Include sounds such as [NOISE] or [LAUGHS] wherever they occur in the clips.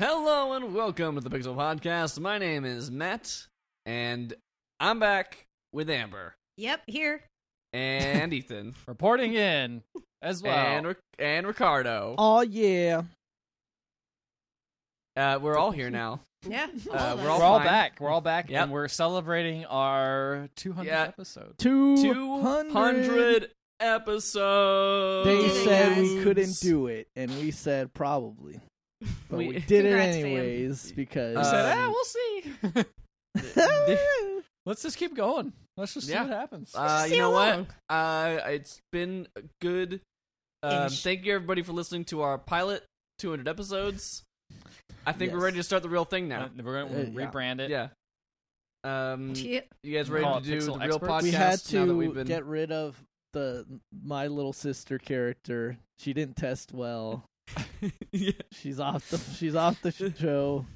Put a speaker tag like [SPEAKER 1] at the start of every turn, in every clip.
[SPEAKER 1] everyone. Welcome to the Pixel Podcast. My name is Matt, and I'm back with Amber
[SPEAKER 2] Yep, here.
[SPEAKER 3] [LAUGHS]
[SPEAKER 1] and Ethan
[SPEAKER 4] Reporting in as well.
[SPEAKER 1] and Ric- and Ricardo.
[SPEAKER 3] Oh yeah.
[SPEAKER 1] Uh, we're all here now.
[SPEAKER 4] [LAUGHS]
[SPEAKER 2] Yeah.
[SPEAKER 1] Uh,
[SPEAKER 2] of
[SPEAKER 1] we're
[SPEAKER 4] we're
[SPEAKER 2] us.
[SPEAKER 1] all
[SPEAKER 4] all,
[SPEAKER 1] fine.
[SPEAKER 4] back. We're all back,
[SPEAKER 1] Yep.
[SPEAKER 4] and we're celebrating our 200th
[SPEAKER 1] Yeah.
[SPEAKER 4] episode.
[SPEAKER 3] Two hundred.
[SPEAKER 1] hundred episodes.
[SPEAKER 3] They
[SPEAKER 2] Did it,
[SPEAKER 3] said
[SPEAKER 2] guys.
[SPEAKER 3] we couldn't do it, and we said probably, but we,
[SPEAKER 1] We-
[SPEAKER 3] did it
[SPEAKER 2] Congrats, fam.
[SPEAKER 3] anyways because.
[SPEAKER 1] We
[SPEAKER 4] I
[SPEAKER 3] [LAUGHS]
[SPEAKER 4] said,
[SPEAKER 1] Um,
[SPEAKER 4] ah,
[SPEAKER 2] [LAUGHS]
[SPEAKER 4] we'll see.
[SPEAKER 1] di-
[SPEAKER 4] Let's just keep going. Let's just
[SPEAKER 1] Yeah.
[SPEAKER 4] see what happens.
[SPEAKER 1] Uh,
[SPEAKER 2] Just
[SPEAKER 1] you
[SPEAKER 2] say
[SPEAKER 1] know
[SPEAKER 2] hello.
[SPEAKER 1] what? Uh, it's been a good. Um,
[SPEAKER 2] Ish.
[SPEAKER 1] thank you everybody for listening to our pilot, 200 episodes. I think we're
[SPEAKER 3] Yes.
[SPEAKER 1] ready to start the real thing
[SPEAKER 4] Uh,
[SPEAKER 1] now.
[SPEAKER 4] we're going
[SPEAKER 3] Uh,
[SPEAKER 4] to
[SPEAKER 3] yeah.
[SPEAKER 4] rebrand it.
[SPEAKER 1] Yeah. Um,
[SPEAKER 2] Yeah.
[SPEAKER 1] you guys ready to
[SPEAKER 4] Call it
[SPEAKER 1] do the
[SPEAKER 4] Pixel
[SPEAKER 1] real
[SPEAKER 4] Experts?
[SPEAKER 1] podcast?
[SPEAKER 3] we had
[SPEAKER 1] now that
[SPEAKER 3] to
[SPEAKER 1] we've been...
[SPEAKER 3] get rid of the my little sister character. She didn't test well.
[SPEAKER 1] [LAUGHS] yeah.
[SPEAKER 3] She's off the. She's off
[SPEAKER 1] [LAUGHS]
[SPEAKER 3] the sh- show.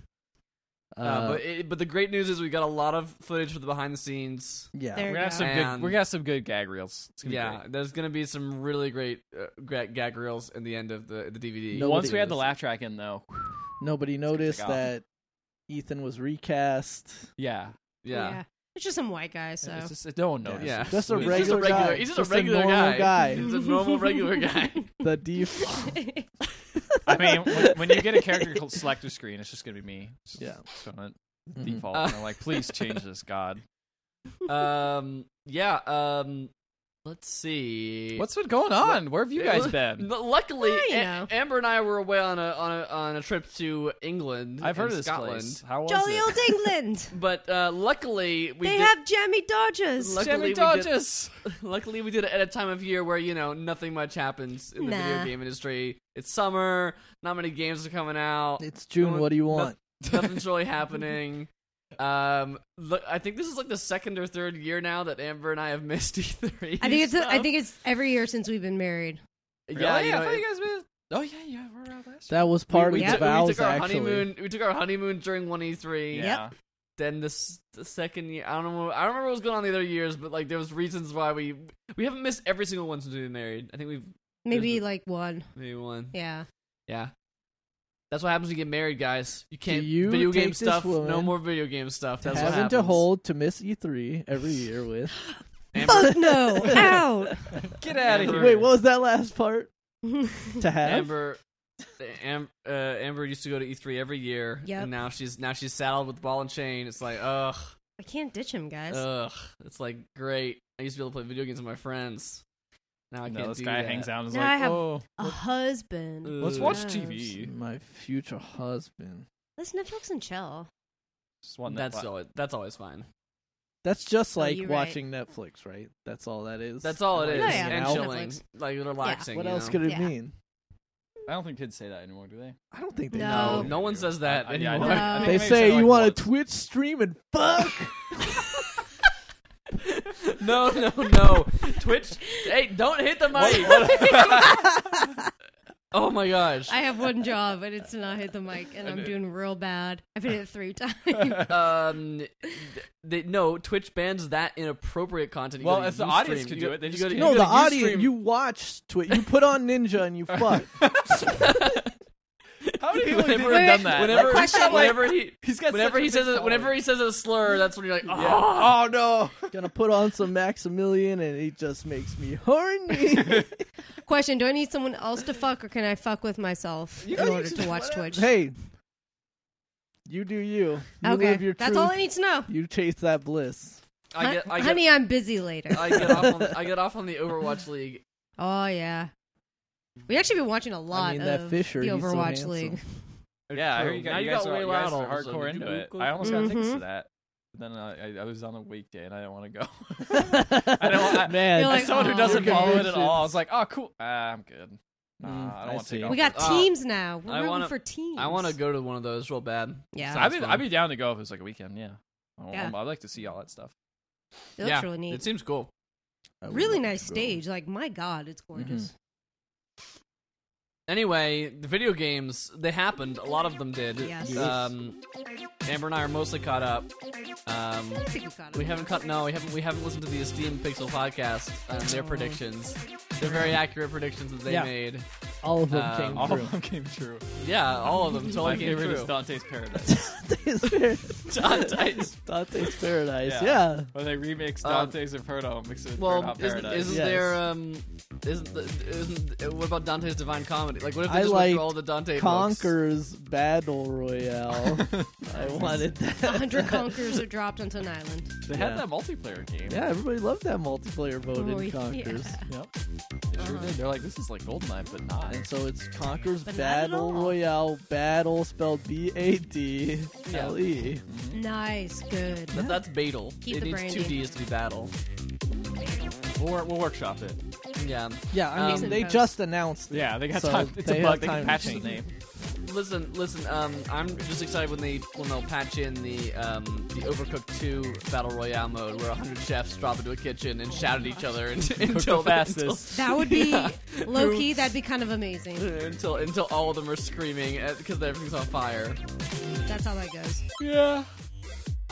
[SPEAKER 1] Uh, but it, but the great news is we got a lot of footage for the behind the scenes.
[SPEAKER 3] yeah,
[SPEAKER 2] There
[SPEAKER 4] We
[SPEAKER 2] you
[SPEAKER 4] got some
[SPEAKER 2] go.
[SPEAKER 4] good.
[SPEAKER 1] And-
[SPEAKER 4] We got some good gag reels. It's gonna be
[SPEAKER 1] Yeah,
[SPEAKER 4] great.
[SPEAKER 1] there's gonna be some really great uh, gra- gag reels in the end of the the DVD.
[SPEAKER 3] No,
[SPEAKER 4] Once we had the
[SPEAKER 3] Nobody
[SPEAKER 4] laugh track in, though.
[SPEAKER 3] nobody noticed
[SPEAKER 4] off.
[SPEAKER 3] that Ethan was recast.
[SPEAKER 4] Yeah.
[SPEAKER 1] yeah.
[SPEAKER 2] It's just some white guy, so.
[SPEAKER 4] It's just, no one noticed.
[SPEAKER 1] Yeah.
[SPEAKER 3] Just a
[SPEAKER 1] He's
[SPEAKER 3] regular
[SPEAKER 1] just a regular.
[SPEAKER 3] guy.
[SPEAKER 1] He's just,
[SPEAKER 3] Just
[SPEAKER 1] a
[SPEAKER 3] a
[SPEAKER 1] regular
[SPEAKER 3] normal guy.
[SPEAKER 1] He's a
[SPEAKER 3] [LAUGHS]
[SPEAKER 1] normal regular guy. [LAUGHS]
[SPEAKER 3] The default.
[SPEAKER 2] [LAUGHS]
[SPEAKER 4] I mean, when, when you get a character called selector screen, it's just gonna be me. It's just-
[SPEAKER 3] Yeah.
[SPEAKER 4] it's gonna
[SPEAKER 3] Mhm.
[SPEAKER 4] default.
[SPEAKER 1] Uh,
[SPEAKER 4] and I'm like, please change
[SPEAKER 1] [LAUGHS]
[SPEAKER 4] this, God.
[SPEAKER 1] um yeah um let's see
[SPEAKER 4] What's been going on? Where have you
[SPEAKER 1] It [LAUGHS]
[SPEAKER 4] guys
[SPEAKER 1] was-
[SPEAKER 4] been?
[SPEAKER 1] But luckily
[SPEAKER 2] Well, you
[SPEAKER 1] A-
[SPEAKER 2] know.
[SPEAKER 1] amber and i were away on a on a on a trip to england
[SPEAKER 4] I've heard
[SPEAKER 1] and
[SPEAKER 4] of this
[SPEAKER 1] scotland
[SPEAKER 4] place. How was
[SPEAKER 2] Jolly
[SPEAKER 4] it?
[SPEAKER 2] old England.
[SPEAKER 1] but uh luckily [LAUGHS] we
[SPEAKER 2] they
[SPEAKER 1] did,
[SPEAKER 2] have jammy Dodgers.
[SPEAKER 1] Look- Luckily
[SPEAKER 4] Sammy
[SPEAKER 1] we did-
[SPEAKER 4] [LAUGHS] Dodges.
[SPEAKER 1] [LAUGHS] luckily we did it at a time of year where you know nothing much happens in the video
[SPEAKER 2] Nah.
[SPEAKER 1] game industry it's summer not many games are coming
[SPEAKER 2] [LAUGHS]
[SPEAKER 1] out
[SPEAKER 3] It's
[SPEAKER 1] No
[SPEAKER 3] June.
[SPEAKER 1] one-
[SPEAKER 3] What do you
[SPEAKER 1] no-
[SPEAKER 3] want?
[SPEAKER 4] [LAUGHS]
[SPEAKER 1] nothing's really happening um look i think this is like the second or third year now that amber and i have missed [LAUGHS] e3
[SPEAKER 2] I think it's
[SPEAKER 1] stuff.
[SPEAKER 2] I think it's every year since we've been married.
[SPEAKER 1] yeah,
[SPEAKER 4] Really?
[SPEAKER 1] you know,
[SPEAKER 4] I thought
[SPEAKER 1] it-
[SPEAKER 4] you guys been. Oh yeah, yeah, we're out last. year.
[SPEAKER 3] That was part
[SPEAKER 1] we, we
[SPEAKER 3] of the
[SPEAKER 1] took,
[SPEAKER 3] vows.
[SPEAKER 1] we took our
[SPEAKER 3] actually,
[SPEAKER 1] honeymoon. We took our honeymoon during one E three.
[SPEAKER 4] Yeah.
[SPEAKER 1] Then this the second year, I don't know. I don't remember what was going on the other years, but like there was reasons why we we haven't missed every single one since we've been married. I think we've
[SPEAKER 2] Maybe
[SPEAKER 1] There's
[SPEAKER 2] like one.
[SPEAKER 1] maybe one. [LAUGHS]
[SPEAKER 2] Yeah.
[SPEAKER 1] Yeah. That's what happens when you get married, guys. You can't
[SPEAKER 3] you
[SPEAKER 1] video
[SPEAKER 3] take
[SPEAKER 1] game
[SPEAKER 3] this
[SPEAKER 1] stuff. No
[SPEAKER 3] woman
[SPEAKER 1] more video game stuff. That's what
[SPEAKER 3] having
[SPEAKER 1] happens.
[SPEAKER 3] to hold to miss E3 every year
[SPEAKER 1] [LAUGHS]
[SPEAKER 3] with.
[SPEAKER 1] Amber, [LAUGHS]
[SPEAKER 2] Fuck no. Out.
[SPEAKER 4] Get out of
[SPEAKER 1] Amber-
[SPEAKER 4] here.
[SPEAKER 3] Wait, what was that last part? To have
[SPEAKER 1] Amber, Am, uh, Amber used to go to E three every year,
[SPEAKER 2] Yep.
[SPEAKER 1] and now she's now she's saddled with ball and chain. It's like ugh,
[SPEAKER 2] [LAUGHS] I can't ditch him, guys.
[SPEAKER 1] ugh. It's like great. I used to be able to play video games with my friends. Now I
[SPEAKER 4] No,
[SPEAKER 1] can't
[SPEAKER 4] this
[SPEAKER 1] do
[SPEAKER 4] guy
[SPEAKER 1] that.
[SPEAKER 4] hangs out and is
[SPEAKER 2] Now I
[SPEAKER 4] like,
[SPEAKER 2] have-
[SPEAKER 4] oh,
[SPEAKER 2] a husband.
[SPEAKER 1] Ugh.
[SPEAKER 4] let's watch
[SPEAKER 2] Gross.
[SPEAKER 4] TV.
[SPEAKER 3] my future husband.
[SPEAKER 2] Let's Netflix and chill.
[SPEAKER 4] Just one that-
[SPEAKER 1] That's always that's always fine.
[SPEAKER 3] That's just
[SPEAKER 2] Oh,
[SPEAKER 3] like
[SPEAKER 2] you're right.
[SPEAKER 3] watching Netflix, right? That's all that is.
[SPEAKER 1] That's all it is.
[SPEAKER 2] Yeah, yeah.
[SPEAKER 1] And
[SPEAKER 2] Netflix.
[SPEAKER 1] chilling, like relaxing.
[SPEAKER 3] What
[SPEAKER 1] you
[SPEAKER 3] else
[SPEAKER 1] know?
[SPEAKER 3] could it
[SPEAKER 2] Yeah.
[SPEAKER 3] mean?
[SPEAKER 4] I don't think kids say that anymore, do they?
[SPEAKER 3] I don't think they
[SPEAKER 1] No,
[SPEAKER 2] No.
[SPEAKER 3] know.
[SPEAKER 1] no one says that
[SPEAKER 4] I- yeah, I
[SPEAKER 1] anymore.
[SPEAKER 4] know.
[SPEAKER 2] No.
[SPEAKER 4] I think
[SPEAKER 3] They
[SPEAKER 4] maybe
[SPEAKER 3] say
[SPEAKER 4] like
[SPEAKER 3] you want
[SPEAKER 4] once.
[SPEAKER 3] to Twitch stream and fuck.
[SPEAKER 1] [LAUGHS] no, no, no. Twitch. Hey, don't hit the mic. [LAUGHS] oh my gosh.
[SPEAKER 2] I have one job and it's not hit the mic and I'm doing real bad. I've hit
[SPEAKER 1] [LAUGHS]
[SPEAKER 2] it three times.
[SPEAKER 1] Um, they, no, Twitch bans that inappropriate content. You
[SPEAKER 4] Well,
[SPEAKER 1] go to
[SPEAKER 4] if the
[SPEAKER 1] Ustream,
[SPEAKER 4] audience could
[SPEAKER 1] you
[SPEAKER 4] do it, they
[SPEAKER 1] [LAUGHS] you
[SPEAKER 4] just
[SPEAKER 1] go to-
[SPEAKER 4] can't.
[SPEAKER 3] no,
[SPEAKER 1] you
[SPEAKER 3] the
[SPEAKER 1] go to
[SPEAKER 3] audience.
[SPEAKER 1] Ustream.
[SPEAKER 3] You watch Twitch. You put on Ninja
[SPEAKER 1] [LAUGHS]
[SPEAKER 3] and you fuck.
[SPEAKER 4] How many people have
[SPEAKER 1] Whenever-
[SPEAKER 4] ever done that?
[SPEAKER 1] Whenever,
[SPEAKER 2] question.
[SPEAKER 1] whenever he,
[SPEAKER 4] [LAUGHS] He's got
[SPEAKER 1] whenever
[SPEAKER 4] such a
[SPEAKER 1] he
[SPEAKER 4] big
[SPEAKER 1] says, a,
[SPEAKER 4] following. [LAUGHS]
[SPEAKER 1] whenever he says a slur, that's when you're like, oh,
[SPEAKER 4] Yeah. Oh no!
[SPEAKER 3] Gonna put on some Maximilian and it just makes me horny.
[SPEAKER 1] [LAUGHS]
[SPEAKER 2] Question: Do I need someone else to fuck, or can I fuck with myself in order to watch Twitch?
[SPEAKER 3] hey, you do you. You
[SPEAKER 2] okay,
[SPEAKER 3] live your
[SPEAKER 2] that's
[SPEAKER 3] truth.
[SPEAKER 2] all I need to know.
[SPEAKER 3] You chase that bliss.
[SPEAKER 1] I get, I get,
[SPEAKER 2] Honey, I'm busy later.
[SPEAKER 1] I get off on,
[SPEAKER 2] [LAUGHS]
[SPEAKER 1] I get off on the Overwatch League.
[SPEAKER 2] oh yeah, we actually been watching a lot
[SPEAKER 3] I mean,
[SPEAKER 2] of
[SPEAKER 3] that Fisher.
[SPEAKER 2] the
[SPEAKER 3] he's so
[SPEAKER 2] Overwatch
[SPEAKER 3] handsome. [LAUGHS]
[SPEAKER 2] League.
[SPEAKER 4] Yeah, I heard you
[SPEAKER 1] now
[SPEAKER 4] guys, you
[SPEAKER 1] you
[SPEAKER 4] guys
[SPEAKER 1] got
[SPEAKER 4] are,
[SPEAKER 1] way
[SPEAKER 4] you
[SPEAKER 1] loud
[SPEAKER 4] guys
[SPEAKER 1] all of
[SPEAKER 4] are
[SPEAKER 1] a sudden.
[SPEAKER 4] hardcore
[SPEAKER 1] You go,
[SPEAKER 4] into it. Mm-hmm.
[SPEAKER 1] go,
[SPEAKER 4] I almost got tickets to
[SPEAKER 2] Mhm.
[SPEAKER 4] that. But then uh, I, I was on a weekday and I didn't want to go. [LAUGHS] don't- I-
[SPEAKER 3] Man,
[SPEAKER 2] You're
[SPEAKER 4] As
[SPEAKER 2] like, "Oh,
[SPEAKER 4] someone who
[SPEAKER 2] "Aw."
[SPEAKER 4] doesn't
[SPEAKER 3] Your
[SPEAKER 4] follow it at all, I
[SPEAKER 3] "Oh, convictions.
[SPEAKER 4] was like, oh, cool. Ah, I'm good. Nah,
[SPEAKER 3] Mm,
[SPEAKER 4] I
[SPEAKER 3] I
[SPEAKER 4] don't want to
[SPEAKER 3] see.
[SPEAKER 4] take off.
[SPEAKER 2] We got
[SPEAKER 1] Uh,
[SPEAKER 2] teams now. We're
[SPEAKER 1] I
[SPEAKER 2] rooting
[SPEAKER 1] wanna-
[SPEAKER 2] for teams.
[SPEAKER 1] I want to go to one of those real bad.
[SPEAKER 2] Yeah,
[SPEAKER 1] So-
[SPEAKER 4] I'd be,
[SPEAKER 1] Sounds
[SPEAKER 4] I'd
[SPEAKER 1] fun.
[SPEAKER 4] be down to go if it was like a weekend, yeah. I-
[SPEAKER 2] Yeah.
[SPEAKER 4] I'd like to see all that stuff.
[SPEAKER 2] it looks
[SPEAKER 1] yeah,
[SPEAKER 2] really neat.
[SPEAKER 1] It seems cool.
[SPEAKER 3] I would
[SPEAKER 2] really
[SPEAKER 3] love
[SPEAKER 2] nice
[SPEAKER 3] to go.
[SPEAKER 2] stage. Like my God, it's
[SPEAKER 3] Mm-hmm.
[SPEAKER 2] gorgeous.
[SPEAKER 1] Anyway, the video games, they happened. A lot of them did.
[SPEAKER 2] Yes.
[SPEAKER 1] Um, Amber and I are mostly caught up. Um,
[SPEAKER 2] I think we got it. [LAUGHS]
[SPEAKER 1] we haven't cut. No, we haven't. We haven't listened to the esteemed Pixel podcast and their predictions. They're very accurate predictions that they
[SPEAKER 3] Yeah.
[SPEAKER 1] made.
[SPEAKER 3] All of them
[SPEAKER 1] Um,
[SPEAKER 3] came
[SPEAKER 4] Uh, All
[SPEAKER 3] true. [LAUGHS]
[SPEAKER 4] of them came true.
[SPEAKER 1] Yeah, all of them
[SPEAKER 4] My
[SPEAKER 1] totally came
[SPEAKER 4] favorite is
[SPEAKER 1] true.
[SPEAKER 4] Dante's Paradise.
[SPEAKER 3] Dante's
[SPEAKER 1] [LAUGHS]
[SPEAKER 4] [LAUGHS]
[SPEAKER 3] Paradise.
[SPEAKER 1] Dante's.
[SPEAKER 3] Dante's Paradise.
[SPEAKER 4] Yeah.
[SPEAKER 3] Yeah.
[SPEAKER 4] [LAUGHS] when they remix
[SPEAKER 1] Um,
[SPEAKER 4] Dante's Inferno and mix it with
[SPEAKER 1] Well,
[SPEAKER 4] Burnout
[SPEAKER 1] isn't,
[SPEAKER 4] Paradise.
[SPEAKER 1] isn't
[SPEAKER 3] Yes.
[SPEAKER 1] there um, isn't the, isn't uh, what about Dante's Divine Comedy? Like, what if they
[SPEAKER 3] I
[SPEAKER 1] just went
[SPEAKER 3] liked
[SPEAKER 1] through all the Dante books?
[SPEAKER 3] Conquer's Battle
[SPEAKER 4] [LAUGHS]
[SPEAKER 3] Royale. I wanted that.
[SPEAKER 1] [LAUGHS]
[SPEAKER 2] 100 conquerors are dropped onto an island.
[SPEAKER 4] they had
[SPEAKER 3] Yeah.
[SPEAKER 4] that multiplayer game.
[SPEAKER 3] Yeah, everybody loved that multiplayer mode
[SPEAKER 2] Oh, yeah.
[SPEAKER 3] in Conquer's.
[SPEAKER 4] Yep. They sure did. They're like, this is like Goldeneye, but not.
[SPEAKER 3] And so it's Conquer's
[SPEAKER 2] But not at
[SPEAKER 3] Battle
[SPEAKER 2] all.
[SPEAKER 3] Royale. Battle spelled B A D L E.
[SPEAKER 2] Nice, good.
[SPEAKER 1] That, that's Betel.
[SPEAKER 2] Keep
[SPEAKER 1] it
[SPEAKER 2] the
[SPEAKER 1] needs two
[SPEAKER 2] brandy.
[SPEAKER 1] D's to be battle.
[SPEAKER 4] We'll, we'll workshop it.
[SPEAKER 1] Yeah.
[SPEAKER 3] Yeah, I
[SPEAKER 1] Um,
[SPEAKER 3] mean they just announced it.
[SPEAKER 4] Yeah, they got
[SPEAKER 3] So
[SPEAKER 4] time. It's
[SPEAKER 3] they
[SPEAKER 4] a
[SPEAKER 3] have
[SPEAKER 4] bug. They can
[SPEAKER 3] time
[SPEAKER 4] patch
[SPEAKER 3] to-
[SPEAKER 4] the name.
[SPEAKER 1] [LAUGHS] Listen, listen. Um, I'm just excited when they when they'll patch in the um the Overcooked 2 battle royale mode where 100 chefs drop into a kitchen and shout at each
[SPEAKER 4] [LAUGHS]
[SPEAKER 1] other [LAUGHS] and, until until,
[SPEAKER 4] fastest.
[SPEAKER 2] That
[SPEAKER 1] [LAUGHS]
[SPEAKER 2] would be low key, that'd be kind of amazing.
[SPEAKER 1] until until all of them are screaming because everything's on fire.
[SPEAKER 2] That's how that goes.
[SPEAKER 4] Yeah.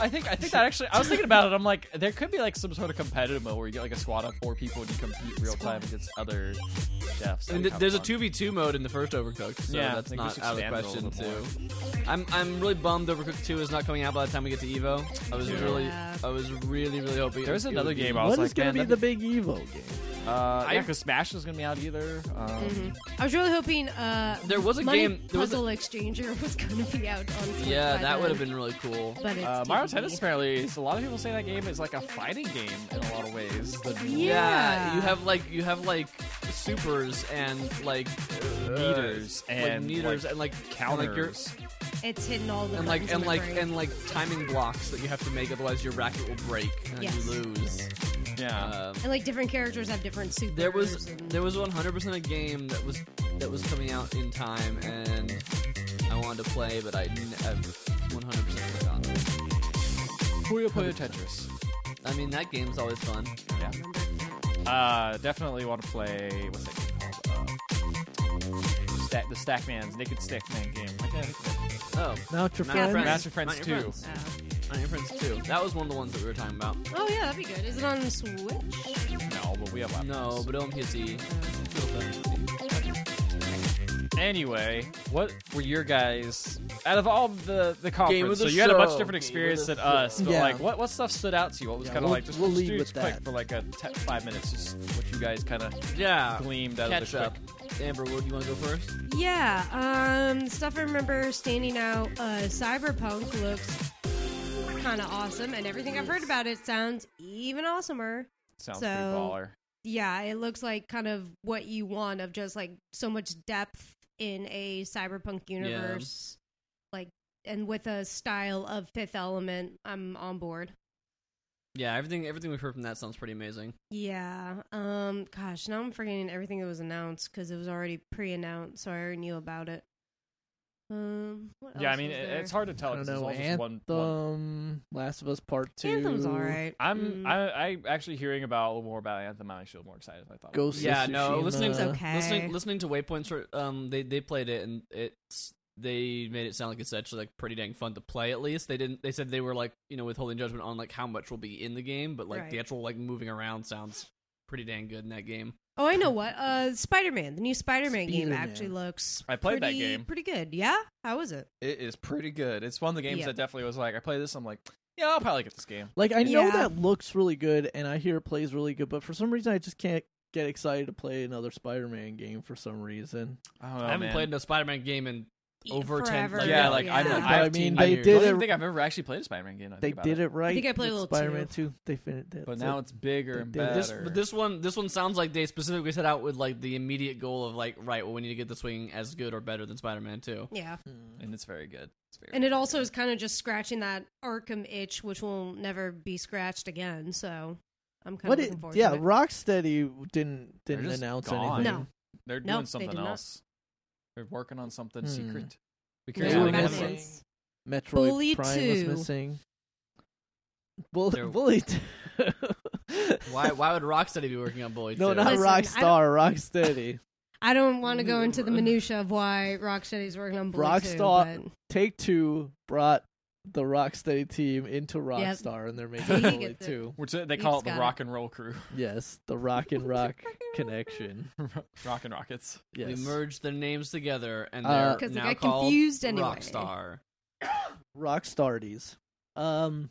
[SPEAKER 4] I think I
[SPEAKER 1] [LAUGHS]
[SPEAKER 4] think that actually I was thinking about it. I'm like, there could be like some sort of competitive mode where you get like a squad of four people and you compete real time against other chefs.
[SPEAKER 1] I mean, th- there's a 2v2 mode in the first Overcooked, so
[SPEAKER 4] Yeah,
[SPEAKER 1] that's
[SPEAKER 4] they can
[SPEAKER 1] not
[SPEAKER 4] just
[SPEAKER 1] out of the
[SPEAKER 4] expand it a
[SPEAKER 1] question
[SPEAKER 4] little
[SPEAKER 1] too. I'm I'm really bummed Overcooked 2 is not coming out by the time we get to Evo. I was
[SPEAKER 4] Yeah.
[SPEAKER 1] really
[SPEAKER 2] Yeah.
[SPEAKER 1] I was really really hoping.
[SPEAKER 4] There's
[SPEAKER 1] it
[SPEAKER 4] another
[SPEAKER 1] would be-
[SPEAKER 4] game I
[SPEAKER 3] What
[SPEAKER 4] was
[SPEAKER 3] is
[SPEAKER 4] like,
[SPEAKER 3] going to be
[SPEAKER 4] man,
[SPEAKER 3] the
[SPEAKER 4] that'd
[SPEAKER 3] big Evo game?
[SPEAKER 4] Uh,
[SPEAKER 1] I- Mm-hmm.
[SPEAKER 4] yeah, because Smash is gonna be out either. Um,
[SPEAKER 2] I was really hoping uh,
[SPEAKER 1] There was a
[SPEAKER 2] Money
[SPEAKER 1] game. There was a-
[SPEAKER 2] Puzzle Exchanger [LAUGHS] was going to be out on Switch.
[SPEAKER 1] yeah, that
[SPEAKER 2] by then,
[SPEAKER 1] would have been really cool.
[SPEAKER 2] But it's
[SPEAKER 4] Uh, Mario
[SPEAKER 2] TBD.
[SPEAKER 4] Tennis apparently, is- a lot of people say that game is like a fighting game in a lot of ways. The dual-
[SPEAKER 2] Yeah.
[SPEAKER 1] you have like you have like supers and like uh,
[SPEAKER 4] Meters
[SPEAKER 1] like
[SPEAKER 4] and,
[SPEAKER 1] meters
[SPEAKER 4] like,
[SPEAKER 1] and like and like, your-
[SPEAKER 4] counters.
[SPEAKER 2] It's hitting all the
[SPEAKER 1] and like
[SPEAKER 2] buttons in
[SPEAKER 1] and
[SPEAKER 2] my
[SPEAKER 1] like
[SPEAKER 2] brain.
[SPEAKER 1] and like timing blocks that you have to make, otherwise your racket will break and
[SPEAKER 2] Yes.
[SPEAKER 1] you lose.
[SPEAKER 4] yeah.
[SPEAKER 1] Um,
[SPEAKER 2] And, like different characters have different super.
[SPEAKER 1] there was there was 100% a game that was that was coming out in time and I wanted to play but I n- I've 100% forgot.
[SPEAKER 4] Puyo Puyo Tetris.
[SPEAKER 1] I mean that game's always fun.
[SPEAKER 4] Yeah. Uh, definitely want to play. What's that game called? Uh, Stack, the Stackman's Naked Stackman game. I can't-
[SPEAKER 1] Oh,
[SPEAKER 3] Not your
[SPEAKER 1] Not
[SPEAKER 3] friend.
[SPEAKER 1] Friends.
[SPEAKER 4] Master Friends
[SPEAKER 1] Not your
[SPEAKER 4] 2.
[SPEAKER 1] friends. Iron Prince 2. That was one of the ones that we were talking about.
[SPEAKER 2] oh yeah, that'd be good. Is it on Switch?
[SPEAKER 4] No, but we have laptops.
[SPEAKER 1] No, but on PC.
[SPEAKER 4] Anyway, what were your guys out of all the the conference?
[SPEAKER 1] of the
[SPEAKER 4] so you had a much
[SPEAKER 1] show.
[SPEAKER 4] different
[SPEAKER 1] Game of
[SPEAKER 4] experience
[SPEAKER 1] the
[SPEAKER 4] than us, but
[SPEAKER 3] show.
[SPEAKER 4] like what what stuff stood out to you? What was
[SPEAKER 3] Yeah,
[SPEAKER 4] kind of
[SPEAKER 3] we'll-
[SPEAKER 4] like just
[SPEAKER 3] we'll
[SPEAKER 4] just
[SPEAKER 3] lead
[SPEAKER 4] do
[SPEAKER 3] with
[SPEAKER 4] it quick
[SPEAKER 3] that.
[SPEAKER 4] for like a te- five minutes, just what you guys kind of
[SPEAKER 1] Yeah.
[SPEAKER 4] gleamed out
[SPEAKER 1] Catch
[SPEAKER 4] of
[SPEAKER 1] up.
[SPEAKER 4] the quick.
[SPEAKER 1] Amber, what do you want to go first?
[SPEAKER 2] Yeah. Um, stuff I remember standing out. Uh, Cyberpunk looks kind of awesome, and everything I've heard about it sounds even awesomer.
[SPEAKER 4] Sounds
[SPEAKER 2] So-
[SPEAKER 4] pretty baller.
[SPEAKER 2] Yeah, it looks like kind of what you want of just like so much depth in a cyberpunk universe. Like and with a style of fifth element, I'm on board.
[SPEAKER 1] Yeah, everything everything we've heard from that sounds pretty amazing.
[SPEAKER 2] Yeah. Um gosh, now I'm forgetting everything that was announced cuz it was already pre-announced, so I already knew about it. Um what
[SPEAKER 4] Yeah, I
[SPEAKER 2] else
[SPEAKER 4] mean,
[SPEAKER 2] was
[SPEAKER 4] it,
[SPEAKER 2] there?
[SPEAKER 4] it's hard to tell
[SPEAKER 3] I don't
[SPEAKER 4] because it's
[SPEAKER 3] know.
[SPEAKER 4] all just one, one.
[SPEAKER 3] Anthem, um, Last of Us Part Two.
[SPEAKER 2] Anthem's all right.
[SPEAKER 4] I'm
[SPEAKER 2] Mm.
[SPEAKER 4] I, I actually hearing about a little more about Anthem. I'm actually more excited than I thought.
[SPEAKER 3] Ghost. of
[SPEAKER 1] Yeah, no,
[SPEAKER 3] Tsushima.
[SPEAKER 1] listening
[SPEAKER 2] It's okay.
[SPEAKER 1] Listening listening to Waypoints um they they played it and it's they made it sound like it's actually like pretty dang fun to play at least. They didn't they said they were like, you know, withholding judgment on like how much will be in the game, but like the
[SPEAKER 2] Right.
[SPEAKER 1] actual like moving around sounds pretty dang good in that game.
[SPEAKER 2] Oh, I know what. Uh Spider-Man, the new Spider-Man, game
[SPEAKER 3] Spider-Man.
[SPEAKER 2] actually looks
[SPEAKER 4] I played that
[SPEAKER 2] pretty-
[SPEAKER 4] game.
[SPEAKER 2] Pretty good. Yeah? How was it?
[SPEAKER 4] It is pretty good. It's one of the games
[SPEAKER 2] Yeah.
[SPEAKER 4] that definitely was like I play this. I'm like, yeah, I'll probably get this game.
[SPEAKER 3] Like I know
[SPEAKER 2] Yeah.
[SPEAKER 3] that looks really good, and I hear it plays really good, but for some reason I just can't get excited to play another Spider-Man game for some reason.
[SPEAKER 4] I don't know,
[SPEAKER 1] I haven't
[SPEAKER 4] Oh, man.
[SPEAKER 1] played a Spider-Man game in Over 10
[SPEAKER 2] E, Forever.
[SPEAKER 1] like,
[SPEAKER 4] yeah, like I
[SPEAKER 3] Yeah.
[SPEAKER 4] don't.
[SPEAKER 3] But
[SPEAKER 4] I,
[SPEAKER 3] I mean,
[SPEAKER 4] mean,
[SPEAKER 3] they
[SPEAKER 4] I
[SPEAKER 3] did
[SPEAKER 4] don't even
[SPEAKER 3] it-
[SPEAKER 4] think I've ever actually played a Spider-Man game. now I
[SPEAKER 3] They
[SPEAKER 4] think about
[SPEAKER 3] did it right.
[SPEAKER 2] think I played a
[SPEAKER 3] with
[SPEAKER 2] little
[SPEAKER 3] Spider-Man Two. They finished it.
[SPEAKER 4] but now it's bigger and
[SPEAKER 3] They did it.
[SPEAKER 4] better.
[SPEAKER 1] This, but this one, this one sounds like they specifically set out with like the immediate goal of like, right, well, we need to get this wing as good or better than Spider-Man Two.
[SPEAKER 2] Yeah.
[SPEAKER 3] Hmm.
[SPEAKER 4] and it's very good. It's very
[SPEAKER 2] And it also is kind of just scratching that Arkham itch, which will never be scratched again. So I'm kind
[SPEAKER 3] what?
[SPEAKER 2] of
[SPEAKER 3] It,
[SPEAKER 2] looking forward
[SPEAKER 3] yeah,
[SPEAKER 2] to it.
[SPEAKER 3] Rocksteady didn't didn't
[SPEAKER 4] just
[SPEAKER 3] announce
[SPEAKER 4] gone.
[SPEAKER 3] anything.
[SPEAKER 2] No.
[SPEAKER 4] They're
[SPEAKER 2] No,
[SPEAKER 4] doing
[SPEAKER 2] they
[SPEAKER 4] something
[SPEAKER 2] did not.
[SPEAKER 4] else. They're working on something
[SPEAKER 3] Hmm.
[SPEAKER 4] secret. Be
[SPEAKER 3] They
[SPEAKER 4] curious
[SPEAKER 3] were
[SPEAKER 4] what they have
[SPEAKER 3] missing-
[SPEAKER 4] in-
[SPEAKER 3] Metroid
[SPEAKER 2] Bully
[SPEAKER 3] Prime was
[SPEAKER 2] 2.
[SPEAKER 3] missing. Bull-
[SPEAKER 1] There-
[SPEAKER 4] [LAUGHS]
[SPEAKER 3] Bully Two. [LAUGHS]
[SPEAKER 1] Why? Why would Rocksteady be working on Bully
[SPEAKER 3] No,
[SPEAKER 1] 2?
[SPEAKER 3] not
[SPEAKER 2] Listen, I don't-
[SPEAKER 3] Rockstar. Rocksteady.
[SPEAKER 2] I don't want to go
[SPEAKER 1] Mm.
[SPEAKER 2] into the minutia of why Rocksteady's working on Blue
[SPEAKER 3] Rockstar-
[SPEAKER 2] Too,
[SPEAKER 3] Take Two brought the Rocksteady team into
[SPEAKER 2] Yep.
[SPEAKER 3] Rockstar, and they're
[SPEAKER 2] He
[SPEAKER 3] making Bully
[SPEAKER 2] gets it.
[SPEAKER 3] Two.
[SPEAKER 4] Which they they
[SPEAKER 2] You
[SPEAKER 4] call
[SPEAKER 2] just
[SPEAKER 4] it the
[SPEAKER 2] gotta-
[SPEAKER 4] Rock and Roll Crew, [LAUGHS]
[SPEAKER 3] Yes, the Rock and Rock
[SPEAKER 2] [LAUGHS]
[SPEAKER 3] connection.
[SPEAKER 4] Rock and Rockets.
[SPEAKER 1] We
[SPEAKER 3] Yes,
[SPEAKER 1] merged their names together, and
[SPEAKER 3] Uh,
[SPEAKER 1] they're
[SPEAKER 2] 'Cause they
[SPEAKER 1] now
[SPEAKER 2] got
[SPEAKER 1] called
[SPEAKER 2] confused anyway.
[SPEAKER 3] [LAUGHS]
[SPEAKER 1] Rockstar.
[SPEAKER 3] Rockstardies. Um,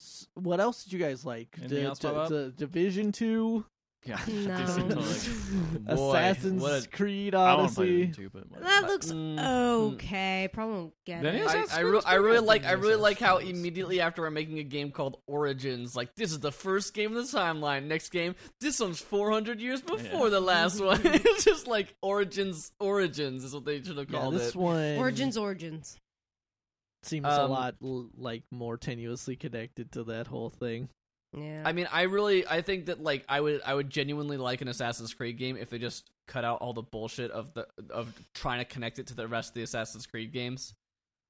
[SPEAKER 3] s- what else did you guys like?
[SPEAKER 4] Anything
[SPEAKER 3] D-
[SPEAKER 4] else
[SPEAKER 3] d-
[SPEAKER 4] pop up?
[SPEAKER 3] d- Division Two,
[SPEAKER 4] Yeah,
[SPEAKER 2] [LAUGHS]
[SPEAKER 4] [LAUGHS]
[SPEAKER 2] No.
[SPEAKER 4] DC
[SPEAKER 3] [LAUGHS]
[SPEAKER 4] totally.
[SPEAKER 1] Boy,
[SPEAKER 3] Assassin's
[SPEAKER 1] what a-
[SPEAKER 3] Creed
[SPEAKER 4] I want to play
[SPEAKER 3] Odyssey.
[SPEAKER 4] it too, but whatever.
[SPEAKER 2] That looks
[SPEAKER 1] Mm,
[SPEAKER 2] Oh,
[SPEAKER 1] mm.
[SPEAKER 2] okay. Probably won't get
[SPEAKER 4] That
[SPEAKER 2] it.
[SPEAKER 4] is
[SPEAKER 1] I, I, re- I really like I really like how immediately after we're making a game called Origins, like this is the first game in the timeline. Next game, this one's 400 years before the last one. [LAUGHS] it's just like Origins. Origins is what they should have
[SPEAKER 3] Yeah,
[SPEAKER 1] called
[SPEAKER 3] this
[SPEAKER 1] it.
[SPEAKER 3] one
[SPEAKER 2] Origins, origins.
[SPEAKER 3] seems a
[SPEAKER 1] Um,
[SPEAKER 3] lot l- like more tenuously connected to that whole thing.
[SPEAKER 2] Yeah.
[SPEAKER 1] I mean, I really I think that like I would I would genuinely like an Assassin's Creed game if they just cut out all the bullshit of the of trying to connect it to the rest of the Assassin's Creed games.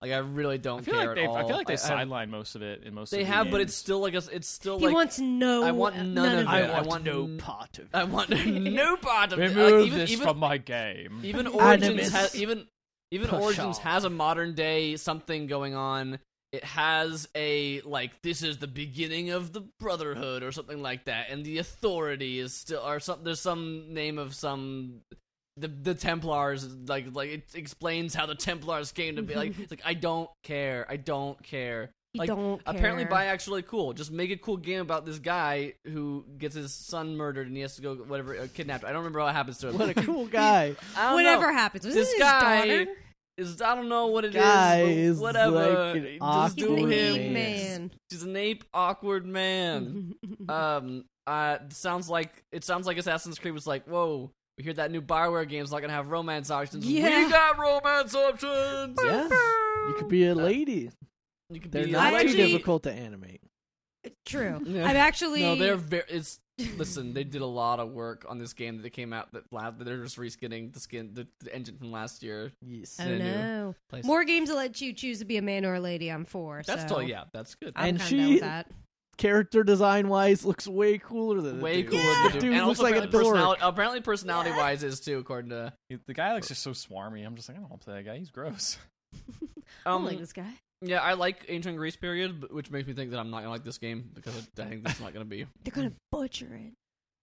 [SPEAKER 1] Like I really don't
[SPEAKER 4] I feel
[SPEAKER 1] care
[SPEAKER 4] like
[SPEAKER 1] at
[SPEAKER 4] they
[SPEAKER 1] all.
[SPEAKER 4] I feel like they
[SPEAKER 1] I- I-
[SPEAKER 4] sideline most of it in most.
[SPEAKER 1] they
[SPEAKER 4] of the
[SPEAKER 1] have, but
[SPEAKER 4] games.
[SPEAKER 1] it's still like a, it's still
[SPEAKER 2] he
[SPEAKER 1] like
[SPEAKER 2] wants no.
[SPEAKER 1] I want none of it. I
[SPEAKER 4] want
[SPEAKER 1] want no
[SPEAKER 3] part of
[SPEAKER 1] I want no part of it.
[SPEAKER 4] [LAUGHS] remove
[SPEAKER 1] Like, even,
[SPEAKER 4] this
[SPEAKER 1] even,
[SPEAKER 4] from my game.
[SPEAKER 1] even
[SPEAKER 3] Animus.
[SPEAKER 1] Origins has even even
[SPEAKER 3] Pshaw.
[SPEAKER 1] Origins has a modern day something going on. It has a like this is the beginning of the Brotherhood or something like that, and the Authority is still or some there's some name of some the the Templars like like it explains how the Templars came to be
[SPEAKER 4] [LAUGHS]
[SPEAKER 1] like it's like I don't care I don't care
[SPEAKER 2] You
[SPEAKER 1] like,
[SPEAKER 2] don't
[SPEAKER 1] Apparently,
[SPEAKER 2] care.
[SPEAKER 1] Bayak's really cool. Just make a cool game about this guy who gets his son murdered and he has to go whatever uh, kidnapped. [LAUGHS] I don't remember what happens to him.
[SPEAKER 3] [LAUGHS] What a cool guy!
[SPEAKER 1] I don't
[SPEAKER 2] Whatever
[SPEAKER 1] know.
[SPEAKER 2] happens. Was
[SPEAKER 1] This
[SPEAKER 2] this his
[SPEAKER 1] guy-
[SPEAKER 2] daughter?
[SPEAKER 1] Is- I don't know what it is.
[SPEAKER 3] Guy
[SPEAKER 1] but
[SPEAKER 3] is
[SPEAKER 1] whatever.
[SPEAKER 3] like an
[SPEAKER 1] Just
[SPEAKER 2] He's
[SPEAKER 1] do
[SPEAKER 2] an
[SPEAKER 3] awkward
[SPEAKER 1] him.
[SPEAKER 2] ape
[SPEAKER 3] man.
[SPEAKER 2] man.
[SPEAKER 1] He's an ape, awkward
[SPEAKER 2] [LAUGHS]
[SPEAKER 1] man.
[SPEAKER 2] Mm-hmm.
[SPEAKER 1] um, uh, sounds like it sounds like Assassin's Creed was like, whoa. We hear that new Bioware game's not gonna have romance options.
[SPEAKER 2] Yeah.
[SPEAKER 1] We got romance options.
[SPEAKER 3] yeah, you could be a lady.
[SPEAKER 1] You could
[SPEAKER 3] They're
[SPEAKER 1] be
[SPEAKER 3] not
[SPEAKER 1] a
[SPEAKER 3] too
[SPEAKER 1] lady.
[SPEAKER 3] difficult to animate.
[SPEAKER 2] True.
[SPEAKER 1] [LAUGHS] Yeah.
[SPEAKER 2] I've actually.
[SPEAKER 1] No, they're very. It's listen. They did a lot of work on this game that came out that la- that they're just reskinning the skin the, the engine from last year.
[SPEAKER 3] Yes,
[SPEAKER 2] Oh
[SPEAKER 1] they do.
[SPEAKER 2] no!
[SPEAKER 1] Place-
[SPEAKER 2] More games that let you choose to be a man or a lady. I'm for.
[SPEAKER 1] That's
[SPEAKER 2] so.
[SPEAKER 1] totally yeah. That's good.
[SPEAKER 2] I'm
[SPEAKER 3] And
[SPEAKER 2] kinda
[SPEAKER 3] she-
[SPEAKER 2] down with that.
[SPEAKER 3] character design wise, looks way cooler than the
[SPEAKER 1] Way
[SPEAKER 3] dude.
[SPEAKER 1] cooler.
[SPEAKER 3] The
[SPEAKER 1] than
[SPEAKER 3] dude,
[SPEAKER 1] Duke. and
[SPEAKER 3] looks
[SPEAKER 1] also
[SPEAKER 3] like a
[SPEAKER 1] apparently,
[SPEAKER 3] dork.
[SPEAKER 1] personality, apparently personality wise is too, according to.
[SPEAKER 4] He- the guy looks just so swarmy. I'm just like, I don't want to play that guy. He's gross.
[SPEAKER 2] I
[SPEAKER 1] Um,
[SPEAKER 2] don't like this guy.
[SPEAKER 1] yeah, I like Ancient Greece period, but- which makes me think that I'm not gonna like this game because I- I think that's not gonna be.
[SPEAKER 2] They're gonna butcher it.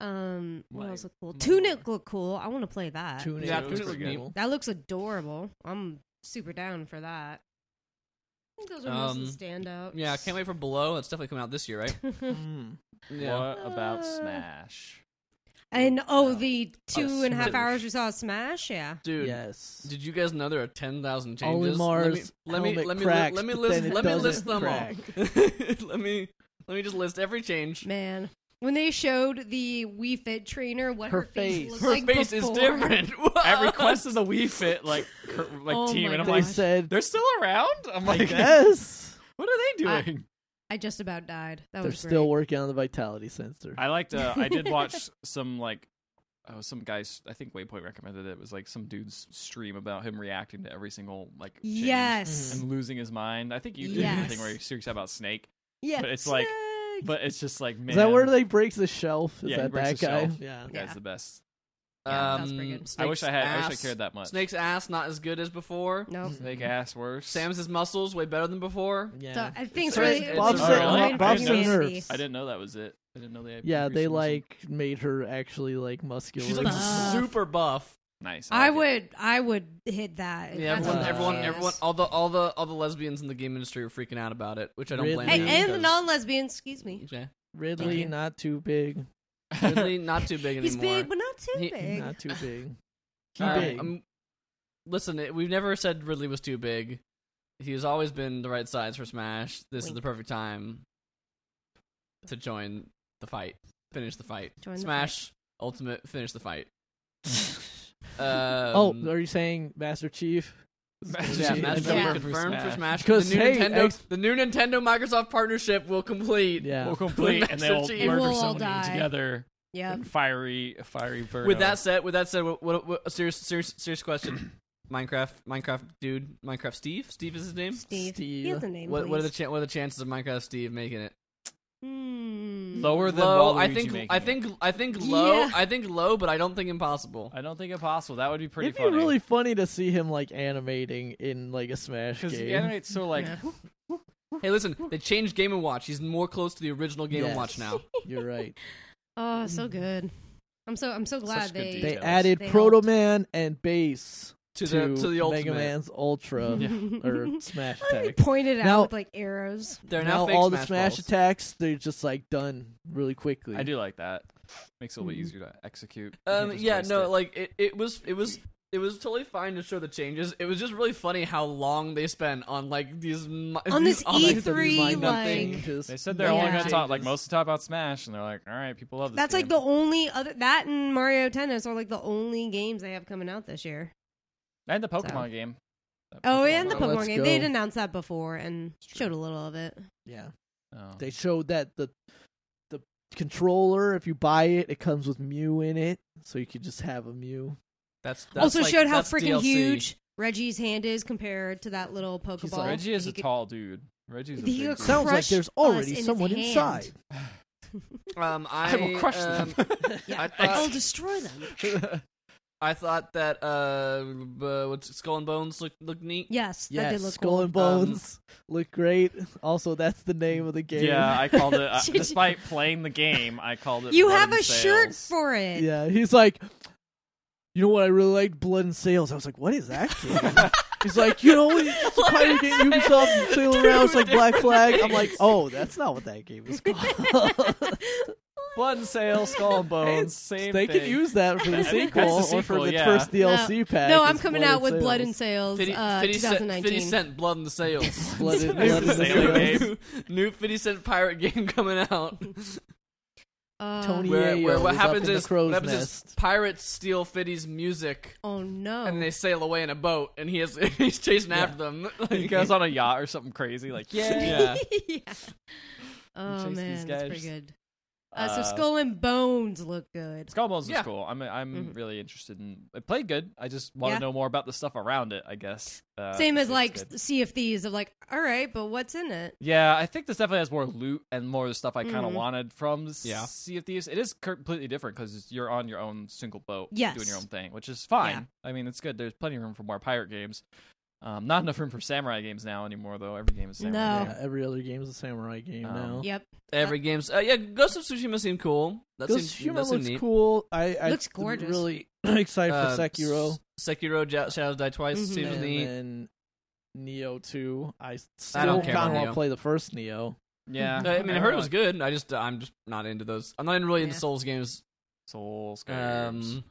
[SPEAKER 2] Um, what
[SPEAKER 1] Like,
[SPEAKER 2] else look cool?
[SPEAKER 1] more.
[SPEAKER 2] Tunic look cool. I want to play that.
[SPEAKER 3] Tunic
[SPEAKER 1] Yeah,
[SPEAKER 3] looks
[SPEAKER 1] Tunic looked
[SPEAKER 3] pretty
[SPEAKER 1] neat.
[SPEAKER 3] cool.
[SPEAKER 2] That looks adorable. I'm super down for that. I think those are most of the standouts.
[SPEAKER 1] [LAUGHS] Yeah, can't wait for Below. It's definitely coming out this year, right?
[SPEAKER 2] [LAUGHS]
[SPEAKER 4] Mm-hmm. [LAUGHS]
[SPEAKER 3] Mm.
[SPEAKER 1] Yeah.
[SPEAKER 4] Hmm. What about
[SPEAKER 2] Uh,
[SPEAKER 4] Smash?
[SPEAKER 2] And oh, the two and a half
[SPEAKER 1] Smash.
[SPEAKER 2] hours we saw of Smash. Yeah,
[SPEAKER 1] Dude,
[SPEAKER 3] Yes.
[SPEAKER 1] Did you guys know there are ten thousand
[SPEAKER 3] Only
[SPEAKER 1] changes?
[SPEAKER 3] Mars
[SPEAKER 1] let me
[SPEAKER 3] helmet
[SPEAKER 1] let me
[SPEAKER 3] cracks,
[SPEAKER 1] let me,
[SPEAKER 3] but
[SPEAKER 1] let me
[SPEAKER 3] then
[SPEAKER 1] list
[SPEAKER 3] it
[SPEAKER 1] let me
[SPEAKER 3] doesn't
[SPEAKER 1] list them
[SPEAKER 3] crack.
[SPEAKER 1] all. [LAUGHS] let me let me just list every change.
[SPEAKER 2] man. When they showed the Wii Fit trainer, what her,
[SPEAKER 3] Her face.
[SPEAKER 2] looked
[SPEAKER 1] Her
[SPEAKER 2] like
[SPEAKER 1] face
[SPEAKER 2] before.
[SPEAKER 1] is different. [LAUGHS]
[SPEAKER 4] At request of the Wii Fit like cur- like
[SPEAKER 2] Oh
[SPEAKER 4] team,
[SPEAKER 2] my
[SPEAKER 4] and I'm
[SPEAKER 2] gosh.
[SPEAKER 3] they
[SPEAKER 4] like,
[SPEAKER 3] said, [LAUGHS]
[SPEAKER 4] they're still around. I'm
[SPEAKER 3] I
[SPEAKER 4] like,
[SPEAKER 3] guess
[SPEAKER 4] what are they
[SPEAKER 2] I-
[SPEAKER 4] doing?
[SPEAKER 2] I just about died. That
[SPEAKER 3] they're
[SPEAKER 2] was
[SPEAKER 3] still
[SPEAKER 2] great.
[SPEAKER 3] working on the vitality sensor.
[SPEAKER 4] I liked. Uh, I did watch some like, oh, some guys. I think Waypoint recommended it. It was like some dude's stream about him reacting to every single like change
[SPEAKER 2] Yes.
[SPEAKER 4] and losing his mind. I think you did the
[SPEAKER 2] Yes.
[SPEAKER 4] thing where you're serious about Snake,
[SPEAKER 2] Yeah.
[SPEAKER 4] but it's like-
[SPEAKER 2] Snake.
[SPEAKER 4] but it's just like man,
[SPEAKER 3] Is that where they break the shelf? Is
[SPEAKER 4] Yeah, he
[SPEAKER 3] that
[SPEAKER 4] breaks
[SPEAKER 3] that
[SPEAKER 4] the
[SPEAKER 3] guy?
[SPEAKER 4] shelf.
[SPEAKER 3] Yeah.
[SPEAKER 4] the guy's
[SPEAKER 2] Yeah.
[SPEAKER 4] the best.
[SPEAKER 2] Yeah, that was pretty good.
[SPEAKER 4] Um, I wish I had. I wish
[SPEAKER 1] ass-
[SPEAKER 4] I cared that much.
[SPEAKER 1] Snake's ass not as good as before.
[SPEAKER 2] no.
[SPEAKER 4] Snake ass worse.
[SPEAKER 1] Sam's muscles way better than before.
[SPEAKER 2] So
[SPEAKER 3] Yeah.
[SPEAKER 2] I think
[SPEAKER 1] It's
[SPEAKER 2] really
[SPEAKER 1] a-
[SPEAKER 2] Bob's
[SPEAKER 1] it's a-
[SPEAKER 2] really
[SPEAKER 4] Bob's a
[SPEAKER 3] nerves.
[SPEAKER 4] I didn't know that was it. I didn't know they. Had
[SPEAKER 3] Yeah, they
[SPEAKER 4] increased muscle.
[SPEAKER 3] like made her actually like muscular.
[SPEAKER 1] She's like
[SPEAKER 2] Buff.
[SPEAKER 1] super buff.
[SPEAKER 4] nice.
[SPEAKER 2] I
[SPEAKER 4] like it.
[SPEAKER 2] would, I would hit that.
[SPEAKER 1] Yeah,
[SPEAKER 2] That's
[SPEAKER 1] everyone,
[SPEAKER 3] what
[SPEAKER 2] hilarious.
[SPEAKER 1] everyone,
[SPEAKER 3] she is.
[SPEAKER 1] everyone. All the all the all the lesbians in the game industry are freaking out about it, which I don't blame.
[SPEAKER 3] Really?
[SPEAKER 2] And,
[SPEAKER 1] them.
[SPEAKER 2] and the
[SPEAKER 3] Because-
[SPEAKER 2] non-lesbians, excuse me.
[SPEAKER 1] Okay.
[SPEAKER 2] Thank
[SPEAKER 3] Ridley,
[SPEAKER 2] you.
[SPEAKER 3] not too big.
[SPEAKER 1] Ridley, not too big anymore.
[SPEAKER 2] [LAUGHS] He's big, but not too
[SPEAKER 1] He-
[SPEAKER 2] big.
[SPEAKER 3] Not too big.
[SPEAKER 1] [LAUGHS]
[SPEAKER 3] He
[SPEAKER 1] All right,
[SPEAKER 3] big.
[SPEAKER 1] um, listen, it, we've never said Ridley was too big. He's always been the right size for Smash. This is
[SPEAKER 2] Wink.
[SPEAKER 1] the perfect time to join the fight. Finish the fight.
[SPEAKER 2] Join the
[SPEAKER 1] Smash Ultimate. Finish the
[SPEAKER 2] [LAUGHS]
[SPEAKER 1] fight. Um,
[SPEAKER 3] oh, [LAUGHS] are you saying Master Chief?
[SPEAKER 1] yeah,
[SPEAKER 3] Chief
[SPEAKER 1] Master
[SPEAKER 3] confirmed
[SPEAKER 1] Chief
[SPEAKER 3] for
[SPEAKER 1] confirmed for Smash. The new,
[SPEAKER 3] Because, hey,
[SPEAKER 1] Nintendo,
[SPEAKER 3] ex-
[SPEAKER 1] the new Nintendo Microsoft partnership will complete [LAUGHS]
[SPEAKER 3] Yeah.
[SPEAKER 4] We'll complete, and they'll
[SPEAKER 1] Master Chief.
[SPEAKER 2] We'll
[SPEAKER 4] murder
[SPEAKER 2] all
[SPEAKER 4] someone
[SPEAKER 2] die.
[SPEAKER 4] together.
[SPEAKER 2] Yeah.
[SPEAKER 4] in Fiery, fiery burn.
[SPEAKER 1] With that said, with that said, what, what, what a serious, serious, serious question? [CLEARS THROAT] Minecraft, Minecraft dude, Minecraft Steve, Steve is his name.
[SPEAKER 2] Steve.
[SPEAKER 3] Steve.
[SPEAKER 2] He has a name.
[SPEAKER 1] What, what are the
[SPEAKER 2] please.
[SPEAKER 1] chan what are the chances of Minecraft Steve making it?
[SPEAKER 2] Hmm.
[SPEAKER 4] lower than
[SPEAKER 1] low.
[SPEAKER 4] Waluigi
[SPEAKER 1] I think.
[SPEAKER 4] making
[SPEAKER 1] I
[SPEAKER 4] it.
[SPEAKER 1] think. I think low.
[SPEAKER 2] Yeah.
[SPEAKER 1] I think low, but I don't think
[SPEAKER 2] [LAUGHS]
[SPEAKER 1] impossible.
[SPEAKER 4] I don't think impossible. That would be pretty
[SPEAKER 3] It'd
[SPEAKER 4] funny.
[SPEAKER 3] be really funny to see him like animating in like a Smash
[SPEAKER 4] because
[SPEAKER 1] [LAUGHS]
[SPEAKER 3] game.
[SPEAKER 4] he animates so like
[SPEAKER 2] Yeah.
[SPEAKER 1] Hey, listen, they changed Game and Watch. He's more close to the original Game and
[SPEAKER 3] Yes.
[SPEAKER 1] Watch
[SPEAKER 2] [LAUGHS]
[SPEAKER 1] now.
[SPEAKER 3] [LAUGHS]
[SPEAKER 1] [LAUGHS]
[SPEAKER 3] You're right.
[SPEAKER 2] Oh, so
[SPEAKER 1] Hmm.
[SPEAKER 2] good. I'm so I'm so glad
[SPEAKER 4] Such good
[SPEAKER 2] they.
[SPEAKER 3] They
[SPEAKER 4] Details.
[SPEAKER 3] added
[SPEAKER 2] They
[SPEAKER 3] Proto
[SPEAKER 2] helped.
[SPEAKER 3] Man and Bass
[SPEAKER 1] To the to the ultimate.
[SPEAKER 3] Mega Man's
[SPEAKER 1] [LAUGHS]
[SPEAKER 3] Ultra um,
[SPEAKER 2] [LAUGHS]
[SPEAKER 3] or Smash
[SPEAKER 2] They
[SPEAKER 3] Attack.
[SPEAKER 2] pointed it
[SPEAKER 3] Now-
[SPEAKER 2] out with like arrows.
[SPEAKER 1] They're now, fake
[SPEAKER 3] all
[SPEAKER 1] Smash
[SPEAKER 3] the Smash
[SPEAKER 1] Balls.
[SPEAKER 3] attacks, they're just like done really quickly.
[SPEAKER 4] I do like that. Makes it a little
[SPEAKER 2] Mm-hmm.
[SPEAKER 4] easier to execute. You
[SPEAKER 1] Um,
[SPEAKER 4] can't just
[SPEAKER 1] yeah,
[SPEAKER 4] waste
[SPEAKER 1] no,
[SPEAKER 4] it.
[SPEAKER 1] like it, it was, it was, it was totally fine to show the changes. It was just really funny how long they spent on like these mi-
[SPEAKER 2] On
[SPEAKER 1] these
[SPEAKER 2] this
[SPEAKER 1] [LAUGHS] online-
[SPEAKER 3] These are
[SPEAKER 2] E3,
[SPEAKER 3] mind
[SPEAKER 2] E like-
[SPEAKER 3] nothing, just
[SPEAKER 4] they said they're
[SPEAKER 2] Yeah.
[SPEAKER 4] only going to talk like
[SPEAKER 1] Changes.
[SPEAKER 4] most talk about Smash, and they're like, all right, people love this.
[SPEAKER 2] That's like the
[SPEAKER 4] game."
[SPEAKER 2] only other that and Mario Tennis are like the only games they have coming out this year.
[SPEAKER 4] and the Pokemon game. That
[SPEAKER 2] Oh, and the
[SPEAKER 3] Well,
[SPEAKER 2] Pokemon
[SPEAKER 3] let's
[SPEAKER 2] game. They'd
[SPEAKER 3] go.
[SPEAKER 2] announced that before and
[SPEAKER 4] It's true.
[SPEAKER 2] showed a little of it.
[SPEAKER 3] yeah.
[SPEAKER 4] Oh.
[SPEAKER 3] Um, They showed that the the controller, if you buy it, it comes with Mew in it, so you could just have a Mew.
[SPEAKER 1] That's, that's
[SPEAKER 2] also
[SPEAKER 1] like-
[SPEAKER 2] showed how
[SPEAKER 1] that's
[SPEAKER 2] freaking
[SPEAKER 1] DLC.
[SPEAKER 2] huge Reggie's hand is compared to that little Pokeball.
[SPEAKER 4] Reggie is
[SPEAKER 2] He
[SPEAKER 4] a
[SPEAKER 2] could-
[SPEAKER 4] tall dude. Reggie's a
[SPEAKER 2] He
[SPEAKER 4] big
[SPEAKER 2] could
[SPEAKER 4] dude.
[SPEAKER 3] Sounds like
[SPEAKER 2] Crush
[SPEAKER 3] there's
[SPEAKER 2] us in
[SPEAKER 3] already
[SPEAKER 2] his
[SPEAKER 3] someone
[SPEAKER 2] hand.
[SPEAKER 3] inside.
[SPEAKER 1] [LAUGHS] Um, I,
[SPEAKER 4] I will crush
[SPEAKER 1] um,
[SPEAKER 4] them.
[SPEAKER 1] I
[SPEAKER 2] Yeah.
[SPEAKER 1] thought-
[SPEAKER 2] I'll destroy them.
[SPEAKER 1] I thought that uh, uh, what's Skull and Bones look look neat.
[SPEAKER 2] Yes, that
[SPEAKER 3] Yes,
[SPEAKER 2] did look
[SPEAKER 3] Skull
[SPEAKER 2] cool.
[SPEAKER 3] and Bones [LAUGHS] look great. Also, that's the name of the
[SPEAKER 4] [LAUGHS]
[SPEAKER 3] game.
[SPEAKER 4] yeah,
[SPEAKER 3] [LAUGHS]
[SPEAKER 4] I called it.
[SPEAKER 2] [LAUGHS]
[SPEAKER 4] I,
[SPEAKER 2] Did you-
[SPEAKER 4] despite playing the game, I called it.
[SPEAKER 2] you
[SPEAKER 4] Blood
[SPEAKER 2] have
[SPEAKER 4] and
[SPEAKER 2] a shirt
[SPEAKER 4] Sails.
[SPEAKER 2] for it. [LAUGHS]
[SPEAKER 3] Yeah, he's like, you know what? I really liked Blood and Sales. I was like, what is that
[SPEAKER 4] [LAUGHS]
[SPEAKER 3] game? he's like, you know, it's a pirate game. Ubisoft sailing around. It's like Black Flag.
[SPEAKER 2] [LAUGHS]
[SPEAKER 3] I'm like, oh, that's not what that game is called. [LAUGHS]
[SPEAKER 4] Blood and Sail, Skull and Bones, [LAUGHS] same
[SPEAKER 3] they
[SPEAKER 4] thing.
[SPEAKER 3] could use that for the
[SPEAKER 4] That's the
[SPEAKER 3] sequel, or for
[SPEAKER 4] sequel,
[SPEAKER 3] the
[SPEAKER 4] yeah.
[SPEAKER 3] first DLC pack.
[SPEAKER 2] No, I'm
[SPEAKER 3] is
[SPEAKER 2] coming
[SPEAKER 3] Blood
[SPEAKER 2] out with
[SPEAKER 3] and
[SPEAKER 2] Blood
[SPEAKER 3] Sails.
[SPEAKER 2] and Sales
[SPEAKER 1] 50,
[SPEAKER 2] uh,
[SPEAKER 1] 50 cent, 50
[SPEAKER 2] 2019.
[SPEAKER 1] cent blood in the sales.
[SPEAKER 3] [LAUGHS] Blood and,
[SPEAKER 4] It's
[SPEAKER 3] blood
[SPEAKER 4] the
[SPEAKER 3] and
[SPEAKER 4] same game.
[SPEAKER 3] Sails.
[SPEAKER 1] New 50 cent pirate game coming
[SPEAKER 3] [LAUGHS]
[SPEAKER 1] out.
[SPEAKER 2] Uh,
[SPEAKER 3] Tony
[SPEAKER 1] Where,
[SPEAKER 3] Yeo
[SPEAKER 1] where what
[SPEAKER 3] is up
[SPEAKER 1] happens
[SPEAKER 3] in the
[SPEAKER 1] is
[SPEAKER 3] crow's
[SPEAKER 1] what happens is
[SPEAKER 3] nest.
[SPEAKER 1] pirates steal Fiddy's music
[SPEAKER 2] Oh no.
[SPEAKER 1] and
[SPEAKER 2] [LAUGHS]
[SPEAKER 1] they sail away in a boat and he has [LAUGHS] he's chasing after them. [LAUGHS]
[SPEAKER 4] He goes on a yacht or something crazy, like yeah.
[SPEAKER 2] yeah. Oh
[SPEAKER 4] chase these
[SPEAKER 2] man, that's pretty
[SPEAKER 4] guys.
[SPEAKER 2] good. Uh, so
[SPEAKER 4] Uh,
[SPEAKER 2] Skull and Bones look good.
[SPEAKER 4] Skull and Bones
[SPEAKER 1] Yeah.
[SPEAKER 4] is cool. I'm I'm
[SPEAKER 2] Mhm.
[SPEAKER 4] really interested in. It played good. I just want
[SPEAKER 2] Yeah.
[SPEAKER 4] to know more about the stuff around it. I guess. Uh,
[SPEAKER 2] Same
[SPEAKER 4] if
[SPEAKER 2] as
[SPEAKER 4] it's
[SPEAKER 2] like
[SPEAKER 4] good.
[SPEAKER 2] Sea of Thieves of like, all right, but what's in it?
[SPEAKER 4] Yeah, I think this definitely has more loot and more of the stuff I kind of
[SPEAKER 2] Mhm.
[SPEAKER 4] wanted from
[SPEAKER 1] Yeah.
[SPEAKER 4] Sea of Thieves. It is completely different because you're on your own single boat, doing
[SPEAKER 2] Yes.
[SPEAKER 4] your own thing, which is fine. I mean, it's good. There's plenty of room for more pirate games. Um, not enough room for samurai games now anymore, though. Every game is samurai.
[SPEAKER 2] No.
[SPEAKER 3] [LAUGHS] Yeah, every other game is a samurai game
[SPEAKER 4] Um,
[SPEAKER 3] now.
[SPEAKER 2] Yep.
[SPEAKER 1] Every game's uh, yeah. Ghost of Tsushima seemed cool. That
[SPEAKER 3] Ghost
[SPEAKER 1] seemed,
[SPEAKER 3] Shima
[SPEAKER 1] that seemed
[SPEAKER 3] looks
[SPEAKER 1] neat.
[SPEAKER 3] cool. I, I
[SPEAKER 2] Looks
[SPEAKER 3] am
[SPEAKER 2] gorgeous.
[SPEAKER 3] Really [CLEARS THROAT] excited
[SPEAKER 1] Uh,
[SPEAKER 3] for Sekiro. Mm-hmm.
[SPEAKER 1] S- Sekiro Ja- Shadows Die Twice
[SPEAKER 2] Mhm.
[SPEAKER 1] seems
[SPEAKER 3] and
[SPEAKER 1] neat.
[SPEAKER 3] then Neo Two. I still
[SPEAKER 1] I don't
[SPEAKER 2] care about
[SPEAKER 3] kind of want
[SPEAKER 1] Neo.
[SPEAKER 3] to play the first Neo.
[SPEAKER 4] Yeah,
[SPEAKER 1] Uh, I mean, I
[SPEAKER 4] [LAUGHS]
[SPEAKER 1] heard it was
[SPEAKER 4] don't
[SPEAKER 1] good. I just I'm just not into those. I'm not into really into
[SPEAKER 2] Yeah.
[SPEAKER 1] Souls games.
[SPEAKER 4] know. Souls games.
[SPEAKER 1] Um,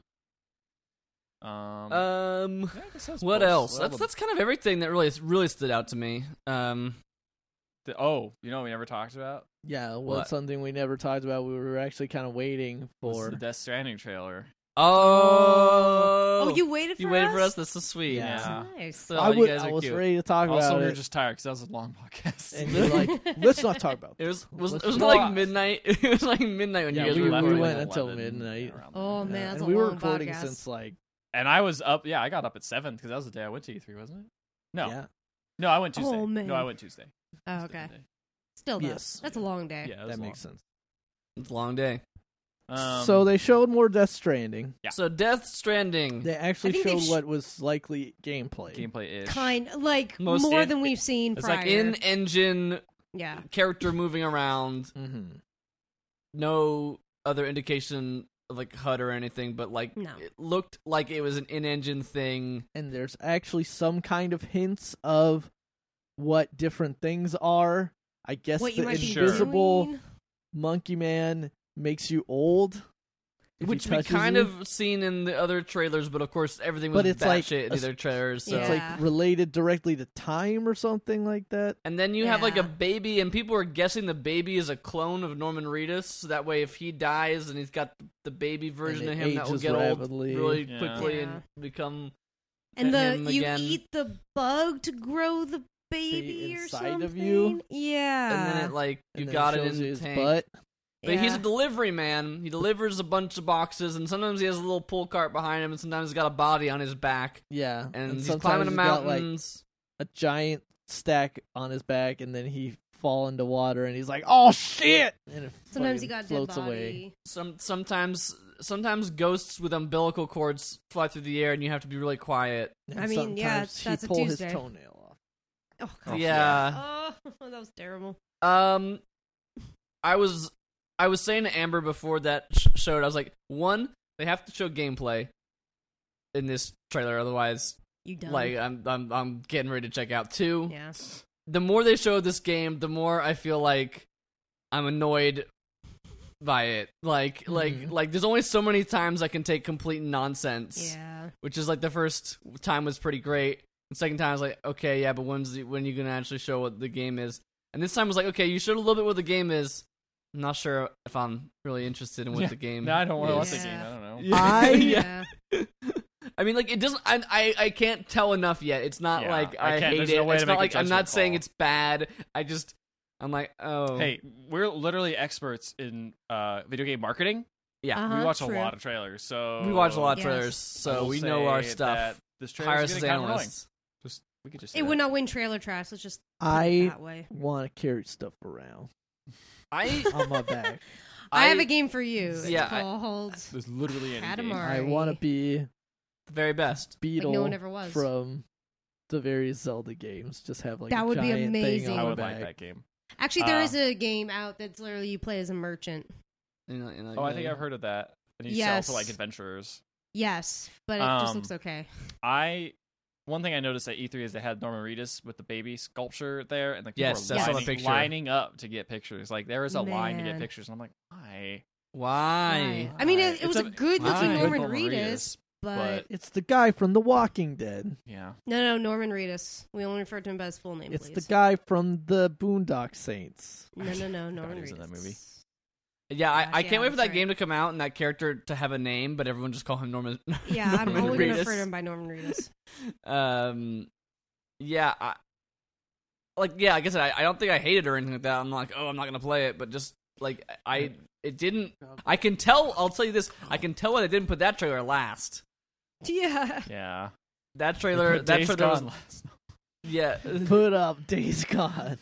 [SPEAKER 4] Um,
[SPEAKER 3] uh,
[SPEAKER 4] yeah,
[SPEAKER 1] um,
[SPEAKER 4] I guess that's
[SPEAKER 1] what
[SPEAKER 4] most
[SPEAKER 1] else?
[SPEAKER 4] of
[SPEAKER 1] That's
[SPEAKER 4] them.
[SPEAKER 1] that's kind of everything that really really stood out to me. Um,
[SPEAKER 4] The- oh, you know what we never talked about
[SPEAKER 3] Yeah, well,
[SPEAKER 1] What?
[SPEAKER 3] it's something we never talked about. We were actually kind of waiting
[SPEAKER 4] was
[SPEAKER 3] for.
[SPEAKER 4] the Death Stranding trailer.
[SPEAKER 1] oh,
[SPEAKER 2] Oh, you waited for
[SPEAKER 1] you
[SPEAKER 2] us.
[SPEAKER 1] waited for us. That's so sweet.
[SPEAKER 3] Yeah.
[SPEAKER 2] That's nice.
[SPEAKER 1] Uh, So
[SPEAKER 3] I,
[SPEAKER 1] you
[SPEAKER 3] would,
[SPEAKER 1] guys are
[SPEAKER 3] I was
[SPEAKER 1] cute.
[SPEAKER 3] ready to talk
[SPEAKER 4] Also,
[SPEAKER 3] about
[SPEAKER 4] we were
[SPEAKER 3] it,
[SPEAKER 4] just tired because that was a long [LAUGHS] podcast.
[SPEAKER 3] and
[SPEAKER 2] [LAUGHS]
[SPEAKER 3] you're like, let's not
[SPEAKER 2] Oh,
[SPEAKER 3] talk about.
[SPEAKER 1] It
[SPEAKER 3] This.
[SPEAKER 1] was was it
[SPEAKER 3] Let's
[SPEAKER 1] was
[SPEAKER 3] just-
[SPEAKER 1] like midnight. [LAUGHS] It was like midnight when
[SPEAKER 3] Yeah,
[SPEAKER 1] you guys
[SPEAKER 3] we-
[SPEAKER 1] were
[SPEAKER 3] we
[SPEAKER 1] recording.
[SPEAKER 3] went
[SPEAKER 4] at
[SPEAKER 3] until
[SPEAKER 4] 11,
[SPEAKER 3] midnight.
[SPEAKER 4] around there.
[SPEAKER 2] oh
[SPEAKER 3] Yeah,
[SPEAKER 2] man, that's
[SPEAKER 3] and
[SPEAKER 2] a
[SPEAKER 3] we were
[SPEAKER 2] long
[SPEAKER 3] recording
[SPEAKER 2] podcast.
[SPEAKER 3] since like
[SPEAKER 4] And I was up. Yeah, I got up at seven because that was the day I went to E3, wasn't it? No,
[SPEAKER 3] yeah,
[SPEAKER 4] no, I went Tuesday.
[SPEAKER 2] Oh, man.
[SPEAKER 4] No, I went Tuesday.
[SPEAKER 2] Oh,
[SPEAKER 4] It was a
[SPEAKER 2] okay.
[SPEAKER 4] different
[SPEAKER 2] Still though.
[SPEAKER 3] Yes.
[SPEAKER 2] That's a long day.
[SPEAKER 4] day. Yeah, it was
[SPEAKER 3] that
[SPEAKER 4] long.
[SPEAKER 3] makes sense.
[SPEAKER 1] It's a long day.
[SPEAKER 4] Um,
[SPEAKER 3] so they showed more Death Stranding.
[SPEAKER 4] Yeah.
[SPEAKER 1] So Death Stranding.
[SPEAKER 3] They actually
[SPEAKER 2] think they've
[SPEAKER 3] showed
[SPEAKER 2] sh-
[SPEAKER 3] what was likely gameplay.
[SPEAKER 4] gameplay is
[SPEAKER 2] Kind like
[SPEAKER 1] Most
[SPEAKER 2] more
[SPEAKER 1] in-
[SPEAKER 2] than we've seen
[SPEAKER 4] it's
[SPEAKER 2] prior.
[SPEAKER 4] like
[SPEAKER 1] in engine
[SPEAKER 2] yeah.
[SPEAKER 1] character moving around
[SPEAKER 3] hmm
[SPEAKER 1] no other indication of like hud or anything but like
[SPEAKER 2] No.
[SPEAKER 1] it looked like it was an in-engine thing
[SPEAKER 3] and there's actually some kind of hints of what different things are. I guess
[SPEAKER 2] What
[SPEAKER 3] the
[SPEAKER 2] you might be
[SPEAKER 4] Sure.
[SPEAKER 3] invisible
[SPEAKER 2] doing.
[SPEAKER 3] monkey man makes you old, if he
[SPEAKER 1] which we
[SPEAKER 3] touches
[SPEAKER 1] kind
[SPEAKER 3] you.
[SPEAKER 1] of seen in the other trailers but of course everything was
[SPEAKER 3] But it's like
[SPEAKER 1] batshit in
[SPEAKER 3] a
[SPEAKER 1] the other trailers so
[SPEAKER 3] it's
[SPEAKER 2] Yeah.
[SPEAKER 3] like related directly to time or something like that.
[SPEAKER 1] and then you have like a
[SPEAKER 2] Yeah.
[SPEAKER 1] baby and people are guessing the baby is a clone of norman reedus so that way if he dies and he's got the baby version
[SPEAKER 3] it
[SPEAKER 1] of him that will
[SPEAKER 3] ages
[SPEAKER 1] get
[SPEAKER 3] rapidly.
[SPEAKER 1] old really
[SPEAKER 4] Yeah.
[SPEAKER 1] quickly
[SPEAKER 2] Yeah.
[SPEAKER 1] and become
[SPEAKER 2] and
[SPEAKER 1] at
[SPEAKER 2] the
[SPEAKER 1] him
[SPEAKER 2] you
[SPEAKER 1] again.
[SPEAKER 2] eat the bug to grow the baby or
[SPEAKER 3] inside
[SPEAKER 2] something.
[SPEAKER 3] of you.
[SPEAKER 2] Yeah.
[SPEAKER 1] and then it like you
[SPEAKER 3] And then
[SPEAKER 1] got it
[SPEAKER 3] shows
[SPEAKER 1] in the
[SPEAKER 3] his
[SPEAKER 1] tank
[SPEAKER 3] butt.
[SPEAKER 1] But he's
[SPEAKER 2] Yeah.
[SPEAKER 1] a delivery man. He delivers a bunch of boxes, and sometimes he has a little pull cart behind him, and sometimes he's got a body on his back,
[SPEAKER 3] Yeah,
[SPEAKER 1] and, he's
[SPEAKER 3] sometimes
[SPEAKER 1] climbing the
[SPEAKER 3] he's got, like,
[SPEAKER 1] mountains.
[SPEAKER 3] a giant stack on his back, and then he fall into water, and he's like, "Oh shit!" And it
[SPEAKER 2] Sometimes you
[SPEAKER 3] fucking
[SPEAKER 2] got dead
[SPEAKER 3] floats
[SPEAKER 2] body.
[SPEAKER 3] away.
[SPEAKER 1] Some sometimes sometimes ghosts with umbilical cords fly through the air, and you have to be really quiet.
[SPEAKER 3] And
[SPEAKER 2] I mean, yeah,
[SPEAKER 3] sometimes
[SPEAKER 2] it's- that's
[SPEAKER 3] he
[SPEAKER 2] a
[SPEAKER 3] pull his
[SPEAKER 2] Tuesday.
[SPEAKER 3] toenail off.
[SPEAKER 2] Oh, [LAUGHS]
[SPEAKER 1] yeah,
[SPEAKER 2] God. that was terrible.
[SPEAKER 1] Um, I was I was saying to Amber before that sh- showed. I was like, one, they have to show gameplay in this trailer, otherwise,
[SPEAKER 2] You dumb.
[SPEAKER 1] like, um, I'm I'm I'm getting ready to check out. Two,
[SPEAKER 2] yeah.
[SPEAKER 1] the more they show this game, the more I feel like I'm annoyed by it. Like
[SPEAKER 2] Mm-hmm.
[SPEAKER 1] like
[SPEAKER 4] Mhm.
[SPEAKER 1] like, there's only so many times I can take complete nonsense.
[SPEAKER 2] Yeah.
[SPEAKER 1] Which is like the first time was pretty great. The second time I was like, okay, yeah, but when's the, when are you gonna actually show what the game is? And this time I was like, okay, you showed a little bit what the game is. I'm not sure if I'm really interested in what
[SPEAKER 4] Yeah.
[SPEAKER 1] the game.
[SPEAKER 4] No, I don't want to watch the
[SPEAKER 1] is.
[SPEAKER 4] game.
[SPEAKER 2] Yeah.
[SPEAKER 4] I don't know.
[SPEAKER 1] Yeah.
[SPEAKER 3] I-
[SPEAKER 1] [LAUGHS]
[SPEAKER 4] [LAUGHS]
[SPEAKER 1] yeah.
[SPEAKER 2] Yeah.
[SPEAKER 1] I mean, like it doesn't. I I, I can't tell enough yet. It's not
[SPEAKER 4] Yeah,
[SPEAKER 1] like
[SPEAKER 4] I
[SPEAKER 1] I,
[SPEAKER 4] can't-
[SPEAKER 1] hate
[SPEAKER 4] there's
[SPEAKER 1] it.
[SPEAKER 4] no way
[SPEAKER 1] it's
[SPEAKER 4] to
[SPEAKER 1] not
[SPEAKER 4] make a
[SPEAKER 1] like I'm
[SPEAKER 4] judgment
[SPEAKER 1] not saying
[SPEAKER 4] call.
[SPEAKER 1] it's bad. I just I'm like, oh,
[SPEAKER 4] Hey, we're literally experts in uh, video game marketing.
[SPEAKER 1] Yeah.
[SPEAKER 2] Uh-huh,
[SPEAKER 4] we watch
[SPEAKER 2] true.
[SPEAKER 4] a lot of trailers, so
[SPEAKER 1] we watch a lot of
[SPEAKER 2] Yes.
[SPEAKER 1] trailers,
[SPEAKER 4] I
[SPEAKER 1] so
[SPEAKER 4] will
[SPEAKER 1] we know our
[SPEAKER 4] uh, say
[SPEAKER 1] stuff.
[SPEAKER 4] that This trailer
[SPEAKER 1] Hire us
[SPEAKER 4] is
[SPEAKER 1] as
[SPEAKER 4] getting kind of annoying.
[SPEAKER 1] analysts.
[SPEAKER 4] Just we could just. say
[SPEAKER 2] It would
[SPEAKER 4] that.
[SPEAKER 2] not win trailer trash. Let's just put it
[SPEAKER 3] I
[SPEAKER 2] that way.
[SPEAKER 3] want to carry stuff
[SPEAKER 2] [LAUGHS]
[SPEAKER 3] around
[SPEAKER 1] I [LAUGHS]
[SPEAKER 3] on my back.
[SPEAKER 2] I,
[SPEAKER 1] I-
[SPEAKER 2] have a game for you. It's
[SPEAKER 1] Yeah, I-
[SPEAKER 2] called
[SPEAKER 4] There's literally any game.
[SPEAKER 2] Katamari.
[SPEAKER 3] I want to be
[SPEAKER 1] the very best.
[SPEAKER 3] Beetle
[SPEAKER 2] no one ever was.
[SPEAKER 3] from the various Zelda games. Just have like
[SPEAKER 2] That
[SPEAKER 3] a
[SPEAKER 2] would be
[SPEAKER 3] giant thing
[SPEAKER 2] amazing.
[SPEAKER 3] on
[SPEAKER 4] I
[SPEAKER 3] my
[SPEAKER 4] would like
[SPEAKER 3] back.
[SPEAKER 4] that game.
[SPEAKER 2] Actually, there
[SPEAKER 4] Uh,
[SPEAKER 2] is a game out that's literally you play as a merchant.
[SPEAKER 1] You know, you know,
[SPEAKER 4] Oh, I
[SPEAKER 1] you
[SPEAKER 4] think
[SPEAKER 1] know.
[SPEAKER 4] I've heard of that. And you sell to like
[SPEAKER 2] Yes.
[SPEAKER 4] adventurers.
[SPEAKER 2] Yes, but it just
[SPEAKER 4] Um,
[SPEAKER 2] looks okay.
[SPEAKER 4] I one thing I noticed at E3 is they had Norman Reedus with the baby sculpture there, and like people
[SPEAKER 1] Yes,
[SPEAKER 4] were
[SPEAKER 1] I saw the
[SPEAKER 4] lining,
[SPEAKER 1] picture.
[SPEAKER 4] lining up to get pictures. Like there is a line to get
[SPEAKER 2] Man.
[SPEAKER 4] pictures, and I'm like, why?
[SPEAKER 1] Why?
[SPEAKER 2] I mean,
[SPEAKER 4] Why?
[SPEAKER 2] it- it
[SPEAKER 4] It's
[SPEAKER 2] was a good-looking
[SPEAKER 4] why?
[SPEAKER 2] Norman Reedus, But,
[SPEAKER 4] but-
[SPEAKER 3] It's the guy from The Walking Dead.
[SPEAKER 4] Yeah,
[SPEAKER 2] no, no, Norman Reedus. We only refer to him by his full name,
[SPEAKER 3] It's
[SPEAKER 2] please.
[SPEAKER 3] the guy from the Boondock Saints.
[SPEAKER 2] No, no, no,
[SPEAKER 4] forgot
[SPEAKER 2] Norman Reedus.
[SPEAKER 4] he was in that movie.
[SPEAKER 1] Yeah, I,
[SPEAKER 2] Gosh,
[SPEAKER 1] I
[SPEAKER 2] yeah,
[SPEAKER 1] can't wait for that
[SPEAKER 2] that's
[SPEAKER 1] game to come out and that character to have a name, but everyone just call him Norman.
[SPEAKER 2] Yeah,
[SPEAKER 1] [LAUGHS]
[SPEAKER 2] I'm
[SPEAKER 1] Norman
[SPEAKER 2] only going to refer to
[SPEAKER 1] Reedus.
[SPEAKER 2] him by Norman Reedus.
[SPEAKER 1] Um, yeah, I, like yeah, like I said, I, I don't think I hated or anything like that. I'm not like, oh, I'm not gonna play it, but just like I, it didn't. I can tell. I'll tell you this. I can tell why they didn't put that trailer last.
[SPEAKER 2] Yeah.
[SPEAKER 4] yeah.
[SPEAKER 1] That
[SPEAKER 2] [LAUGHS]
[SPEAKER 1] trailer.
[SPEAKER 4] But
[SPEAKER 1] That
[SPEAKER 4] Days
[SPEAKER 1] trailer. Was,
[SPEAKER 4] Gone [LAUGHS] last-
[SPEAKER 1] yeah. [LAUGHS]
[SPEAKER 3] Put up [LAUGHS] Days Gone.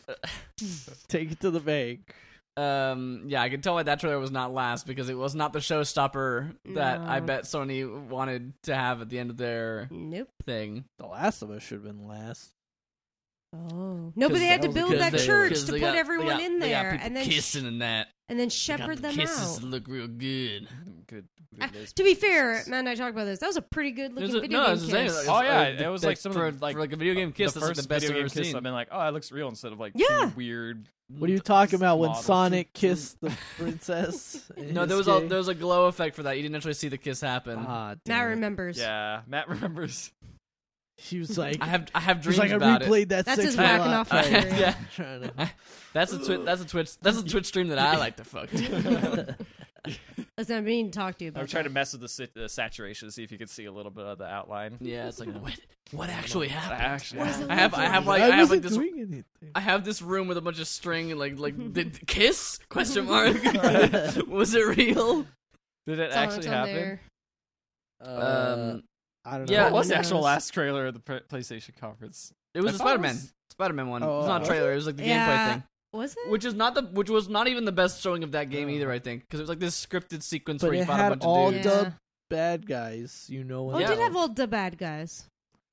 [SPEAKER 3] Take it to the bank.
[SPEAKER 1] Um. Yeah, I can tell why that trailer was not last because it was not the showstopper that I
[SPEAKER 2] No.
[SPEAKER 1] bet Sony wanted to have at the end of their
[SPEAKER 2] Nope.
[SPEAKER 1] thing.
[SPEAKER 3] The Last of Us should have been last.
[SPEAKER 2] Oh no! But they had to
[SPEAKER 3] that was
[SPEAKER 2] build
[SPEAKER 3] because
[SPEAKER 2] that
[SPEAKER 3] they-
[SPEAKER 2] church
[SPEAKER 1] because
[SPEAKER 2] to
[SPEAKER 1] they
[SPEAKER 2] put
[SPEAKER 1] got- they
[SPEAKER 2] everyone
[SPEAKER 1] got-
[SPEAKER 2] in
[SPEAKER 1] they got
[SPEAKER 2] there,
[SPEAKER 1] people
[SPEAKER 2] and then sh-
[SPEAKER 1] kissing and that.
[SPEAKER 2] and
[SPEAKER 1] They
[SPEAKER 2] then
[SPEAKER 1] got
[SPEAKER 2] shepherd
[SPEAKER 1] the
[SPEAKER 2] them
[SPEAKER 1] kisses
[SPEAKER 2] out.
[SPEAKER 1] to look real good.
[SPEAKER 4] Good. good
[SPEAKER 2] Ah,
[SPEAKER 4] days.
[SPEAKER 2] To be fair, Matt and I talked about this. That was a pretty good looking
[SPEAKER 1] There's a-
[SPEAKER 2] video
[SPEAKER 1] no,
[SPEAKER 2] game
[SPEAKER 1] it's the
[SPEAKER 2] kiss.
[SPEAKER 1] same, like,
[SPEAKER 4] Oh yeah,
[SPEAKER 1] Uh, the-
[SPEAKER 4] it was
[SPEAKER 1] the-
[SPEAKER 4] like some
[SPEAKER 1] for-
[SPEAKER 4] of the, like,
[SPEAKER 1] for, like, a video game kiss,
[SPEAKER 4] The
[SPEAKER 1] that's, like,
[SPEAKER 4] first
[SPEAKER 1] the best
[SPEAKER 4] video
[SPEAKER 1] I've
[SPEAKER 4] game
[SPEAKER 1] ever
[SPEAKER 4] kiss,
[SPEAKER 1] seen.
[SPEAKER 4] I've been like, oh, that looks real instead of like
[SPEAKER 2] Yeah.
[SPEAKER 4] two weird.
[SPEAKER 1] Mm,
[SPEAKER 3] What are you talking about when
[SPEAKER 4] Model.
[SPEAKER 3] Sonic kissed the princess? in
[SPEAKER 1] No,
[SPEAKER 3] his
[SPEAKER 1] there was a
[SPEAKER 3] game?
[SPEAKER 1] there was a glow effect for that. You didn't actually see the kiss happen.
[SPEAKER 3] Ah,
[SPEAKER 2] Matt
[SPEAKER 3] damn it.
[SPEAKER 2] remembers.
[SPEAKER 4] Yeah, Matt [LAUGHS] remembers.
[SPEAKER 3] She was like,
[SPEAKER 1] I have I have
[SPEAKER 3] she's
[SPEAKER 1] dreams
[SPEAKER 3] like, I
[SPEAKER 1] about it.
[SPEAKER 3] replayed that.
[SPEAKER 2] That's
[SPEAKER 3] sex
[SPEAKER 2] his
[SPEAKER 3] a lot.
[SPEAKER 2] whacking off
[SPEAKER 1] I-
[SPEAKER 2] Right,
[SPEAKER 1] [LAUGHS]
[SPEAKER 2] right.
[SPEAKER 1] yeah,
[SPEAKER 3] Trying to-
[SPEAKER 1] that's a twitch. That's a twitch. That's a twitch stream that I like to
[SPEAKER 3] [LAUGHS]
[SPEAKER 1] fuck. to.
[SPEAKER 2] Listen, I mean, to talk to you about.
[SPEAKER 4] I'm trying to mess with the, sit- the saturation to see if you can see a little bit of the outline.
[SPEAKER 1] yeah, it's like what what actually
[SPEAKER 4] That
[SPEAKER 1] happened?
[SPEAKER 2] Oh,
[SPEAKER 4] Actually,
[SPEAKER 2] What is it
[SPEAKER 1] I have I have like
[SPEAKER 3] I,
[SPEAKER 1] I have like
[SPEAKER 3] wasn't
[SPEAKER 1] this
[SPEAKER 3] doing anything.
[SPEAKER 1] I have this room with a bunch of string and like like did kiss question
[SPEAKER 3] [LAUGHS]
[SPEAKER 1] mark was it real?
[SPEAKER 4] did it
[SPEAKER 2] It's on-
[SPEAKER 4] actually
[SPEAKER 2] it's on
[SPEAKER 4] happen?
[SPEAKER 2] there.
[SPEAKER 3] Uh,
[SPEAKER 1] Um,
[SPEAKER 3] I don't know.
[SPEAKER 1] yeah,
[SPEAKER 4] what was
[SPEAKER 2] who
[SPEAKER 4] the actual
[SPEAKER 2] knows?
[SPEAKER 4] last trailer of the pr- PlayStation conference?
[SPEAKER 1] it was
[SPEAKER 4] I
[SPEAKER 1] a
[SPEAKER 4] thought it
[SPEAKER 1] Spider Man
[SPEAKER 4] was-
[SPEAKER 1] Spider Man one.
[SPEAKER 3] Oh,
[SPEAKER 1] it was not a
[SPEAKER 3] was
[SPEAKER 1] trailer. It was like the gameplay
[SPEAKER 2] Yeah.
[SPEAKER 1] thing.
[SPEAKER 2] Was it?
[SPEAKER 1] which is not the which was not even the best showing of that game
[SPEAKER 3] No.
[SPEAKER 1] either. I think because it was like this scripted sequence
[SPEAKER 3] But
[SPEAKER 1] where you
[SPEAKER 3] it
[SPEAKER 1] fought
[SPEAKER 3] had
[SPEAKER 1] a bunch
[SPEAKER 3] all
[SPEAKER 1] of dudes.
[SPEAKER 3] the- bad guys, you know.
[SPEAKER 2] Oh,
[SPEAKER 3] when
[SPEAKER 2] it
[SPEAKER 1] Yeah.
[SPEAKER 3] they're
[SPEAKER 2] did have all the bad guys.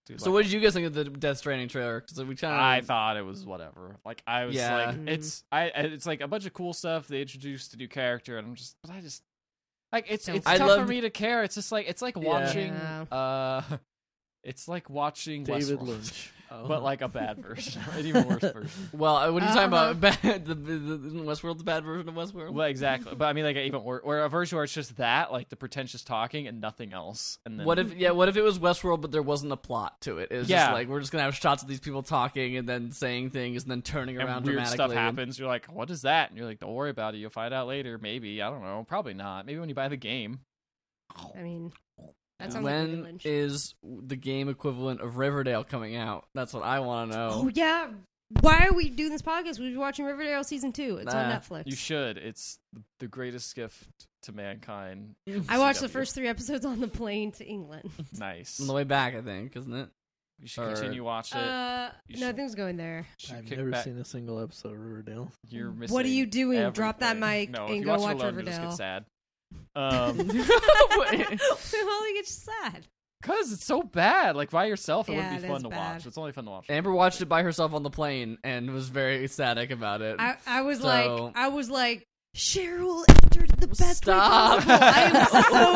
[SPEAKER 4] Dude,
[SPEAKER 1] So
[SPEAKER 4] like,
[SPEAKER 1] what did you guys think of the Death Stranding trailer? 'Cause we kind of
[SPEAKER 4] I thought it was whatever. Like I was
[SPEAKER 1] Yeah.
[SPEAKER 4] like,
[SPEAKER 2] Mhm.
[SPEAKER 4] it's I. I- It's like a bunch of cool stuff they introduced a new character, and I'm just, but I just like it's
[SPEAKER 2] Don't
[SPEAKER 4] it's
[SPEAKER 1] I
[SPEAKER 4] tough for
[SPEAKER 1] loved-
[SPEAKER 4] me to care. It's just like it's like
[SPEAKER 1] Yeah.
[SPEAKER 4] watching
[SPEAKER 2] Yeah.
[SPEAKER 4] uh, [LAUGHS] it's like watching
[SPEAKER 3] David
[SPEAKER 4] Westworld,
[SPEAKER 3] Lynch, Oh.
[SPEAKER 4] but like
[SPEAKER 2] [LAUGHS]
[SPEAKER 4] a bad version, an even worse version.
[SPEAKER 1] well, uh, what are you talking
[SPEAKER 2] Uh-huh.
[SPEAKER 1] about? Bad, [LAUGHS] the, the, the isn't Westworld, the bad version of Westworld.
[SPEAKER 4] Well, exactly. But I mean, like an even worse, where a version where it's just that, like the pretentious talking and nothing else. And then
[SPEAKER 1] What if yeah? What if it was Westworld, but there wasn't a plot to it? It was
[SPEAKER 4] Yeah.
[SPEAKER 1] just like we're just gonna have shots of these people talking and then saying things and then turning
[SPEAKER 4] and
[SPEAKER 1] around
[SPEAKER 4] weird
[SPEAKER 1] dramatically.
[SPEAKER 4] stuff happens. You're like, what is that? And you're like, don't worry about it. You'll find out later. Maybe I don't know. Probably not. Maybe when you buy the game.
[SPEAKER 2] I mean, that sounds like David
[SPEAKER 1] when
[SPEAKER 2] Lynch.
[SPEAKER 1] is the game equivalent of Riverdale coming out? That's what I want to know.
[SPEAKER 2] oh yeah. Why are we doing this podcast? We've been watching Riverdale season two. It's on
[SPEAKER 1] Nah,
[SPEAKER 2] Netflix.
[SPEAKER 4] You should. It's the greatest gift to mankind.
[SPEAKER 1] [LAUGHS]
[SPEAKER 2] I watched the
[SPEAKER 4] CW.
[SPEAKER 2] first three episodes on the plane to England.
[SPEAKER 4] Nice.
[SPEAKER 1] On the way back, I think, isn't it?
[SPEAKER 4] You should
[SPEAKER 1] Or-
[SPEAKER 4] continue watch it.
[SPEAKER 2] Uh,
[SPEAKER 4] You
[SPEAKER 2] no,
[SPEAKER 4] should-
[SPEAKER 2] things going
[SPEAKER 1] [LAUGHS]
[SPEAKER 2] there. [LAUGHS]
[SPEAKER 4] You should
[SPEAKER 3] I've
[SPEAKER 4] kick
[SPEAKER 3] never
[SPEAKER 4] back.
[SPEAKER 3] seen a single episode of Riverdale.
[SPEAKER 4] You're missing.
[SPEAKER 2] What are you doing? Drop that
[SPEAKER 4] everything.
[SPEAKER 2] mic
[SPEAKER 4] No, if
[SPEAKER 2] and
[SPEAKER 4] you
[SPEAKER 2] go
[SPEAKER 4] watch, it
[SPEAKER 2] watch [LAUGHS]
[SPEAKER 4] alone, you'll
[SPEAKER 2] Riverdale. [LAUGHS]
[SPEAKER 1] [LAUGHS]
[SPEAKER 4] just get sad. Um,
[SPEAKER 2] well, it gets sad.
[SPEAKER 4] Cause it's so bad. Like by yourself, it
[SPEAKER 2] Yeah,
[SPEAKER 4] wouldn't be
[SPEAKER 2] it
[SPEAKER 4] fun
[SPEAKER 2] is
[SPEAKER 4] to
[SPEAKER 2] bad.
[SPEAKER 4] watch. It's only fun to watch.
[SPEAKER 1] Amber watched it by herself on the plane and was very ecstatic about it. [LAUGHS]
[SPEAKER 2] I, I was
[SPEAKER 1] So-
[SPEAKER 2] like, I was like, Cheryl entered the best
[SPEAKER 1] Stop.
[SPEAKER 2] way possible. I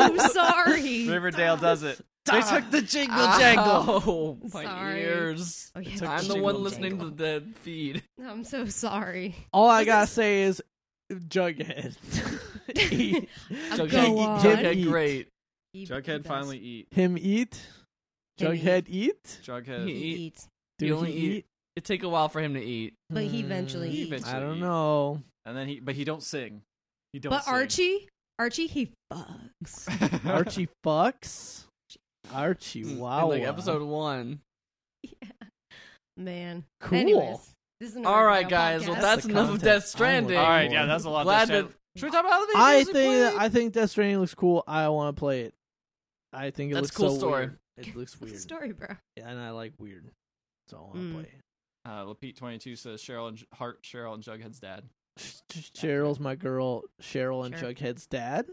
[SPEAKER 1] [LAUGHS]
[SPEAKER 2] am so sorry.
[SPEAKER 4] Riverdale does it. They took the jingle
[SPEAKER 3] Ah.
[SPEAKER 4] jangle.
[SPEAKER 1] Ow, Oh, my
[SPEAKER 2] Sorry.
[SPEAKER 1] ears.
[SPEAKER 2] Oh, yeah,
[SPEAKER 4] It's okay.
[SPEAKER 1] I'm the
[SPEAKER 4] Jingle
[SPEAKER 1] one
[SPEAKER 4] jangle.
[SPEAKER 1] listening to the feed.
[SPEAKER 2] I'm so sorry.
[SPEAKER 3] All I gotta say is,
[SPEAKER 2] [LAUGHS]
[SPEAKER 3] Jughead. [LAUGHS] Eat.
[SPEAKER 2] Go
[SPEAKER 1] Jughead-
[SPEAKER 2] on.
[SPEAKER 1] Jughead, great.
[SPEAKER 2] He- he
[SPEAKER 4] Jughead
[SPEAKER 2] does.
[SPEAKER 4] finally eat.
[SPEAKER 3] Him eat.
[SPEAKER 2] Him
[SPEAKER 3] Jughead eat.
[SPEAKER 4] Jughead.
[SPEAKER 2] He
[SPEAKER 1] He eat.
[SPEAKER 2] eats,
[SPEAKER 3] Do
[SPEAKER 1] You only eat- It take a while for him to eat.
[SPEAKER 2] but he eventually
[SPEAKER 3] Mm,
[SPEAKER 4] he
[SPEAKER 2] eats.
[SPEAKER 4] eventually-
[SPEAKER 3] I don't
[SPEAKER 4] eat.
[SPEAKER 3] know.
[SPEAKER 1] [LAUGHS]
[SPEAKER 4] And then he, but he don't sing. He don't.
[SPEAKER 2] but
[SPEAKER 4] sing. [LAUGHS]
[SPEAKER 2] Archie, Archie, he fucks. [LAUGHS]
[SPEAKER 3] Archie fucks. Archie,
[SPEAKER 1] In,
[SPEAKER 3] wow.
[SPEAKER 1] like episode one.
[SPEAKER 2] Man,
[SPEAKER 3] Cool.
[SPEAKER 2] Anyways, this is another
[SPEAKER 1] All right,
[SPEAKER 2] Riverdale
[SPEAKER 1] guys. Well,
[SPEAKER 2] podcast.
[SPEAKER 1] that's
[SPEAKER 3] The
[SPEAKER 1] enough of
[SPEAKER 3] content.
[SPEAKER 1] Death
[SPEAKER 3] I'm
[SPEAKER 1] Stranding.
[SPEAKER 4] All right, yeah, that's a lot.
[SPEAKER 1] Glad
[SPEAKER 4] to say.
[SPEAKER 1] that-
[SPEAKER 4] Should we talk about other videos?
[SPEAKER 3] I
[SPEAKER 4] we
[SPEAKER 3] think
[SPEAKER 4] played?
[SPEAKER 3] I think Death Stranding looks cool. I want to play it. I think it
[SPEAKER 1] That's
[SPEAKER 3] looks
[SPEAKER 1] a cool
[SPEAKER 3] so
[SPEAKER 1] story.
[SPEAKER 3] weird. It looks
[SPEAKER 2] What's the
[SPEAKER 3] weird,
[SPEAKER 2] story, bro?
[SPEAKER 3] and I like weird, so I want to
[SPEAKER 2] Mm.
[SPEAKER 3] play it.
[SPEAKER 4] Uh, Lapete twenty two says Cheryl and Hart, Cheryl and Jughead's dad.
[SPEAKER 3] Cheryl's my girl. Cheryl and
[SPEAKER 2] Sure.
[SPEAKER 3] Jughead's dad.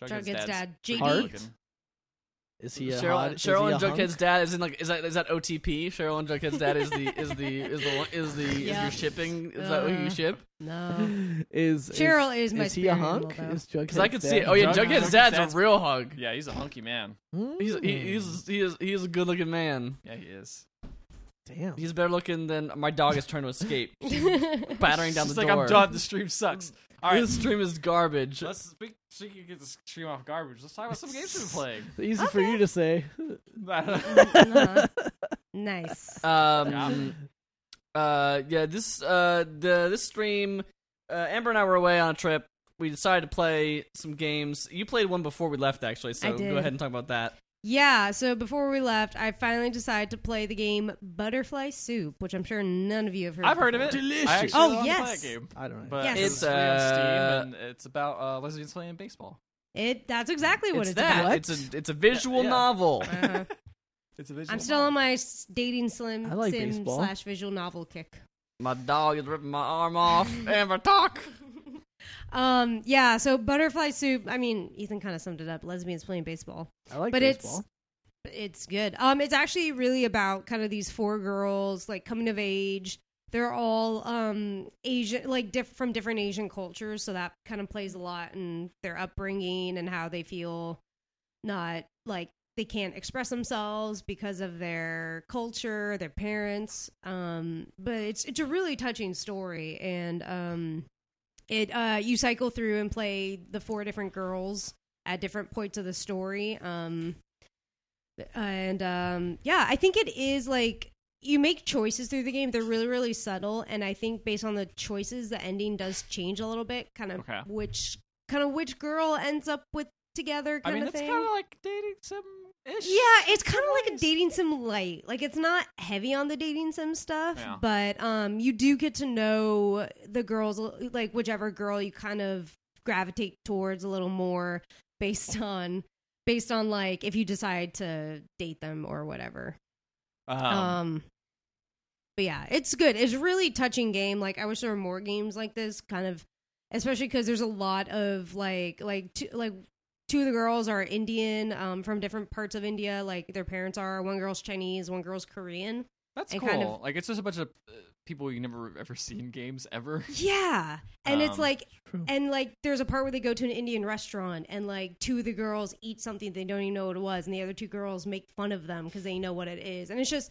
[SPEAKER 2] Jughead's
[SPEAKER 4] dad's
[SPEAKER 2] dad,
[SPEAKER 4] pretty
[SPEAKER 3] JD.
[SPEAKER 4] good looking.
[SPEAKER 3] Is he a
[SPEAKER 1] Cheryl,
[SPEAKER 3] hot, is
[SPEAKER 1] Cheryl
[SPEAKER 3] he
[SPEAKER 1] and
[SPEAKER 3] a
[SPEAKER 1] Jughead's
[SPEAKER 3] hunk?
[SPEAKER 1] dad is in like is that is that OTP? Cheryl and Jughead's dad is the is the is the one- is the is
[SPEAKER 2] Yeah.
[SPEAKER 1] your shipping is that who you
[SPEAKER 2] Uh,
[SPEAKER 1] ship?
[SPEAKER 2] No,
[SPEAKER 3] Is
[SPEAKER 2] Cheryl is my
[SPEAKER 3] Is he a
[SPEAKER 2] spirit animal,
[SPEAKER 3] hunk?
[SPEAKER 2] though.
[SPEAKER 3] Is Jughead's
[SPEAKER 1] Because I could
[SPEAKER 3] dad
[SPEAKER 1] see it. Oh yeah,
[SPEAKER 3] a
[SPEAKER 4] Jughead-
[SPEAKER 1] Jughead's
[SPEAKER 3] hunk?
[SPEAKER 1] dad's a
[SPEAKER 4] Dad's-
[SPEAKER 1] real hug.
[SPEAKER 4] Yeah, he's a hunky man.
[SPEAKER 1] He's he,
[SPEAKER 3] Mm.
[SPEAKER 1] he's he is he is a good looking man.
[SPEAKER 4] Yeah, he is.
[SPEAKER 3] damn.
[SPEAKER 1] He's better looking than my dog is trying to
[SPEAKER 2] [LAUGHS]
[SPEAKER 1] escape, [LAUGHS] battering down
[SPEAKER 4] She's
[SPEAKER 1] the
[SPEAKER 4] like,
[SPEAKER 1] door.
[SPEAKER 4] I'm done. The stream sucks. All right,
[SPEAKER 1] This stream is garbage.
[SPEAKER 4] let's speak. Speaking of get the stream off garbage, let's talk about some games we've been
[SPEAKER 3] Easy for you to say. [LAUGHS]
[SPEAKER 2] [LAUGHS]
[SPEAKER 4] playing. [LAUGHS]
[SPEAKER 2] Uh-huh. nice.
[SPEAKER 1] Um, uh, yeah, this uh, the this stream, uh, Amber and I were away on a trip. We decided to play some games. You played one before we left, actually, so
[SPEAKER 2] I
[SPEAKER 1] go
[SPEAKER 2] did.
[SPEAKER 1] ahead and talk about that.
[SPEAKER 2] Yeah, so before we left, I finally decided to play the game Butterfly Soup, which I'm sure none of you have heard.
[SPEAKER 4] I've heard of it.
[SPEAKER 3] Delicious.
[SPEAKER 4] I actually
[SPEAKER 2] Oh,
[SPEAKER 4] wanna play
[SPEAKER 2] yes.
[SPEAKER 4] that game.
[SPEAKER 3] I don't know.
[SPEAKER 4] But
[SPEAKER 2] Yes.
[SPEAKER 4] it's
[SPEAKER 1] It's,
[SPEAKER 4] free on
[SPEAKER 1] uh,
[SPEAKER 4] Steam, and it's about uh, lesbians playing baseball.
[SPEAKER 2] It that's exactly what
[SPEAKER 1] it's
[SPEAKER 2] it's,
[SPEAKER 1] that.
[SPEAKER 4] [LAUGHS]
[SPEAKER 2] about.
[SPEAKER 1] It's a it's a visual
[SPEAKER 4] Yeah.
[SPEAKER 1] novel.
[SPEAKER 2] Uh-huh.
[SPEAKER 4] It's a visual.
[SPEAKER 2] I'm still on my s- dating slim
[SPEAKER 3] I like
[SPEAKER 2] sim
[SPEAKER 3] baseball.
[SPEAKER 2] slash visual novel kick.
[SPEAKER 1] my dog is ripping my arm
[SPEAKER 2] [LAUGHS]
[SPEAKER 1] off. Amber, talk.
[SPEAKER 2] Um, yeah, so Butterfly Soup. I mean, Ethan kind of summed it up. Lesbians playing baseball.
[SPEAKER 3] I like
[SPEAKER 2] but it's-
[SPEAKER 3] baseball.
[SPEAKER 2] It's good. Um, it's actually really about kind of these four girls like coming of age. They're all um Asian, like diff- from different Asian cultures, so that kind of plays a lot in their upbringing and how they feel not like they can't express themselves because of their culture, their parents. Um, but it's it's a really touching story, and um, it uh, you cycle through and play the four different girls at different points of the story. Um, and um, yeah, I think it is like you make choices through the game. They're really, really subtle, and I think based on the choices, the ending does change a little bit. Kind of
[SPEAKER 4] Okay.
[SPEAKER 2] which kind of which girl ends up with together.
[SPEAKER 4] I
[SPEAKER 2] Kind
[SPEAKER 4] mean,
[SPEAKER 2] of
[SPEAKER 4] it's
[SPEAKER 2] thing.
[SPEAKER 4] kind of like dating some ish.
[SPEAKER 2] Yeah, it's kind of like a
[SPEAKER 4] ways.
[SPEAKER 2] dating sim light. Like it's not heavy on the dating sim stuff,
[SPEAKER 4] Yeah.
[SPEAKER 2] but um, you do get to know the girls, like whichever girl you kind of gravitate towards a little more based [LAUGHS] on based on like if you decide to date them or whatever. Um,
[SPEAKER 4] Um,
[SPEAKER 2] but yeah, it's good. It's a really touching game. Like I wish there were more games like this, kind of, especially because there's a lot of like like two, like two of the girls are Indian um, from different parts of India. Like their parents are. One girl's Chinese. One girl's Korean.
[SPEAKER 4] that's
[SPEAKER 2] and
[SPEAKER 4] cool.
[SPEAKER 2] kind of-
[SPEAKER 4] Like it's just a bunch of uh, people you never [LAUGHS] ever seen games ever.
[SPEAKER 2] Yeah, and it's
[SPEAKER 4] Um,
[SPEAKER 2] like
[SPEAKER 3] True.
[SPEAKER 2] And like, there's a part where they go to an Indian restaurant, and like, two of the girls eat something they don't even know what it was, and the other two girls make fun of them because they know what it is. And it's just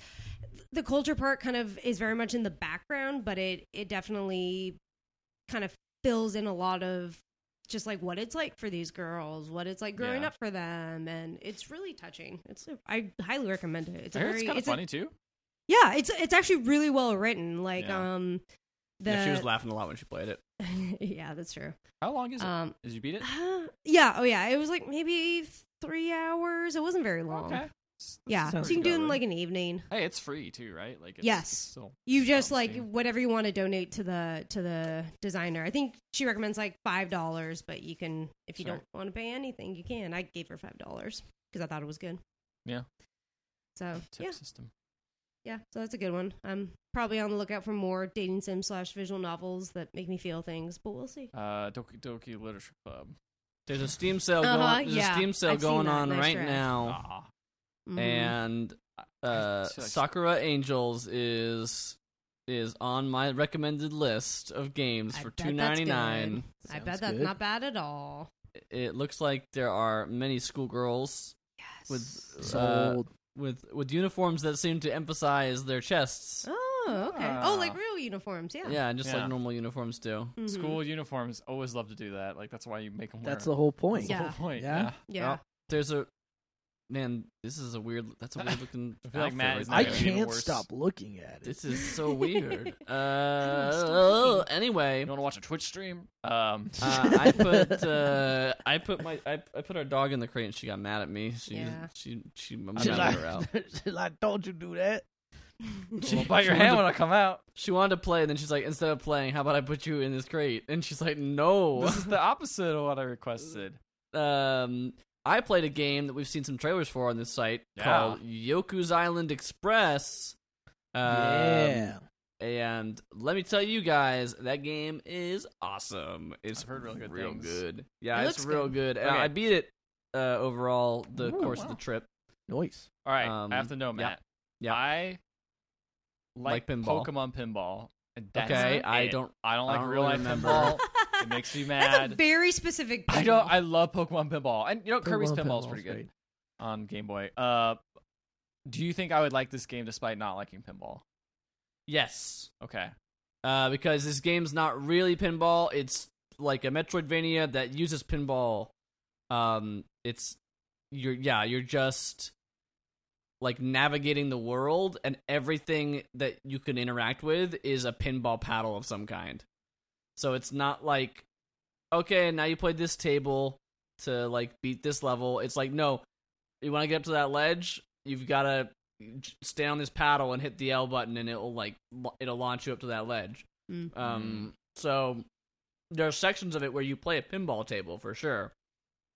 [SPEAKER 2] the culture part kind of is very much in the background, but it it definitely kind of fills in a lot of just like what it's like for these girls, what it's like growing
[SPEAKER 4] Yeah.
[SPEAKER 2] up for them, and it's really touching. It's I highly recommend it. It's
[SPEAKER 4] I
[SPEAKER 2] a
[SPEAKER 4] heard
[SPEAKER 2] very
[SPEAKER 4] it's kind of
[SPEAKER 2] a-
[SPEAKER 4] funny too.
[SPEAKER 2] yeah, it's it's actually really well written. Like
[SPEAKER 4] Yeah.
[SPEAKER 2] um, the
[SPEAKER 1] Yeah, she was laughing a lot when she played it.
[SPEAKER 2] [LAUGHS] yeah, that's true.
[SPEAKER 4] How long is it?
[SPEAKER 2] Um,
[SPEAKER 4] Did you beat
[SPEAKER 2] [SIGHS]
[SPEAKER 4] it?
[SPEAKER 2] Uh, [GASPS] yeah, oh yeah. It was like maybe three hours. It wasn't very long.
[SPEAKER 4] Okay. That's- that's
[SPEAKER 2] um, Yeah, so
[SPEAKER 4] pretty
[SPEAKER 2] you can do it
[SPEAKER 4] good.
[SPEAKER 2] in like an evening.
[SPEAKER 4] Hey, it's free too, right? Like it's,
[SPEAKER 2] Yes.
[SPEAKER 4] it's still-
[SPEAKER 2] You
[SPEAKER 4] it's still
[SPEAKER 2] just
[SPEAKER 4] on
[SPEAKER 2] like
[SPEAKER 4] Steam.
[SPEAKER 2] whatever you want to donate to the to the designer. I think she recommends like five dollars, but you can if you
[SPEAKER 4] Sure.
[SPEAKER 2] don't want to pay anything, you can. I gave her five dollars because I thought it was good.
[SPEAKER 4] Yeah.
[SPEAKER 2] So
[SPEAKER 4] tip
[SPEAKER 2] yeah,
[SPEAKER 4] system.
[SPEAKER 2] yeah. So that's a good one. I'm probably on the lookout for more dating sim slash visual novels that make me feel things, but we'll see.
[SPEAKER 4] Uh, Doki Doki Literature Club.
[SPEAKER 1] There's a Steam sale
[SPEAKER 2] Uh-huh,
[SPEAKER 1] going. There's
[SPEAKER 2] yeah.
[SPEAKER 1] a Steam sale
[SPEAKER 2] I've seen
[SPEAKER 1] going
[SPEAKER 2] that.
[SPEAKER 1] on
[SPEAKER 3] Oh.
[SPEAKER 2] Nice
[SPEAKER 1] right
[SPEAKER 2] try.
[SPEAKER 1] now.
[SPEAKER 4] Ah,
[SPEAKER 2] Mhm.
[SPEAKER 1] and uh,
[SPEAKER 4] so it's-
[SPEAKER 1] Sakura Angels is is on my recommended list of games
[SPEAKER 2] I
[SPEAKER 1] for
[SPEAKER 2] bet
[SPEAKER 1] two
[SPEAKER 2] that's
[SPEAKER 1] ninety nine.
[SPEAKER 2] good. I
[SPEAKER 3] Sounds
[SPEAKER 2] bet that's
[SPEAKER 3] good.
[SPEAKER 2] not bad at all.
[SPEAKER 1] It looks like there are many schoolgirls
[SPEAKER 2] Yes.
[SPEAKER 1] with uh,
[SPEAKER 3] Sold.
[SPEAKER 1] with with uniforms that seem to emphasize their chests.
[SPEAKER 2] oh, okay.
[SPEAKER 4] Ah.
[SPEAKER 2] oh, like real uniforms. Yeah.
[SPEAKER 1] Yeah, and just
[SPEAKER 4] Yeah.
[SPEAKER 1] like normal uniforms do.
[SPEAKER 2] Mhm.
[SPEAKER 4] School uniforms always love to do that. Like that's why you make them.
[SPEAKER 3] That's the
[SPEAKER 4] wear 'em.
[SPEAKER 3] whole point.
[SPEAKER 4] That's the
[SPEAKER 2] Yeah.
[SPEAKER 4] whole point.
[SPEAKER 3] Yeah.
[SPEAKER 4] Yeah.
[SPEAKER 2] Yeah.
[SPEAKER 1] Oh, there's a man. This is a weird. That's a
[SPEAKER 2] [LAUGHS]
[SPEAKER 1] weird looking.
[SPEAKER 4] I feel like
[SPEAKER 1] outfit
[SPEAKER 4] Matt
[SPEAKER 1] right
[SPEAKER 4] is not
[SPEAKER 3] I
[SPEAKER 1] there.
[SPEAKER 4] gonna be the
[SPEAKER 3] can't
[SPEAKER 4] worst.
[SPEAKER 3] stop looking at it.
[SPEAKER 1] This is
[SPEAKER 2] [LAUGHS]
[SPEAKER 1] so weird.
[SPEAKER 2] stop
[SPEAKER 1] Uh, anyway,
[SPEAKER 4] You want to watch a Twitch stream?
[SPEAKER 3] [LAUGHS]
[SPEAKER 4] Um,
[SPEAKER 1] uh, I put uh, I put my I, I put our dog in the crate and she got mad at me. She
[SPEAKER 2] Yeah.
[SPEAKER 1] she she I'm
[SPEAKER 4] She's
[SPEAKER 1] gonna let
[SPEAKER 3] like,
[SPEAKER 1] her
[SPEAKER 3] [LAUGHS]
[SPEAKER 1] out.
[SPEAKER 3] she's like, don't you do that.
[SPEAKER 2] [LAUGHS]
[SPEAKER 1] [LAUGHS]
[SPEAKER 4] well, bite your hand when I come out.
[SPEAKER 1] She wanted to play, and then she's like, instead of playing, how about I put you in this crate? And she's like, no.
[SPEAKER 4] This is the opposite of what I requested.
[SPEAKER 1] [LAUGHS] Um, I played a game that we've seen some trailers for on this site
[SPEAKER 4] Yeah.
[SPEAKER 1] called Yoku's Island Express. Um,
[SPEAKER 3] yeah.
[SPEAKER 1] And let me tell you guys, that game is awesome. It's
[SPEAKER 4] I've heard really good
[SPEAKER 1] real
[SPEAKER 4] things.
[SPEAKER 1] good. Yeah,
[SPEAKER 2] It
[SPEAKER 1] it's
[SPEAKER 2] looks
[SPEAKER 1] real good. And
[SPEAKER 4] Okay.
[SPEAKER 1] I beat it uh, overall the
[SPEAKER 3] Ooh,
[SPEAKER 1] course of
[SPEAKER 4] wow.
[SPEAKER 1] the trip.
[SPEAKER 3] Noise.
[SPEAKER 4] All right,
[SPEAKER 1] Um,
[SPEAKER 4] I have to know, Matt.
[SPEAKER 1] yeah.
[SPEAKER 4] I
[SPEAKER 1] Like
[SPEAKER 4] like,
[SPEAKER 1] pinball.
[SPEAKER 4] Pokemon pinball. and that's
[SPEAKER 1] okay, I
[SPEAKER 4] it.
[SPEAKER 1] don't.
[SPEAKER 4] I don't
[SPEAKER 1] I
[SPEAKER 4] like
[SPEAKER 1] don't
[SPEAKER 4] real
[SPEAKER 1] really
[SPEAKER 4] life
[SPEAKER 1] remember. [LAUGHS]
[SPEAKER 4] pinball. it makes me
[SPEAKER 2] That's a
[SPEAKER 4] mad.
[SPEAKER 2] very specific.
[SPEAKER 4] I don't. I love Pokemon pinball, and you know Kirby's
[SPEAKER 3] Pokemon
[SPEAKER 4] pinball is
[SPEAKER 3] pinball's
[SPEAKER 4] pretty good
[SPEAKER 3] great.
[SPEAKER 4] on Game Boy. Uh, do you think I would like this game despite not liking pinball?
[SPEAKER 1] Yes,
[SPEAKER 4] Okay.
[SPEAKER 1] uh, because this game's not really pinball. It's like a Metroidvania that uses pinball. Um, it's you're yeah, you're just like navigating the world, and everything that you can interact with is a pinball paddle of some kind. So it's not like okay, now you played this table to like beat this level. It's like no, you want to get up to that ledge, you've got to stand on this paddle and hit the L button, and it'll like la- it'll launch you up to that ledge.
[SPEAKER 2] Mm.
[SPEAKER 1] Um, so there are sections of it where you play a pinball table for sure,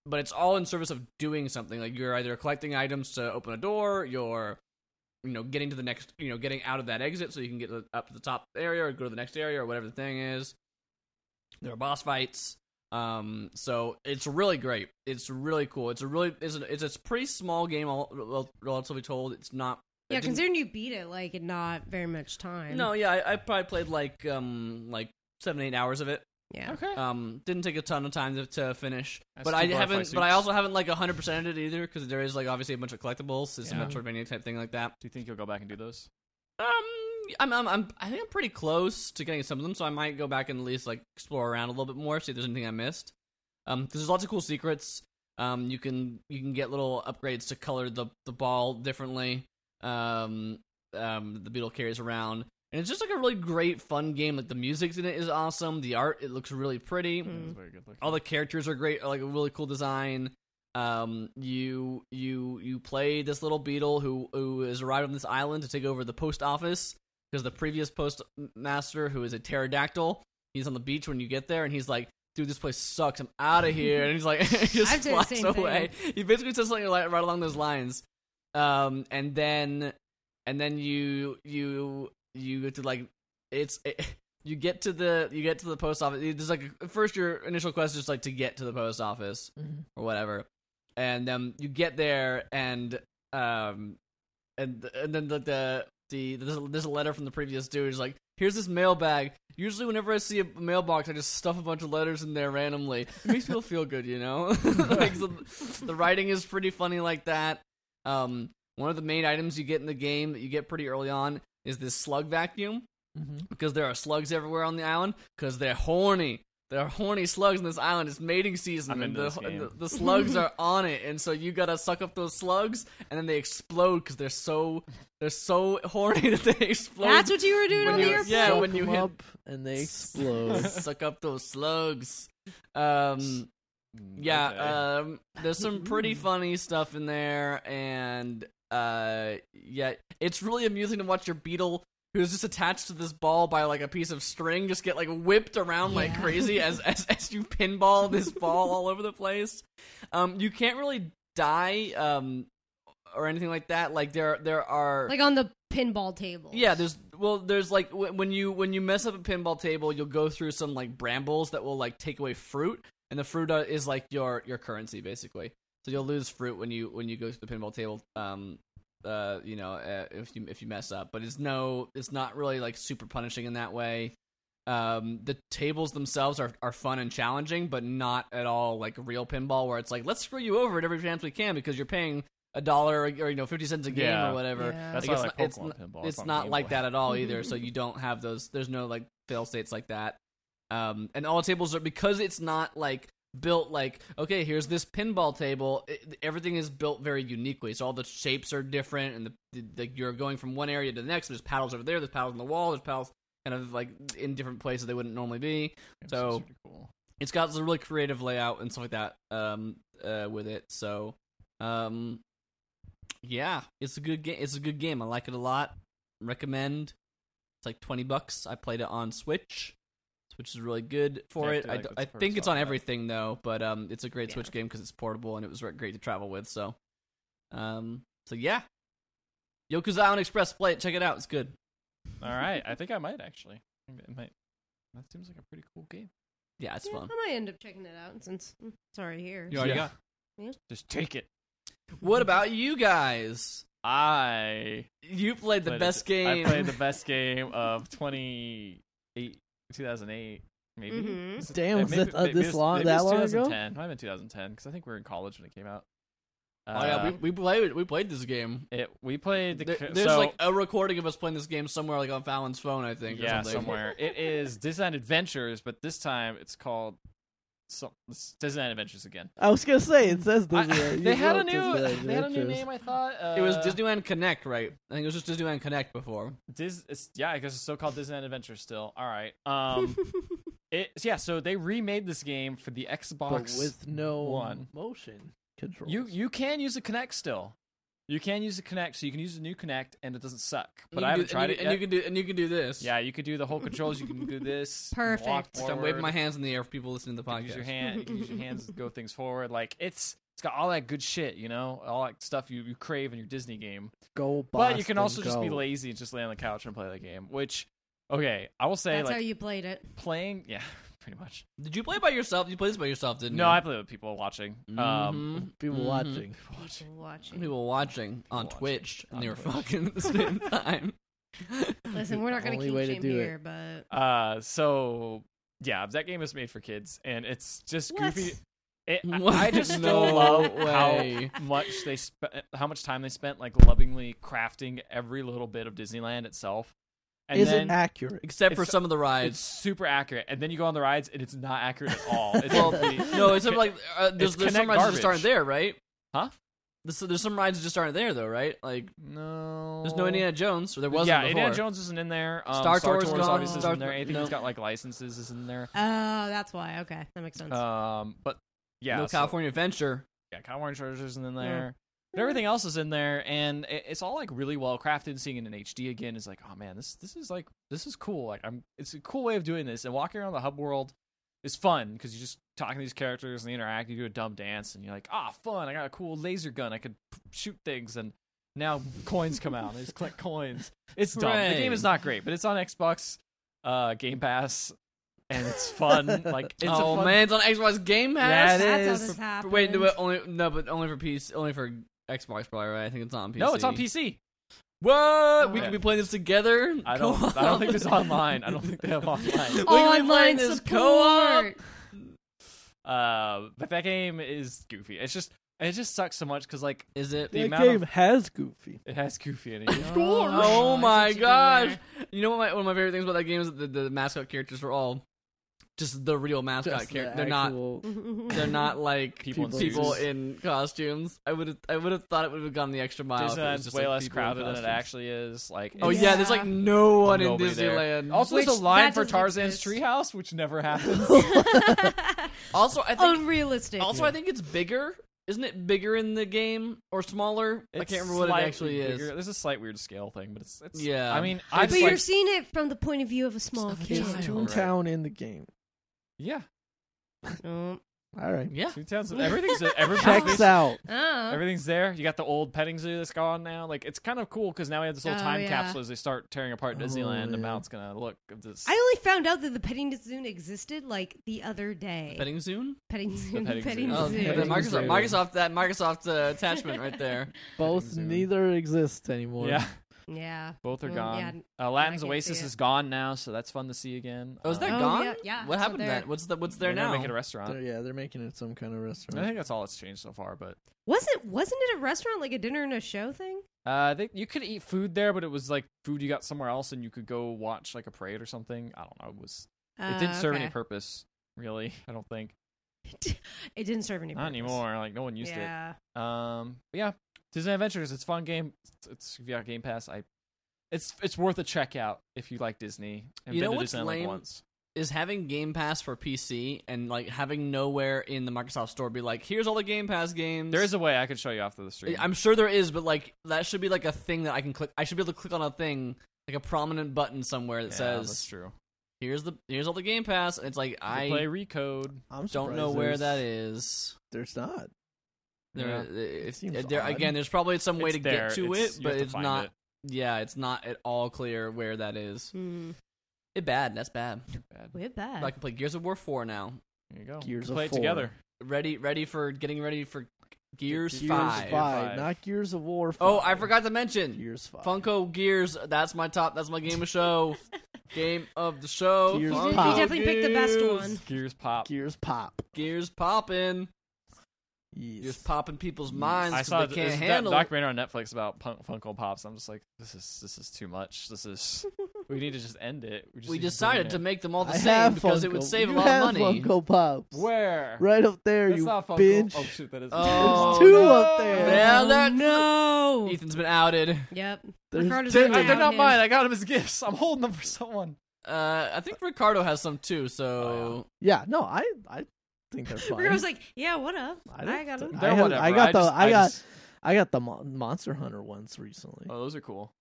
[SPEAKER 1] but it's all in service of doing something. Like you're either collecting items to open a door, you're you know getting to the next, you know getting out of that exit so you can get to- up to the top area or go to the next area or whatever the thing is. There are boss fights. Um, so it's really great. It's really cool. It's a really it's a, it's a pretty small game, all, rel- relatively told. It's not
[SPEAKER 2] Yeah,
[SPEAKER 1] it didn't-
[SPEAKER 2] considering you beat it like in not very much time.
[SPEAKER 1] no, yeah, I, I probably played like um like seven eight hours of it.
[SPEAKER 2] Yeah.
[SPEAKER 4] Okay.
[SPEAKER 1] Um, didn't take a ton of time to, to finish,
[SPEAKER 4] That's
[SPEAKER 1] but
[SPEAKER 4] two
[SPEAKER 1] I
[SPEAKER 4] butterfly
[SPEAKER 1] haven't. But I
[SPEAKER 4] suits.
[SPEAKER 1] also haven't like hundred percent it either because there is like obviously a bunch of collectibles. It's
[SPEAKER 4] Yeah.
[SPEAKER 1] a Metroidvania type thing like that.
[SPEAKER 4] do you think you'll go back and do those?
[SPEAKER 1] Um, I'm, I'm, I'm I think I'm pretty close to getting some of them, so I might go back and at least like explore around a little bit more, see if there's anything I missed. Um, 'cause there's lots of cool secrets. Um, you can you can get little upgrades to color the the ball differently. Um, um, the beetle carries around, and it's just like a really great, fun game. Like the music's in it is awesome. The art it looks really pretty
[SPEAKER 4] Yeah,
[SPEAKER 2] Mm.
[SPEAKER 4] that's very good looking.
[SPEAKER 1] all the characters are great like a really cool design um you you you play this little beetle who who has arrived on this island to take over the post office because the previous postmaster who is a pterodactyl he's on the beach when you get there and he's like dude this place sucks i'm
[SPEAKER 2] [LAUGHS]
[SPEAKER 1] out of here and he's like [LAUGHS] he just
[SPEAKER 2] I've done the
[SPEAKER 1] flies
[SPEAKER 2] same thing.
[SPEAKER 1] away he basically says something like right along those lines um and then and then you you you get to like it's [LAUGHS] you get to the you get to the post office. There's like first your initial quest is just like to get to the post office
[SPEAKER 2] Mm-hmm.
[SPEAKER 3] Mhm.
[SPEAKER 1] or whatever, and um you get there and um and and then the the the there's a, there's a letter from the previous dude. He's like, here's this mailbag. Usually whenever I see a mailbox, I just stuff a bunch of letters in there randomly. It makes people feel good, you know. [LAUGHS] like, so the writing is pretty funny like that. Um, one of the main items you get in the game that you get pretty early on is this slug vacuum
[SPEAKER 3] Mhm.
[SPEAKER 1] because there are slugs everywhere on the island because they're horny. There are horny slugs on this island. It's mating season,
[SPEAKER 4] I'm
[SPEAKER 1] and
[SPEAKER 4] into
[SPEAKER 1] the,
[SPEAKER 4] this
[SPEAKER 1] and the
[SPEAKER 4] game.
[SPEAKER 1] the slugs are [LAUGHS] on it, and so you gotta suck up those slugs, and then they explode because they're so they're so horny [LAUGHS] that they explode.
[SPEAKER 2] That's what you were doing
[SPEAKER 1] When
[SPEAKER 2] on the
[SPEAKER 1] you-
[SPEAKER 2] airplane.
[SPEAKER 1] yeah,
[SPEAKER 3] Suck
[SPEAKER 1] when you
[SPEAKER 3] 'em
[SPEAKER 1] hit-
[SPEAKER 3] up and they explode.
[SPEAKER 1] suck up those slugs. Um,
[SPEAKER 4] Mm,
[SPEAKER 1] yeah,
[SPEAKER 4] okay.
[SPEAKER 1] um, there's some pretty funny stuff in there, and uh, yeah, it's really amusing to watch your beetle, who's just attached to this ball by like a piece of string, just get like whipped around like
[SPEAKER 2] Yeah.
[SPEAKER 1] crazy as, as as you pinball this ball all over the place. Um, you can't really die, um, or anything like that. Like there there are
[SPEAKER 2] Like on the pinball table.
[SPEAKER 1] yeah, there's well, there's like w- when you when you mess up a pinball table, you'll go through some like brambles that will like take away fruit, and the fruit uh, are- is like your your currency basically. So you'll lose fruit when you when you go through the pinball table um uh, you know, uh, if you if you mess up. But it's no, it's not really like super punishing in that way. Um, the tables themselves are are fun and challenging, but not at all like real pinball where it's like let's screw you over at every chance we can because you're paying a dollar or, or, you know fifty cents a game
[SPEAKER 4] Yeah.
[SPEAKER 1] or whatever.
[SPEAKER 2] Yeah.
[SPEAKER 4] That's
[SPEAKER 1] Like,
[SPEAKER 4] why
[SPEAKER 1] it's
[SPEAKER 4] I like
[SPEAKER 1] not- it's
[SPEAKER 4] Pokemon
[SPEAKER 1] not-
[SPEAKER 4] pinball.
[SPEAKER 1] It's
[SPEAKER 4] on
[SPEAKER 1] not
[SPEAKER 4] Game
[SPEAKER 1] like
[SPEAKER 4] Boy.
[SPEAKER 1] that at all either. so you don't have those. There's no like fail states like that. Um, and all tables are because it's not like built like okay, here's this pinball table. It, everything is built very uniquely. So all the shapes are different, and the, the, like you're going from one area to the next. There's paddles over there. There's paddles on the wall. There's paddles kind of like in different places they wouldn't normally be.
[SPEAKER 4] It's
[SPEAKER 1] so-
[SPEAKER 4] super cool.
[SPEAKER 1] It's got a really creative layout and stuff like that. Um, uh, with it. So, um, yeah, it's a good game. It's a good game. I like it a lot. Recommend. It's like twenty bucks. I played it on Switch, which is really good for
[SPEAKER 4] Yeah, I
[SPEAKER 1] it.
[SPEAKER 4] do
[SPEAKER 1] I,
[SPEAKER 4] like
[SPEAKER 1] d-
[SPEAKER 4] that's
[SPEAKER 1] I
[SPEAKER 4] the
[SPEAKER 1] think
[SPEAKER 4] first
[SPEAKER 1] it's on
[SPEAKER 4] one.
[SPEAKER 1] everything though, but um, it's a great
[SPEAKER 2] Yeah.
[SPEAKER 1] Switch game because it's portable and it was re- great to travel with. So, um, so yeah, Yoku's Island Express. Play it. Check it out. It's good.
[SPEAKER 4] All right, I think I might actually. I think It might. That seems like a pretty cool game.
[SPEAKER 1] Yeah, it's
[SPEAKER 2] Yeah,
[SPEAKER 1] fun.
[SPEAKER 2] I might end up checking it out since mm, it's already here. [LAUGHS]
[SPEAKER 1] You already
[SPEAKER 4] Yeah.
[SPEAKER 2] got- Yeah.
[SPEAKER 4] Just take it.
[SPEAKER 1] What about you guys?
[SPEAKER 4] I
[SPEAKER 1] You played the
[SPEAKER 4] played a-
[SPEAKER 1] best game.
[SPEAKER 4] I played the best game of 28, 2008, maybe.
[SPEAKER 2] Mhm.
[SPEAKER 4] Is it-
[SPEAKER 3] Damn,
[SPEAKER 4] uh,
[SPEAKER 3] was that, uh, this
[SPEAKER 4] it's-
[SPEAKER 3] long-
[SPEAKER 4] maybe
[SPEAKER 3] that
[SPEAKER 4] it's
[SPEAKER 3] long ago?
[SPEAKER 4] 2010. Might have been 2010 because I think we were in college when it came out.
[SPEAKER 1] oh yeah,
[SPEAKER 4] Uh,
[SPEAKER 1] we, we played we played this game.
[SPEAKER 4] it, we played the
[SPEAKER 1] There-
[SPEAKER 4] co-
[SPEAKER 1] there's
[SPEAKER 4] so,
[SPEAKER 1] like a recording of us playing this game somewhere, like on Fallon's phone, I think.
[SPEAKER 4] yeah
[SPEAKER 1] or something.
[SPEAKER 4] somewhere. it is Disneyland Adventures, but this time it's called some, it's Disneyland Adventures again.
[SPEAKER 3] I was gonna say it says
[SPEAKER 4] I- [LAUGHS]
[SPEAKER 3] Disney. you
[SPEAKER 4] they had a
[SPEAKER 3] wrote
[SPEAKER 4] new
[SPEAKER 3] Disney
[SPEAKER 4] they had a new
[SPEAKER 3] Adventures.
[SPEAKER 4] name. I thought uh,
[SPEAKER 1] It was Disneyland Connect, right? I think it was just Disneyland Connect before.
[SPEAKER 4] Dis, it's, yeah, I guess it's so called Disneyland Adventures still. All right.
[SPEAKER 2] [LAUGHS]
[SPEAKER 4] Um, it yeah. So they remade this game for the
[SPEAKER 3] but
[SPEAKER 4] Xbox
[SPEAKER 3] with no
[SPEAKER 4] One.
[SPEAKER 3] motion control.
[SPEAKER 4] You you can use the Kinect still. You can use the Kinect, so you can use the new Kinect, and it doesn't suck.
[SPEAKER 1] You
[SPEAKER 4] But I
[SPEAKER 1] can
[SPEAKER 4] haven't
[SPEAKER 1] do-
[SPEAKER 4] tried
[SPEAKER 1] and you,
[SPEAKER 4] it
[SPEAKER 1] And
[SPEAKER 4] yet.
[SPEAKER 1] you can do and you can do this.
[SPEAKER 4] yeah, you could do the whole controls. You can do this.
[SPEAKER 2] Perfect.
[SPEAKER 4] walk
[SPEAKER 1] Like, I'm
[SPEAKER 4] forward,
[SPEAKER 1] waving my hands in the air for people listening to the
[SPEAKER 4] you can
[SPEAKER 1] podcast.
[SPEAKER 4] Use your hand. You can use your hands to go things forward. Like it's it's got all that good shit. You know, all that stuff you, you crave in your Disney game.
[SPEAKER 3] go,
[SPEAKER 4] but you can also
[SPEAKER 3] Boston,
[SPEAKER 4] just be
[SPEAKER 3] go.
[SPEAKER 4] lazy and just lay on the couch and play the game. Which, okay, I will say
[SPEAKER 2] That's
[SPEAKER 4] like
[SPEAKER 2] how you played it.
[SPEAKER 4] playing. Yeah, [LAUGHS] pretty much.
[SPEAKER 1] Did you play by yourself? You played this by yourself, didn't you?
[SPEAKER 4] No, I play with people watching. Um,
[SPEAKER 1] Mhm.
[SPEAKER 3] Mm-hmm. People
[SPEAKER 1] Mhm.
[SPEAKER 3] watching.
[SPEAKER 4] watching.
[SPEAKER 2] People watching.
[SPEAKER 1] People were watching on
[SPEAKER 4] watching
[SPEAKER 1] Twitch, and
[SPEAKER 4] on
[SPEAKER 1] they were
[SPEAKER 4] Twitch.
[SPEAKER 1] fucking at the
[SPEAKER 4] [LAUGHS]
[SPEAKER 1] same time.
[SPEAKER 2] Listen, we're not going
[SPEAKER 3] Only
[SPEAKER 2] to
[SPEAKER 3] way
[SPEAKER 2] keep
[SPEAKER 3] to
[SPEAKER 2] shame
[SPEAKER 3] do it.
[SPEAKER 2] here, but
[SPEAKER 4] Uh, so yeah, that game is made for kids, and it's just
[SPEAKER 2] What?
[SPEAKER 4] goofy. It,
[SPEAKER 1] [LAUGHS]
[SPEAKER 4] I-
[SPEAKER 1] What?
[SPEAKER 4] I just
[SPEAKER 1] No
[SPEAKER 4] don't love
[SPEAKER 1] way.
[SPEAKER 4] how much they spent, how much time they spent like lovingly crafting every little bit of Disneyland itself, and
[SPEAKER 3] Is
[SPEAKER 4] then
[SPEAKER 3] it accurate?
[SPEAKER 1] Except for
[SPEAKER 4] It's-
[SPEAKER 1] some of the
[SPEAKER 4] it's
[SPEAKER 1] rides.
[SPEAKER 4] super accurate. And then you go on the rides, and it's not accurate at
[SPEAKER 1] [LAUGHS]
[SPEAKER 4] all. It's
[SPEAKER 1] Well,
[SPEAKER 4] complete-
[SPEAKER 1] no, except for, like uh, there's,
[SPEAKER 4] It's
[SPEAKER 1] there's some
[SPEAKER 4] Kinect
[SPEAKER 1] rides that just
[SPEAKER 4] garbage.
[SPEAKER 1] aren't there, right?
[SPEAKER 4] Huh?
[SPEAKER 1] There's, there's some rides that just aren't there though, right? Like
[SPEAKER 4] no,
[SPEAKER 1] there's no Indiana Jones, or there wasn't
[SPEAKER 4] Oh. yeah,
[SPEAKER 1] before.
[SPEAKER 4] Indiana Jones isn't in there. Um,
[SPEAKER 1] Star
[SPEAKER 4] Star,
[SPEAKER 1] Tours
[SPEAKER 4] Tours,
[SPEAKER 1] gone.
[SPEAKER 4] obviously
[SPEAKER 1] Star-
[SPEAKER 4] isn't there. Anything
[SPEAKER 1] no.
[SPEAKER 4] that's got like licenses isn't there.
[SPEAKER 2] oh, that's why. Okay, that makes sense.
[SPEAKER 4] Um, but yeah,
[SPEAKER 1] no
[SPEAKER 4] so-
[SPEAKER 1] California Adventure.
[SPEAKER 4] yeah, California Treasures isn't in there. But everything else is in there, and it, it's all like really well crafted. Seeing it in HD again is like, oh man, this this is like this is cool. Like I'm, it's a cool way of doing this. And walking around the hub world is fun because you just talking to these characters and they interact. You do a dumb dance, and you're like, ah, fun! I got a cool laser gun. I could p- shoot things, and now coins come out. I just collect coins. It's dumb.
[SPEAKER 1] Hooray.
[SPEAKER 4] The game is not great, but it's on Xbox uh, Game Pass, and
[SPEAKER 1] [LAUGHS]
[SPEAKER 4] it's fun. like it's
[SPEAKER 1] oh
[SPEAKER 4] a fun
[SPEAKER 1] man, it's on Xbox Game Pass.
[SPEAKER 4] Yeah,
[SPEAKER 2] that's
[SPEAKER 4] it
[SPEAKER 2] how
[SPEAKER 4] is.
[SPEAKER 2] this
[SPEAKER 1] But
[SPEAKER 2] happened.
[SPEAKER 1] Wait, no, but only no, but only for PC, only for Xbox, probably right. I think it's not on PC.
[SPEAKER 4] No, it's on PC.
[SPEAKER 1] What? We
[SPEAKER 4] Yeah.
[SPEAKER 1] could be playing this together.
[SPEAKER 4] I don't. I don't
[SPEAKER 1] [LAUGHS]
[SPEAKER 4] think it's online. I don't think they have [LAUGHS] online.
[SPEAKER 1] We can be playing
[SPEAKER 2] online
[SPEAKER 1] this
[SPEAKER 2] support.
[SPEAKER 1] co-op.
[SPEAKER 4] Uh, but that game is goofy. It's just. It just sucks so much because like
[SPEAKER 1] Is it?
[SPEAKER 4] The
[SPEAKER 3] That
[SPEAKER 4] amount of-
[SPEAKER 3] game has Goofy.
[SPEAKER 4] it has goofy in it.
[SPEAKER 1] [LAUGHS]
[SPEAKER 4] You know?
[SPEAKER 1] Oh
[SPEAKER 2] I see
[SPEAKER 1] my
[SPEAKER 2] what you did
[SPEAKER 1] gosh!
[SPEAKER 2] there.
[SPEAKER 1] You know what? My, one of my favorite things about that game is that the, the mascot characters are all just the real mascot
[SPEAKER 3] Just the
[SPEAKER 1] characters. They're not.
[SPEAKER 3] actual-
[SPEAKER 1] They're not like
[SPEAKER 4] People in
[SPEAKER 1] people
[SPEAKER 4] suits.
[SPEAKER 1] in costumes. I would. I would have thought it would have gone the extra mile. if it was
[SPEAKER 4] Disneyland's
[SPEAKER 1] just,
[SPEAKER 4] way
[SPEAKER 1] like,
[SPEAKER 4] less
[SPEAKER 1] people in
[SPEAKER 4] crowded than it
[SPEAKER 1] costumes.
[SPEAKER 4] actually is. Like,
[SPEAKER 1] Oh yeah,
[SPEAKER 4] it's-
[SPEAKER 2] Yeah.
[SPEAKER 1] there's like no one in
[SPEAKER 4] nobody there.
[SPEAKER 1] Disneyland.
[SPEAKER 4] Also, there's a
[SPEAKER 2] Which,
[SPEAKER 4] line
[SPEAKER 2] that
[SPEAKER 4] for
[SPEAKER 2] doesn't
[SPEAKER 4] Tarzan's
[SPEAKER 2] exist.
[SPEAKER 4] treehouse,
[SPEAKER 1] [LAUGHS]
[SPEAKER 4] which never happens.
[SPEAKER 1] also I think
[SPEAKER 2] [LAUGHS] Unrealistic.
[SPEAKER 1] also I think it's bigger. Isn't it bigger in the game or smaller? I
[SPEAKER 4] It's
[SPEAKER 1] can't remember what it
[SPEAKER 4] slightly
[SPEAKER 1] actually
[SPEAKER 4] bigger.
[SPEAKER 1] is.
[SPEAKER 4] There's a slight weird scale thing, but it's, it's
[SPEAKER 1] Yeah.
[SPEAKER 4] I mean, I
[SPEAKER 2] but
[SPEAKER 4] just
[SPEAKER 2] you're
[SPEAKER 4] like,
[SPEAKER 2] seeing it from the point of view of a small
[SPEAKER 1] It's
[SPEAKER 2] kid.
[SPEAKER 3] Is
[SPEAKER 1] child.
[SPEAKER 3] Toontown in the game?
[SPEAKER 4] yeah,
[SPEAKER 2] No,
[SPEAKER 3] All
[SPEAKER 4] [LAUGHS]
[SPEAKER 3] right.
[SPEAKER 1] Yeah.
[SPEAKER 4] Two towns. Everything's
[SPEAKER 1] [LAUGHS]
[SPEAKER 4] every
[SPEAKER 3] Checks [LAUGHS] out.
[SPEAKER 2] Oh.
[SPEAKER 4] Everything's there. You got the old petting zoo that's gone now. Like it's kind of cool because now we have this little
[SPEAKER 2] Oh,
[SPEAKER 4] time
[SPEAKER 2] yeah.
[SPEAKER 4] capsule as they start tearing apart
[SPEAKER 3] Oh,
[SPEAKER 4] Disneyland and
[SPEAKER 3] yeah.
[SPEAKER 4] how it's gonna look. Of this,
[SPEAKER 2] I only found out that the petting zoo existed like the other day.
[SPEAKER 1] Petting Zoom?
[SPEAKER 2] petting zoo.
[SPEAKER 4] petting
[SPEAKER 2] Petting,
[SPEAKER 4] zoo.
[SPEAKER 2] zoo.
[SPEAKER 1] Oh,
[SPEAKER 3] Zoom.
[SPEAKER 1] yeah, the
[SPEAKER 3] Petting
[SPEAKER 1] Microsoft,
[SPEAKER 3] Zoom.
[SPEAKER 1] Microsoft, that Microsoft uh, attachment right there.
[SPEAKER 2] [LAUGHS]
[SPEAKER 3] Both
[SPEAKER 4] Zoom.
[SPEAKER 3] neither exist anymore.
[SPEAKER 4] yeah,
[SPEAKER 2] Yeah.
[SPEAKER 4] both are
[SPEAKER 2] Well,
[SPEAKER 4] gone. uh, Aladdin's
[SPEAKER 2] I can see
[SPEAKER 4] Oasis
[SPEAKER 2] it.
[SPEAKER 4] is gone now, so that's fun to see again.
[SPEAKER 1] Oh, is
[SPEAKER 4] Um,
[SPEAKER 1] that
[SPEAKER 2] Oh,
[SPEAKER 1] gone?
[SPEAKER 2] yeah, yeah,
[SPEAKER 1] What
[SPEAKER 2] so
[SPEAKER 1] happened to
[SPEAKER 2] they're-
[SPEAKER 1] that? What's the what's there
[SPEAKER 4] They're
[SPEAKER 1] now?
[SPEAKER 4] making a restaurant.
[SPEAKER 3] They're, yeah, they're making it some kind of
[SPEAKER 4] I think
[SPEAKER 3] restaurant.
[SPEAKER 4] that's all that's changed so far. But
[SPEAKER 2] Was it? Wasn't it a restaurant like a dinner and a show thing?
[SPEAKER 4] uh, they, you could eat food there, but it was like food you got somewhere else, and you could go watch like a parade or something. I don't know. It was it didn't
[SPEAKER 2] Uh,
[SPEAKER 4] serve any
[SPEAKER 2] okay.
[SPEAKER 4] purpose really. [LAUGHS] I don't think
[SPEAKER 2] It didn't serve any.
[SPEAKER 4] not
[SPEAKER 2] purpose.
[SPEAKER 4] anymore. Like no one used it.
[SPEAKER 2] yeah.
[SPEAKER 4] Um, but yeah, Disney Adventures. It's a fun game. It's, it's if you got Game Pass. I, it's it's worth a check out if you like Disney. And
[SPEAKER 1] You
[SPEAKER 4] been
[SPEAKER 1] know
[SPEAKER 4] to
[SPEAKER 1] what's
[SPEAKER 4] Disneyland, like,
[SPEAKER 1] lame?
[SPEAKER 4] once.
[SPEAKER 1] Is having Game Pass for PC and like having nowhere in the Microsoft Store be like, here's all the Game Pass games.
[SPEAKER 4] There is a way I could show you after the stream.
[SPEAKER 1] I'm sure there is, but like that should be like a thing that I can click. I should be able to click on a thing, like a prominent button somewhere
[SPEAKER 4] Yeah,
[SPEAKER 1] that
[SPEAKER 4] that's
[SPEAKER 1] says,
[SPEAKER 4] true.
[SPEAKER 1] "Here's the here's all the Game Pass." And it's like
[SPEAKER 4] You can
[SPEAKER 1] I
[SPEAKER 4] play Recode.
[SPEAKER 3] I'm
[SPEAKER 1] don't know
[SPEAKER 3] surprised
[SPEAKER 1] where
[SPEAKER 3] there's-
[SPEAKER 1] that is.
[SPEAKER 3] There's not.
[SPEAKER 1] There, uh,
[SPEAKER 3] It
[SPEAKER 1] if,
[SPEAKER 3] seems
[SPEAKER 1] there
[SPEAKER 3] odd.
[SPEAKER 1] again, there's probably some way
[SPEAKER 4] It's
[SPEAKER 1] to
[SPEAKER 4] there.
[SPEAKER 1] get to it,
[SPEAKER 4] It's- you
[SPEAKER 1] but
[SPEAKER 4] have to
[SPEAKER 1] it's
[SPEAKER 4] find
[SPEAKER 1] not.
[SPEAKER 4] it.
[SPEAKER 1] Yeah, it's not at all clear where that is.
[SPEAKER 2] Hmm.
[SPEAKER 1] It bad. That's bad.
[SPEAKER 4] Bad.
[SPEAKER 2] We're bad.
[SPEAKER 1] I can play Gears of War four now.
[SPEAKER 4] There you go.
[SPEAKER 3] Gears
[SPEAKER 4] play
[SPEAKER 3] of
[SPEAKER 4] it together.
[SPEAKER 1] Ready, ready for getting ready for Gears,
[SPEAKER 3] Gears
[SPEAKER 1] five.
[SPEAKER 4] Five.
[SPEAKER 3] not Gears of War.
[SPEAKER 1] Oh, I
[SPEAKER 3] five.
[SPEAKER 1] forgot to mention
[SPEAKER 3] Gears Five.
[SPEAKER 1] Funko Gears. That's my top. That's my game of
[SPEAKER 2] [LAUGHS]
[SPEAKER 1] show. game of the show.
[SPEAKER 3] Gears
[SPEAKER 2] you,
[SPEAKER 1] Funko
[SPEAKER 2] did- you
[SPEAKER 3] Pop.
[SPEAKER 2] definitely picked the best
[SPEAKER 1] Gears.
[SPEAKER 2] one.
[SPEAKER 4] Gears Pop.
[SPEAKER 3] Gears Pop.
[SPEAKER 1] Gears popping.
[SPEAKER 3] Yes.
[SPEAKER 1] Gears popping people's
[SPEAKER 3] Yes.
[SPEAKER 1] minds.
[SPEAKER 4] I
[SPEAKER 1] 'cause
[SPEAKER 4] saw
[SPEAKER 1] they
[SPEAKER 4] th-
[SPEAKER 1] can't
[SPEAKER 4] this
[SPEAKER 1] handle.
[SPEAKER 4] that
[SPEAKER 1] it.
[SPEAKER 4] documentary on Netflix about punk, Funko Pops. I'm just like, this is this is too much. This is we need to just end it. We, just
[SPEAKER 1] we
[SPEAKER 4] need to
[SPEAKER 1] decided to
[SPEAKER 4] bring it.
[SPEAKER 1] make them all the
[SPEAKER 3] I
[SPEAKER 1] same
[SPEAKER 3] have
[SPEAKER 1] because it
[SPEAKER 3] Funko-
[SPEAKER 1] would save a
[SPEAKER 3] you
[SPEAKER 1] lot of
[SPEAKER 3] have
[SPEAKER 1] money.
[SPEAKER 3] Funko Pops.
[SPEAKER 4] where
[SPEAKER 3] Right up there,
[SPEAKER 4] That's
[SPEAKER 3] you
[SPEAKER 4] not Funko.
[SPEAKER 3] bitch.
[SPEAKER 4] Oh shoot, that is.
[SPEAKER 1] Oh,
[SPEAKER 4] [LAUGHS]
[SPEAKER 3] There's two
[SPEAKER 1] no.
[SPEAKER 3] up there.
[SPEAKER 1] Yeah,
[SPEAKER 2] Oh,
[SPEAKER 1] that-
[SPEAKER 2] no.
[SPEAKER 1] Ethan's been outed.
[SPEAKER 2] Yep.
[SPEAKER 3] There's
[SPEAKER 2] Ricardo's
[SPEAKER 4] They're,
[SPEAKER 2] been
[SPEAKER 4] they're
[SPEAKER 2] down
[SPEAKER 4] not
[SPEAKER 2] him.
[SPEAKER 4] mine. I got them as gifts. I'm holding them for someone.
[SPEAKER 1] Uh, I think Ricardo has some too. So
[SPEAKER 3] Yeah, no, I I
[SPEAKER 1] [LAUGHS]
[SPEAKER 3] think they're fine.
[SPEAKER 2] Ricardo's like, yeah, what up?
[SPEAKER 3] I don't
[SPEAKER 2] I got
[SPEAKER 3] think-
[SPEAKER 2] him.
[SPEAKER 3] I have-
[SPEAKER 4] whatever.
[SPEAKER 3] I got the-
[SPEAKER 4] just-
[SPEAKER 3] I got-
[SPEAKER 4] just-
[SPEAKER 3] I got the Mon- Monster Hunter ones recently.
[SPEAKER 4] oh, those are cool.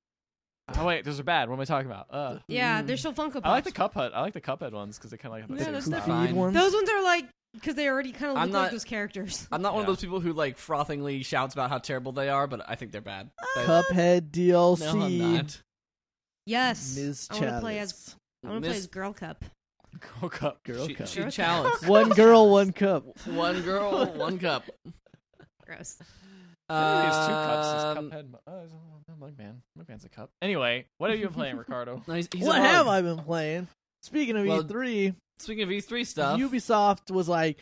[SPEAKER 4] Oh wait, those are bad. What am I talking about? Uh,
[SPEAKER 1] hmm.
[SPEAKER 2] Yeah,
[SPEAKER 3] Mm.
[SPEAKER 2] they're still Funko Pops.
[SPEAKER 4] I like the Cuphead. I like the Cuphead ones because they kind of like have
[SPEAKER 2] Yeah,
[SPEAKER 4] the
[SPEAKER 2] that's
[SPEAKER 3] the
[SPEAKER 2] not
[SPEAKER 3] Goofy
[SPEAKER 4] [LAUGHS]
[SPEAKER 1] fine.
[SPEAKER 3] ones.
[SPEAKER 2] Those ones are like because they already kind of
[SPEAKER 1] I'm
[SPEAKER 2] look
[SPEAKER 1] not-
[SPEAKER 2] like those characters.
[SPEAKER 1] I'm not one of
[SPEAKER 4] Yeah.
[SPEAKER 1] those people who like frothingly shouts about how terrible they are, but I think they're bad.
[SPEAKER 3] Uh,
[SPEAKER 1] They-
[SPEAKER 3] Cuphead
[SPEAKER 1] no, I'm
[SPEAKER 3] DLC.
[SPEAKER 1] not.
[SPEAKER 2] Yes,
[SPEAKER 3] Ms.
[SPEAKER 2] I want to play as
[SPEAKER 3] Chavez.
[SPEAKER 2] I want to play
[SPEAKER 1] Miss-
[SPEAKER 2] as Girl Cup.
[SPEAKER 4] Girl Cup.
[SPEAKER 3] Girl
[SPEAKER 1] she,
[SPEAKER 3] Cup.
[SPEAKER 1] she challenged
[SPEAKER 2] [LAUGHS]
[SPEAKER 3] one girl, one cup.
[SPEAKER 1] one
[SPEAKER 3] [LAUGHS]
[SPEAKER 1] girl, one cup.
[SPEAKER 2] Gross.
[SPEAKER 4] Apparently There's two cups.
[SPEAKER 1] Um,
[SPEAKER 4] There's Cuphead. Oh, there's no Mugman. Mugman's a cup. Anyway, what have you been playing, Ricardo?
[SPEAKER 1] no, he's- he's
[SPEAKER 3] What
[SPEAKER 1] a
[SPEAKER 3] have
[SPEAKER 1] hog.
[SPEAKER 3] I been playing? Speaking of
[SPEAKER 1] Well,
[SPEAKER 3] E3,
[SPEAKER 1] Speaking of E3 stuff,
[SPEAKER 3] Ubisoft was like,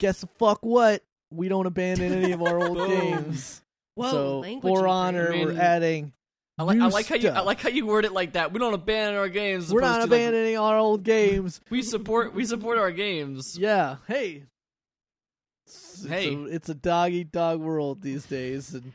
[SPEAKER 3] "Guess the fuck what? We don't abandon any of our
[SPEAKER 1] [LAUGHS]
[SPEAKER 3] old
[SPEAKER 1] Boom.
[SPEAKER 3] games."
[SPEAKER 2] Whoa,
[SPEAKER 3] so
[SPEAKER 2] language
[SPEAKER 3] for
[SPEAKER 2] and
[SPEAKER 3] honor,
[SPEAKER 1] I mean,
[SPEAKER 3] we're adding.
[SPEAKER 1] I, like, I
[SPEAKER 3] new
[SPEAKER 1] like how you I
[SPEAKER 3] stuff.
[SPEAKER 1] like how you word it like that. We don't abandon our games. as
[SPEAKER 3] We're
[SPEAKER 1] opposed
[SPEAKER 3] not
[SPEAKER 1] to, like,
[SPEAKER 3] abandoning our old [LAUGHS] games.
[SPEAKER 1] we support we support our games.
[SPEAKER 3] Yeah. Hey. It's, it's
[SPEAKER 1] Hey.
[SPEAKER 3] A, it's a dog eat dog world these days, and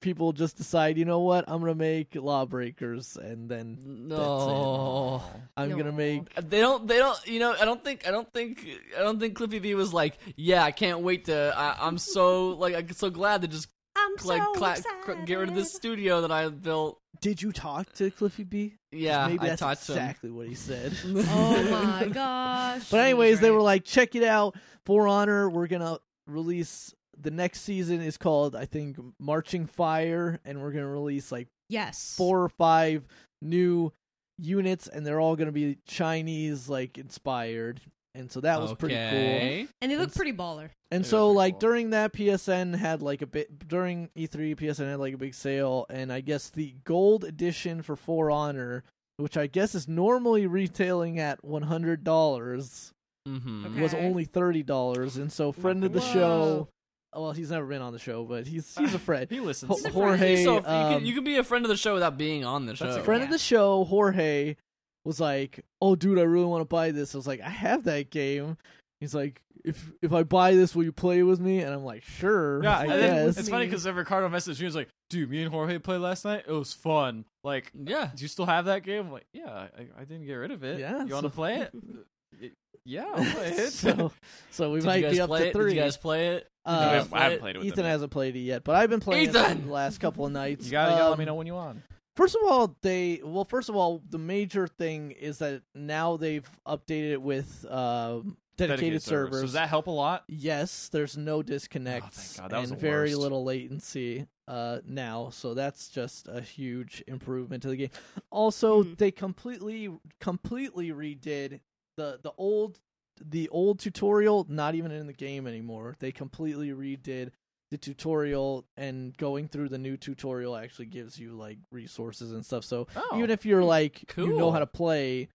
[SPEAKER 3] people just decide, you know what? I'm gonna make lawbreakers, and then
[SPEAKER 1] No.
[SPEAKER 3] I'm gonna
[SPEAKER 2] No.
[SPEAKER 3] make.
[SPEAKER 1] They don't. They don't. You know. I don't think. I don't think. I don't think Cliffy B was like, "Yeah, I can't wait to. I, I'm so like. I'm so glad to just
[SPEAKER 2] I'm
[SPEAKER 1] like
[SPEAKER 2] so
[SPEAKER 1] cla-
[SPEAKER 2] excited.
[SPEAKER 1] get rid of this studio that I built."
[SPEAKER 3] Did you talk to Cliffy B? 'Cause
[SPEAKER 1] Yeah,
[SPEAKER 3] maybe
[SPEAKER 1] I
[SPEAKER 3] that's
[SPEAKER 1] taught
[SPEAKER 3] exactly what he [LAUGHS] said.
[SPEAKER 1] him.
[SPEAKER 2] Oh
[SPEAKER 3] [LAUGHS]
[SPEAKER 2] my gosh!
[SPEAKER 3] But anyways,
[SPEAKER 2] He's
[SPEAKER 3] they
[SPEAKER 2] right.
[SPEAKER 3] were like, check it out. For Honor, we're gonna release the next season is called I think Marching Fire, and we're gonna release like
[SPEAKER 2] yes,
[SPEAKER 3] four or five new units, and they're all gonna be Chinese like inspired. And so that was pretty cool.
[SPEAKER 1] Okay.
[SPEAKER 2] and they look pretty baller.
[SPEAKER 3] And
[SPEAKER 4] They
[SPEAKER 3] so
[SPEAKER 4] look pretty
[SPEAKER 3] like
[SPEAKER 4] cool.
[SPEAKER 3] during that PSN had like a bit during E E3 PSN had like a big sale, and I guess the gold edition for For Honor, which I guess is normally retailing at one hundred dollars
[SPEAKER 1] Mm-hmm.
[SPEAKER 2] Okay.
[SPEAKER 3] was only thirty dollars, and so friend of the
[SPEAKER 4] goodness.
[SPEAKER 3] show. oh, Well, he's never been on the show, but he's he's
[SPEAKER 4] [LAUGHS]
[SPEAKER 3] a friend.
[SPEAKER 4] He listens.
[SPEAKER 3] Ho-
[SPEAKER 2] He's a friend.
[SPEAKER 3] Jorge,
[SPEAKER 1] so if you,
[SPEAKER 3] um,
[SPEAKER 1] can, you can be a friend of the show without being on the
[SPEAKER 4] That's
[SPEAKER 1] show.
[SPEAKER 4] a
[SPEAKER 3] friend of
[SPEAKER 2] Yeah.
[SPEAKER 3] the show, Jorge was like, "Oh, dude, I really want to buy this." I was like, "I have that game." He's like, "If if I buy this, will you play with me?" And I'm like, "Sure,
[SPEAKER 4] Yeah,
[SPEAKER 3] I
[SPEAKER 4] and then
[SPEAKER 3] guess."
[SPEAKER 4] it's funny because then Ricardo messaged me. He was like, "Dude, me and Jorge played last night. It was fun. Like,
[SPEAKER 1] yeah.
[SPEAKER 4] do you still have that game?" I'm like, "Yeah, I, I didn't get rid of it.
[SPEAKER 3] Yeah,
[SPEAKER 4] you want to
[SPEAKER 3] so-
[SPEAKER 4] play
[SPEAKER 3] [LAUGHS]
[SPEAKER 4] it? Uh, Y- yeah, I'll play it." [LAUGHS]
[SPEAKER 3] so, uh, so we
[SPEAKER 1] Did you
[SPEAKER 3] might
[SPEAKER 1] guys
[SPEAKER 3] be up
[SPEAKER 1] play
[SPEAKER 3] to
[SPEAKER 1] it?
[SPEAKER 3] three.
[SPEAKER 1] Did you guys play it?
[SPEAKER 4] I
[SPEAKER 3] Uh,
[SPEAKER 4] haven't- I haven't played it with
[SPEAKER 3] Ethan
[SPEAKER 4] them yet.
[SPEAKER 3] hasn't played it yet, but I've been playing it
[SPEAKER 1] Ethan!
[SPEAKER 3] the last couple of nights.
[SPEAKER 4] You gotta, you gotta let
[SPEAKER 3] Um,
[SPEAKER 4] me know when you want.
[SPEAKER 3] First of all, they well, first of all, the major thing is that now they've updated it with um dedicated, servers.
[SPEAKER 4] So does that help a lot?
[SPEAKER 3] Yes, there's no disconnects
[SPEAKER 4] Oh, God, that was
[SPEAKER 3] and
[SPEAKER 4] the
[SPEAKER 3] very
[SPEAKER 4] worst.
[SPEAKER 3] little latency uh, now, so that's just a huge improvement to the game. Also,
[SPEAKER 2] Mhm.
[SPEAKER 3] they completely completely redid the the old the old tutorial. Not even in the game anymore. They completely redid the tutorial, and going through the new tutorial actually gives you like resources and stuff. So
[SPEAKER 4] Oh,
[SPEAKER 3] even if you're like you know
[SPEAKER 1] Cool.
[SPEAKER 3] how to play,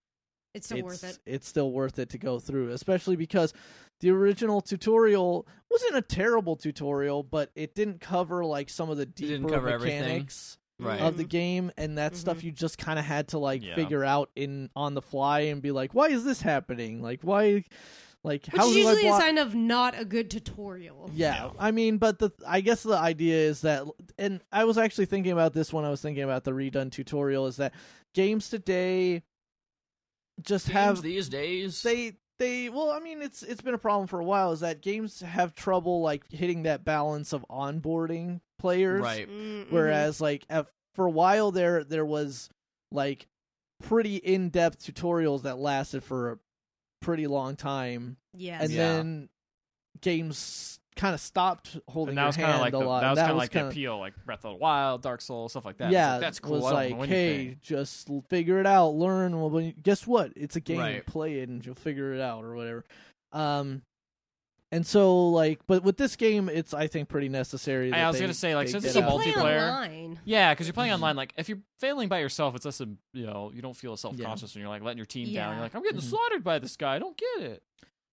[SPEAKER 2] It's still
[SPEAKER 3] it's,
[SPEAKER 2] worth it.
[SPEAKER 3] It's still worth it to go through, especially because the original tutorial wasn't a terrible tutorial, but it didn't cover like some of the
[SPEAKER 1] didn't
[SPEAKER 3] deeper
[SPEAKER 1] cover everything.
[SPEAKER 3] mechanics
[SPEAKER 1] Right.
[SPEAKER 3] of the game, and
[SPEAKER 2] Mm-hmm.
[SPEAKER 3] that stuff you just kind of had to like
[SPEAKER 4] Yeah.
[SPEAKER 3] figure out in on the fly and be like, why is this happening? Like why, like
[SPEAKER 2] Which
[SPEAKER 3] how
[SPEAKER 2] is
[SPEAKER 3] do I
[SPEAKER 2] usually a
[SPEAKER 3] block?
[SPEAKER 2] sign of not a good tutorial.
[SPEAKER 3] Yeah,
[SPEAKER 4] Yeah.
[SPEAKER 3] I mean, but the I guess the idea is that, and I was actually thinking about this when I was thinking about the redone tutorial is that games today just
[SPEAKER 1] Games
[SPEAKER 3] have
[SPEAKER 1] these days.
[SPEAKER 3] they they well i mean it's it's been a problem for a while is that games have trouble like hitting that balance of onboarding players
[SPEAKER 1] right.
[SPEAKER 2] Mm, mhm.
[SPEAKER 4] Mm-hmm.
[SPEAKER 3] whereas like at, for a while there there was like pretty in-depth tutorials that lasted for a pretty long time
[SPEAKER 2] yes.
[SPEAKER 3] and
[SPEAKER 4] Yeah.
[SPEAKER 3] then games kind of stopped holding
[SPEAKER 4] And that was
[SPEAKER 3] your
[SPEAKER 4] kind of
[SPEAKER 3] hand
[SPEAKER 4] like
[SPEAKER 3] a
[SPEAKER 4] the,
[SPEAKER 3] lot
[SPEAKER 4] that was
[SPEAKER 3] That
[SPEAKER 4] kind of like
[SPEAKER 3] kinda-
[SPEAKER 4] the appeal, like Breath of the Wild, Dark Souls, stuff like that. It's
[SPEAKER 3] yeah,
[SPEAKER 4] like, that's cool.
[SPEAKER 3] Was
[SPEAKER 4] I don't
[SPEAKER 3] like,
[SPEAKER 4] know
[SPEAKER 3] hey,
[SPEAKER 4] anything.
[SPEAKER 3] just l- figure it out, learn. Well, but guess what? It's a game.
[SPEAKER 1] Right.
[SPEAKER 3] Play it, and you'll figure it out, or whatever. Um, and so like, but with this game, it's I think pretty necessary.
[SPEAKER 4] I
[SPEAKER 3] that
[SPEAKER 4] was
[SPEAKER 3] they-
[SPEAKER 4] gonna say, like,
[SPEAKER 3] they
[SPEAKER 4] since
[SPEAKER 3] get
[SPEAKER 4] it's
[SPEAKER 2] Because
[SPEAKER 4] a
[SPEAKER 2] you
[SPEAKER 3] out
[SPEAKER 2] play
[SPEAKER 3] there.
[SPEAKER 4] multiplayer-
[SPEAKER 2] online.
[SPEAKER 4] yeah, because you're playing
[SPEAKER 3] Mm-hmm.
[SPEAKER 4] online. Like, if you're failing by yourself, it's less of you know you don't feel as self conscious, and you're like letting your team down.
[SPEAKER 2] Yeah.
[SPEAKER 4] You're like, I'm getting
[SPEAKER 3] Mhm.
[SPEAKER 4] slaughtered by this guy. I don't get it.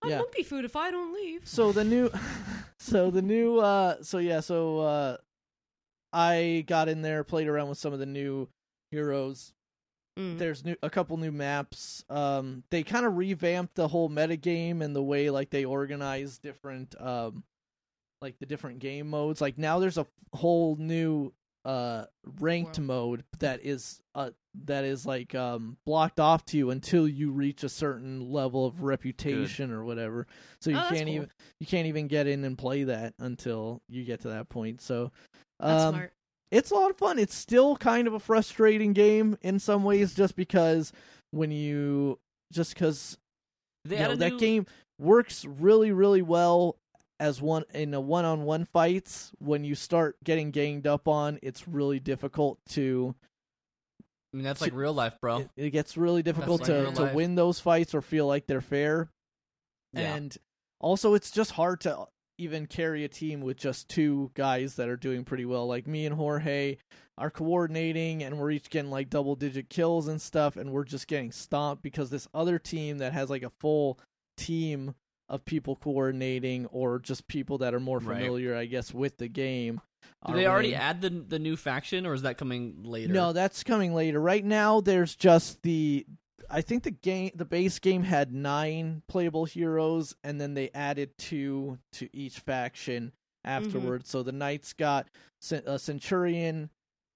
[SPEAKER 2] I
[SPEAKER 3] Yeah.
[SPEAKER 2] won't be food if I don't leave.
[SPEAKER 3] So the new, [LAUGHS] so the new, uh, so yeah, so uh, I got in there, played around with some of the new heroes
[SPEAKER 2] Mm.
[SPEAKER 3] there's new a couple new maps um they kind of revamped the whole metagame and the way like they organize different um like the different game modes like now there's a whole new uh ranked
[SPEAKER 2] Wow.
[SPEAKER 3] mode that is uh that is like um blocked off to you until you reach a certain level of reputation or whatever so you
[SPEAKER 2] Oh, that's
[SPEAKER 3] can't
[SPEAKER 2] cool.
[SPEAKER 3] even you can't even get in and play that until you get to that point so
[SPEAKER 2] That's
[SPEAKER 3] um
[SPEAKER 2] smart.
[SPEAKER 3] it's a lot of fun. It's still kind of a frustrating game in some ways, just because when you just because
[SPEAKER 1] They
[SPEAKER 3] you know,
[SPEAKER 1] added
[SPEAKER 3] that
[SPEAKER 1] new-
[SPEAKER 3] game works really, really well as one in a one-on-one fights. When you start getting ganged up on, it's really difficult to.
[SPEAKER 1] I mean, that's like real life, bro.
[SPEAKER 3] It, it gets really difficult
[SPEAKER 1] like
[SPEAKER 3] to,
[SPEAKER 1] real
[SPEAKER 3] to
[SPEAKER 1] life.
[SPEAKER 3] win those fights or feel like they're fair.
[SPEAKER 1] yeah.
[SPEAKER 3] And also, it's just hard to even carry a team with just two guys that are doing pretty well. Like me and Jorge are coordinating, and we're each getting like double digit kills and stuff, and we're just getting stomped because this other team that has like a full team of people coordinating or just people that are more
[SPEAKER 1] Right.
[SPEAKER 3] familiar, I guess, with the game.
[SPEAKER 1] Do
[SPEAKER 3] are
[SPEAKER 1] they already
[SPEAKER 3] winning.
[SPEAKER 1] add the the new faction, or is that coming later?
[SPEAKER 3] No, that's coming later. Right now, there's just the. I think the game, the base game had nine playable heroes, and then they added two to each faction
[SPEAKER 1] Mm-hmm.
[SPEAKER 3] afterwards. So the knights got cen- a centurion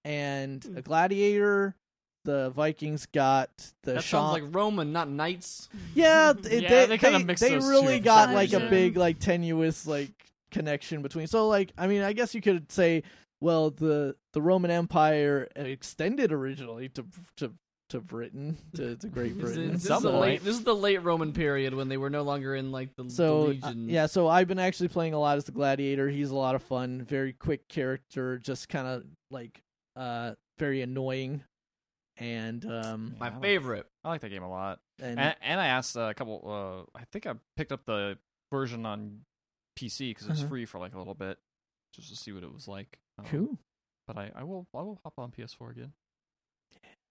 [SPEAKER 3] and a
[SPEAKER 1] Hmm.
[SPEAKER 2] Mm.
[SPEAKER 3] gladiator. The Vikings got the
[SPEAKER 1] that
[SPEAKER 3] shaman.
[SPEAKER 1] sounds like Roman, not knights.
[SPEAKER 2] [LAUGHS]
[SPEAKER 3] yeah, th-
[SPEAKER 4] Yeah,
[SPEAKER 3] they
[SPEAKER 4] they kinda
[SPEAKER 3] they,
[SPEAKER 4] mixed
[SPEAKER 3] they
[SPEAKER 4] those two
[SPEAKER 3] really
[SPEAKER 4] for
[SPEAKER 3] got
[SPEAKER 2] some
[SPEAKER 3] like a
[SPEAKER 2] reason.
[SPEAKER 3] big like tenuous like connection between. So like I mean, I guess you could say well the the Roman Empire extended originally to to to Britain
[SPEAKER 1] [LAUGHS]
[SPEAKER 3] to, to Great
[SPEAKER 1] This
[SPEAKER 3] Britain.
[SPEAKER 1] is,
[SPEAKER 4] At
[SPEAKER 1] this, is
[SPEAKER 4] some
[SPEAKER 1] the late,
[SPEAKER 4] point.
[SPEAKER 1] this is the late Roman period when they were no longer in like the, the
[SPEAKER 3] So uh,
[SPEAKER 1] legion.
[SPEAKER 3] yeah, so I've been actually playing a lot as the gladiator. He's a lot of fun, very quick character, just kind of like uh very annoying and um
[SPEAKER 4] Yeah, I
[SPEAKER 1] my
[SPEAKER 4] like-
[SPEAKER 1] favorite.
[SPEAKER 4] I like that game a lot.
[SPEAKER 3] and,
[SPEAKER 4] And, and I asked uh, a couple. Uh, I think I picked up the version on PC because it was
[SPEAKER 3] Uh-huh.
[SPEAKER 4] free for like a little bit, just to see what it was like. Um,
[SPEAKER 3] cool.
[SPEAKER 4] But I, I will I will hop on PS4 again.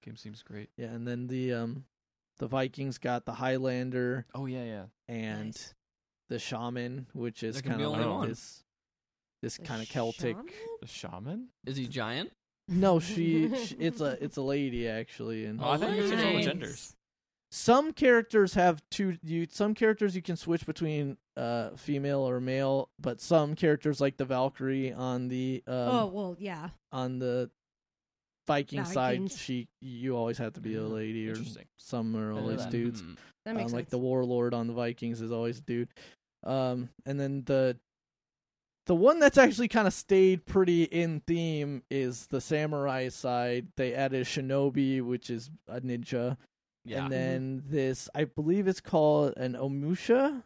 [SPEAKER 4] Game seems great.
[SPEAKER 3] Yeah, and then the um the Vikings got the Highlander
[SPEAKER 4] Oh yeah yeah.
[SPEAKER 3] and
[SPEAKER 2] Nice.
[SPEAKER 3] the shaman, which is
[SPEAKER 1] There can
[SPEAKER 3] kind
[SPEAKER 1] be
[SPEAKER 3] of
[SPEAKER 4] only
[SPEAKER 3] like
[SPEAKER 4] one.
[SPEAKER 3] this this
[SPEAKER 2] The
[SPEAKER 3] kind of Celtic.
[SPEAKER 2] shaman?
[SPEAKER 4] The shaman.
[SPEAKER 1] Is he giant?
[SPEAKER 2] [LAUGHS]
[SPEAKER 3] No, she, she it's a it's a lady actually, and
[SPEAKER 4] Oh, I thought you could switch all the
[SPEAKER 2] Nice.
[SPEAKER 4] genders.
[SPEAKER 3] some characters have two. You some characters you can switch between uh female or male, but some characters like the Valkyrie on the um,
[SPEAKER 2] oh well, yeah.
[SPEAKER 3] on the Viking side,
[SPEAKER 2] Vikings.
[SPEAKER 3] she you always have to be a
[SPEAKER 4] Mm,
[SPEAKER 3] lady or
[SPEAKER 4] interesting.
[SPEAKER 3] some are
[SPEAKER 4] know
[SPEAKER 3] always
[SPEAKER 4] that.
[SPEAKER 3] dudes.
[SPEAKER 1] Hmm.
[SPEAKER 2] That
[SPEAKER 3] um,
[SPEAKER 2] makes
[SPEAKER 3] like
[SPEAKER 2] sense.
[SPEAKER 3] the warlord on the Vikings is always a dude. Um, and then the the one that's actually kind of stayed pretty in theme is the samurai side. They added shinobi, which is a ninja,
[SPEAKER 1] Yeah.
[SPEAKER 2] Mm-hmm.
[SPEAKER 3] and then this I believe it's called an omusha,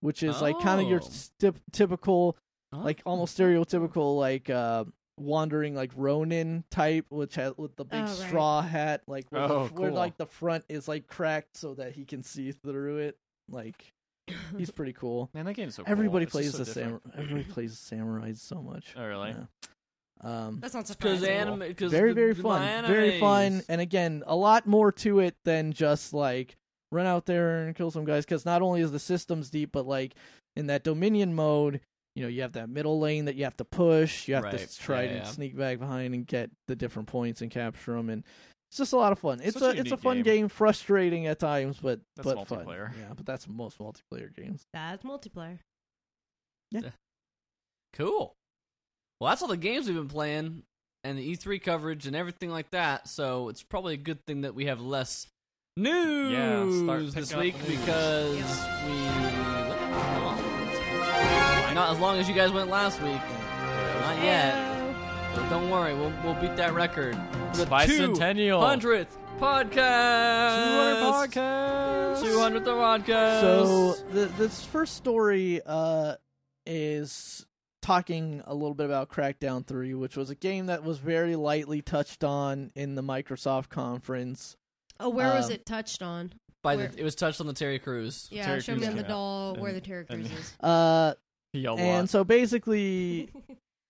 [SPEAKER 3] which is like kind of your
[SPEAKER 1] Oh.
[SPEAKER 3] tip- typical,
[SPEAKER 1] Oh.
[SPEAKER 3] [LAUGHS] like almost stereotypical, like uh, wandering like Ronin type, which has with the big
[SPEAKER 2] Oh, right.
[SPEAKER 3] straw hat, like where, the,
[SPEAKER 4] Oh,
[SPEAKER 3] where
[SPEAKER 4] cool.
[SPEAKER 3] like the front is like cracked so that he can see through it. Like
[SPEAKER 2] [LAUGHS]
[SPEAKER 3] he's pretty cool.
[SPEAKER 4] Man, that game's so [LAUGHS] cool.
[SPEAKER 3] Everybody
[SPEAKER 4] It's just
[SPEAKER 3] plays
[SPEAKER 4] so
[SPEAKER 3] the
[SPEAKER 4] different.
[SPEAKER 3] samurai. Everybody plays the samurais so much.
[SPEAKER 4] Oh, really?
[SPEAKER 3] Yeah. Um,
[SPEAKER 2] That's not
[SPEAKER 1] because
[SPEAKER 2] surprising.
[SPEAKER 1] anime, because
[SPEAKER 3] very very fun very fun and again a lot more to it than just like run out there and kill some guys because not only is the systems deep but like in that dominion mode you know you have that middle lane that you have to push you have
[SPEAKER 1] Right.
[SPEAKER 3] to try
[SPEAKER 1] Yeah,
[SPEAKER 3] to
[SPEAKER 1] yeah.
[SPEAKER 3] sneak back behind and get the different points and capture them and it's just a lot of fun it's
[SPEAKER 4] Such a
[SPEAKER 3] a, it's a
[SPEAKER 4] unique game.
[SPEAKER 3] fun game. frustrating at times but
[SPEAKER 4] That's
[SPEAKER 3] but fun
[SPEAKER 4] multiplayer.
[SPEAKER 3] yeah but that's most multiplayer games
[SPEAKER 2] That's multiplayer.
[SPEAKER 1] cool. Well, that's all the games we've been playing and the E3 coverage and everything like that. So it's probably a good thing that we have less news
[SPEAKER 4] start
[SPEAKER 1] this
[SPEAKER 4] picking up
[SPEAKER 1] week
[SPEAKER 4] the news.
[SPEAKER 1] because
[SPEAKER 2] Yeah.
[SPEAKER 1] we not as long as you guys went last week. Not yet. But don't worry, we'll we'll beat that record. The
[SPEAKER 4] Bicentennial.
[SPEAKER 1] 200th podcast.
[SPEAKER 4] 200 podcast.
[SPEAKER 1] 200th podcast.
[SPEAKER 3] So the, this first story uh, is talking a little bit about Crackdown 3, which was a game that was very lightly touched on in the Microsoft conference.
[SPEAKER 2] Oh, where was
[SPEAKER 3] Um,
[SPEAKER 2] it touched on?
[SPEAKER 1] by
[SPEAKER 2] where-
[SPEAKER 1] the, it was touched on the Terry Crews.
[SPEAKER 2] Yeah,
[SPEAKER 4] Terry
[SPEAKER 2] show
[SPEAKER 4] Crews
[SPEAKER 2] me on the
[SPEAKER 4] came out,
[SPEAKER 2] doll where the
[SPEAKER 4] and-
[SPEAKER 2] Terra
[SPEAKER 4] and-
[SPEAKER 2] Cruz is.
[SPEAKER 3] [LAUGHS] Uh,
[SPEAKER 4] Yeah, a
[SPEAKER 3] and
[SPEAKER 4] lot.
[SPEAKER 3] so basically,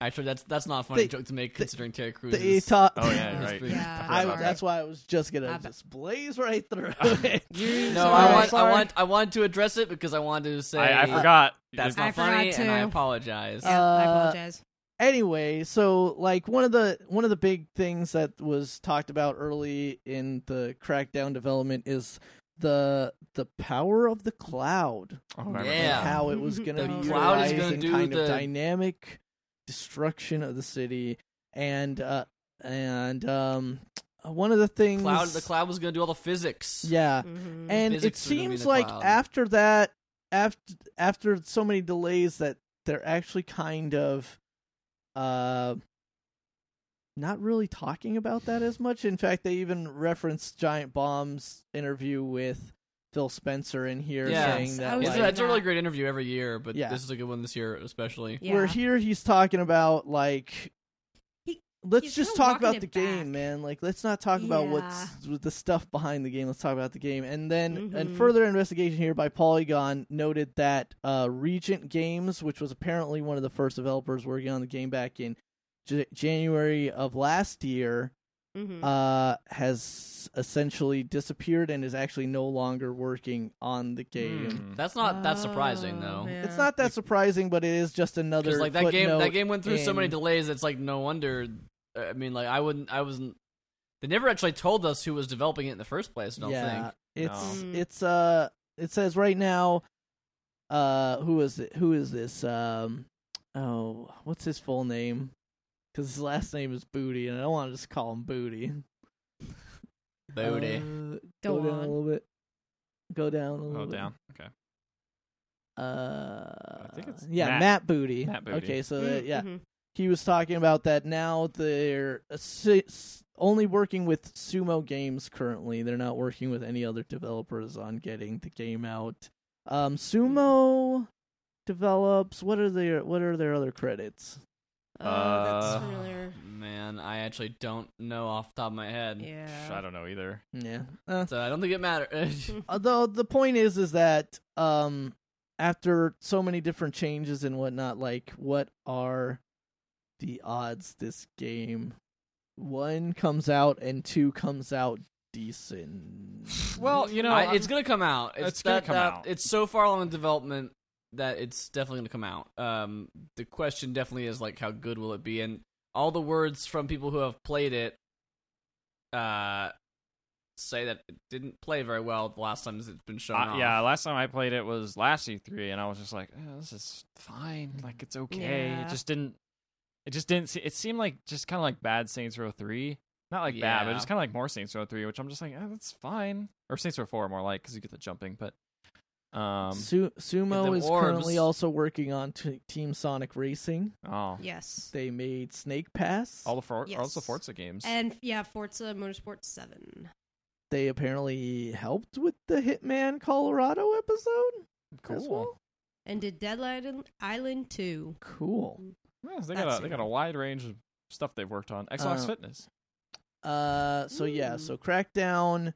[SPEAKER 1] Actually, that's that's not a funny
[SPEAKER 3] They-
[SPEAKER 1] joke to make considering Terry Crews.
[SPEAKER 3] the
[SPEAKER 1] is-
[SPEAKER 3] top.
[SPEAKER 4] Oh yeah,
[SPEAKER 1] It's
[SPEAKER 4] right.
[SPEAKER 1] pretty-
[SPEAKER 2] Yeah,
[SPEAKER 3] [LAUGHS] I,
[SPEAKER 2] Sorry.
[SPEAKER 3] that's why I was just gonna
[SPEAKER 2] I bet.
[SPEAKER 3] just blaze right
[SPEAKER 4] [LAUGHS]
[SPEAKER 3] through it.
[SPEAKER 1] no,
[SPEAKER 3] Sorry.
[SPEAKER 1] I want I
[SPEAKER 3] Sorry.
[SPEAKER 1] want I want to address it because I wanted to say
[SPEAKER 4] I, I forgot.
[SPEAKER 1] that's
[SPEAKER 4] It-
[SPEAKER 3] [LAUGHS]
[SPEAKER 1] not
[SPEAKER 2] I forgot
[SPEAKER 1] funny, and I
[SPEAKER 2] too.
[SPEAKER 1] apologize.
[SPEAKER 2] [LAUGHS] Yeah, I
[SPEAKER 3] Uh,
[SPEAKER 2] apologize.
[SPEAKER 3] anyway, so like one of the one of the big things that was talked about early in the Crackdown development is the the power of the cloud.
[SPEAKER 4] I don't remember.
[SPEAKER 1] Yeah.
[SPEAKER 3] and how it was going to
[SPEAKER 2] The
[SPEAKER 3] be
[SPEAKER 2] cloud is
[SPEAKER 3] utilized
[SPEAKER 1] gonna
[SPEAKER 3] and
[SPEAKER 1] do
[SPEAKER 3] kind
[SPEAKER 1] the-
[SPEAKER 3] of dynamic destruction of the city and uh and um one of the things
[SPEAKER 1] Cloud, the cloud was gonna do all the physics.
[SPEAKER 3] yeah
[SPEAKER 2] Mhm.
[SPEAKER 3] uh, and it
[SPEAKER 1] physics are gonna be
[SPEAKER 3] seems
[SPEAKER 1] the
[SPEAKER 3] like
[SPEAKER 1] cloud.
[SPEAKER 3] after that after after so many delays that they're actually kind of uh not really talking about that as much in fact they even referenced giant bombs interview with phil spencer in here
[SPEAKER 1] Yeah.
[SPEAKER 3] saying that
[SPEAKER 2] I was
[SPEAKER 1] It's,
[SPEAKER 3] like,
[SPEAKER 1] a, it's a really great interview every year, but
[SPEAKER 3] Oh, Yeah.
[SPEAKER 1] this is a good one this year especially.
[SPEAKER 2] yeah.
[SPEAKER 3] Where here he's talking about like
[SPEAKER 2] He-
[SPEAKER 3] let's
[SPEAKER 2] he's
[SPEAKER 3] just
[SPEAKER 2] kinda
[SPEAKER 3] talk about
[SPEAKER 2] walking
[SPEAKER 3] the
[SPEAKER 2] it back.
[SPEAKER 3] game, man. Like let's not talk about what's with the stuff behind the game. Let's talk about the game. And then
[SPEAKER 2] Mhm.
[SPEAKER 3] and further investigation here by Polygon noted that uh Regent Games, which was apparently one of the first developers working on the game back in J- January of last year,
[SPEAKER 2] Mhm.
[SPEAKER 3] uh has essentially disappeared and is actually no longer working on
[SPEAKER 2] Mm.
[SPEAKER 3] the game.
[SPEAKER 4] Hmm.
[SPEAKER 1] That's not that
[SPEAKER 2] Oh,
[SPEAKER 1] surprising though.
[SPEAKER 2] man.
[SPEAKER 3] It's not that surprising, but it is just another
[SPEAKER 1] Because like that game,
[SPEAKER 3] footnote
[SPEAKER 1] that game went through so many
[SPEAKER 3] in-
[SPEAKER 1] delays. It's like no wonder. uh, I mean, like I wouldn't. I wasn't. They never actually told us who was developing it in the first place. I don't
[SPEAKER 3] yeah,
[SPEAKER 1] think.
[SPEAKER 3] it's
[SPEAKER 2] No.
[SPEAKER 3] it's uh it says right now uh who is it who is this um oh what's his full name because his last name is Booty and I don't want to just call him Booty.
[SPEAKER 1] Booty.
[SPEAKER 3] Uh,
[SPEAKER 2] Go
[SPEAKER 3] go down
[SPEAKER 2] on.
[SPEAKER 3] a little bit. Go down a little
[SPEAKER 4] Oh,
[SPEAKER 3] bit.
[SPEAKER 4] down. Okay.
[SPEAKER 3] Uh,
[SPEAKER 4] I think it's
[SPEAKER 3] yeah,
[SPEAKER 4] Matt.
[SPEAKER 3] Booty.
[SPEAKER 4] Matt Booty.
[SPEAKER 3] Okay, so that,
[SPEAKER 2] Mm,
[SPEAKER 3] yeah,
[SPEAKER 2] mhm.
[SPEAKER 3] he was talking about that now they're assi- s- only working with sumo games currently they're not working with any other developers on getting the game out um sumo develops what are their what are their other credits
[SPEAKER 2] Oh,
[SPEAKER 4] Uh,
[SPEAKER 2] that's familiar.
[SPEAKER 1] Man, I actually don't know off the top of my head.
[SPEAKER 2] Yeah.
[SPEAKER 4] Psh, I don't know either.
[SPEAKER 3] yeah Uh,
[SPEAKER 1] So I don't think it [LAUGHS] matters.
[SPEAKER 3] although the point is is that um after so many different changes and whatnot like what are the odds this game one comes out and two comes out decent
[SPEAKER 4] Well, you know,
[SPEAKER 1] I- it's gonna come out. It's,
[SPEAKER 4] It's gonna
[SPEAKER 1] that-
[SPEAKER 4] come
[SPEAKER 1] that-
[SPEAKER 4] out.
[SPEAKER 1] It's so far along in development that it's definitely gonna come out. Um, the question definitely is like, how good will it be? And all the words from people who have played it, uh, say that it didn't play very well the last time it's been shown.
[SPEAKER 4] Uh,
[SPEAKER 1] off.
[SPEAKER 4] yeah, last time I played it was last E3, and I was just like, "Eh, "This is fine. Like it's okay.
[SPEAKER 2] Yeah.
[SPEAKER 4] It just didn't. It just didn't. See, it seemed like just kind of like bad Saints Row three. Not like bad, but
[SPEAKER 1] Yeah.
[SPEAKER 4] just kind of like more Saints Row three, which I'm just like, eh, that's fine. Or Saints Row four, more like because you get the jumping. But um,
[SPEAKER 3] Su-
[SPEAKER 1] them
[SPEAKER 3] Sumo is
[SPEAKER 1] orbs.
[SPEAKER 3] currently also working on t- Team Sonic Racing.
[SPEAKER 4] oh,
[SPEAKER 2] Yes.
[SPEAKER 3] They made Snake Pass.
[SPEAKER 4] all the For- all the
[SPEAKER 2] Yes.
[SPEAKER 4] Forza games.
[SPEAKER 2] And yeah, Forza Motorsport 7.
[SPEAKER 3] they apparently helped with the Hitman Colorado episode.
[SPEAKER 4] cool.
[SPEAKER 3] as well.
[SPEAKER 2] and did Deadline Island 2.
[SPEAKER 3] Cool.
[SPEAKER 4] Yeah, they
[SPEAKER 2] That's
[SPEAKER 4] got a, they got a wide range of stuff they've worked on. Xbox
[SPEAKER 3] Uh,
[SPEAKER 4] Fitness.
[SPEAKER 3] Uh, so
[SPEAKER 4] Hmm.
[SPEAKER 3] yeah, so Crackdown.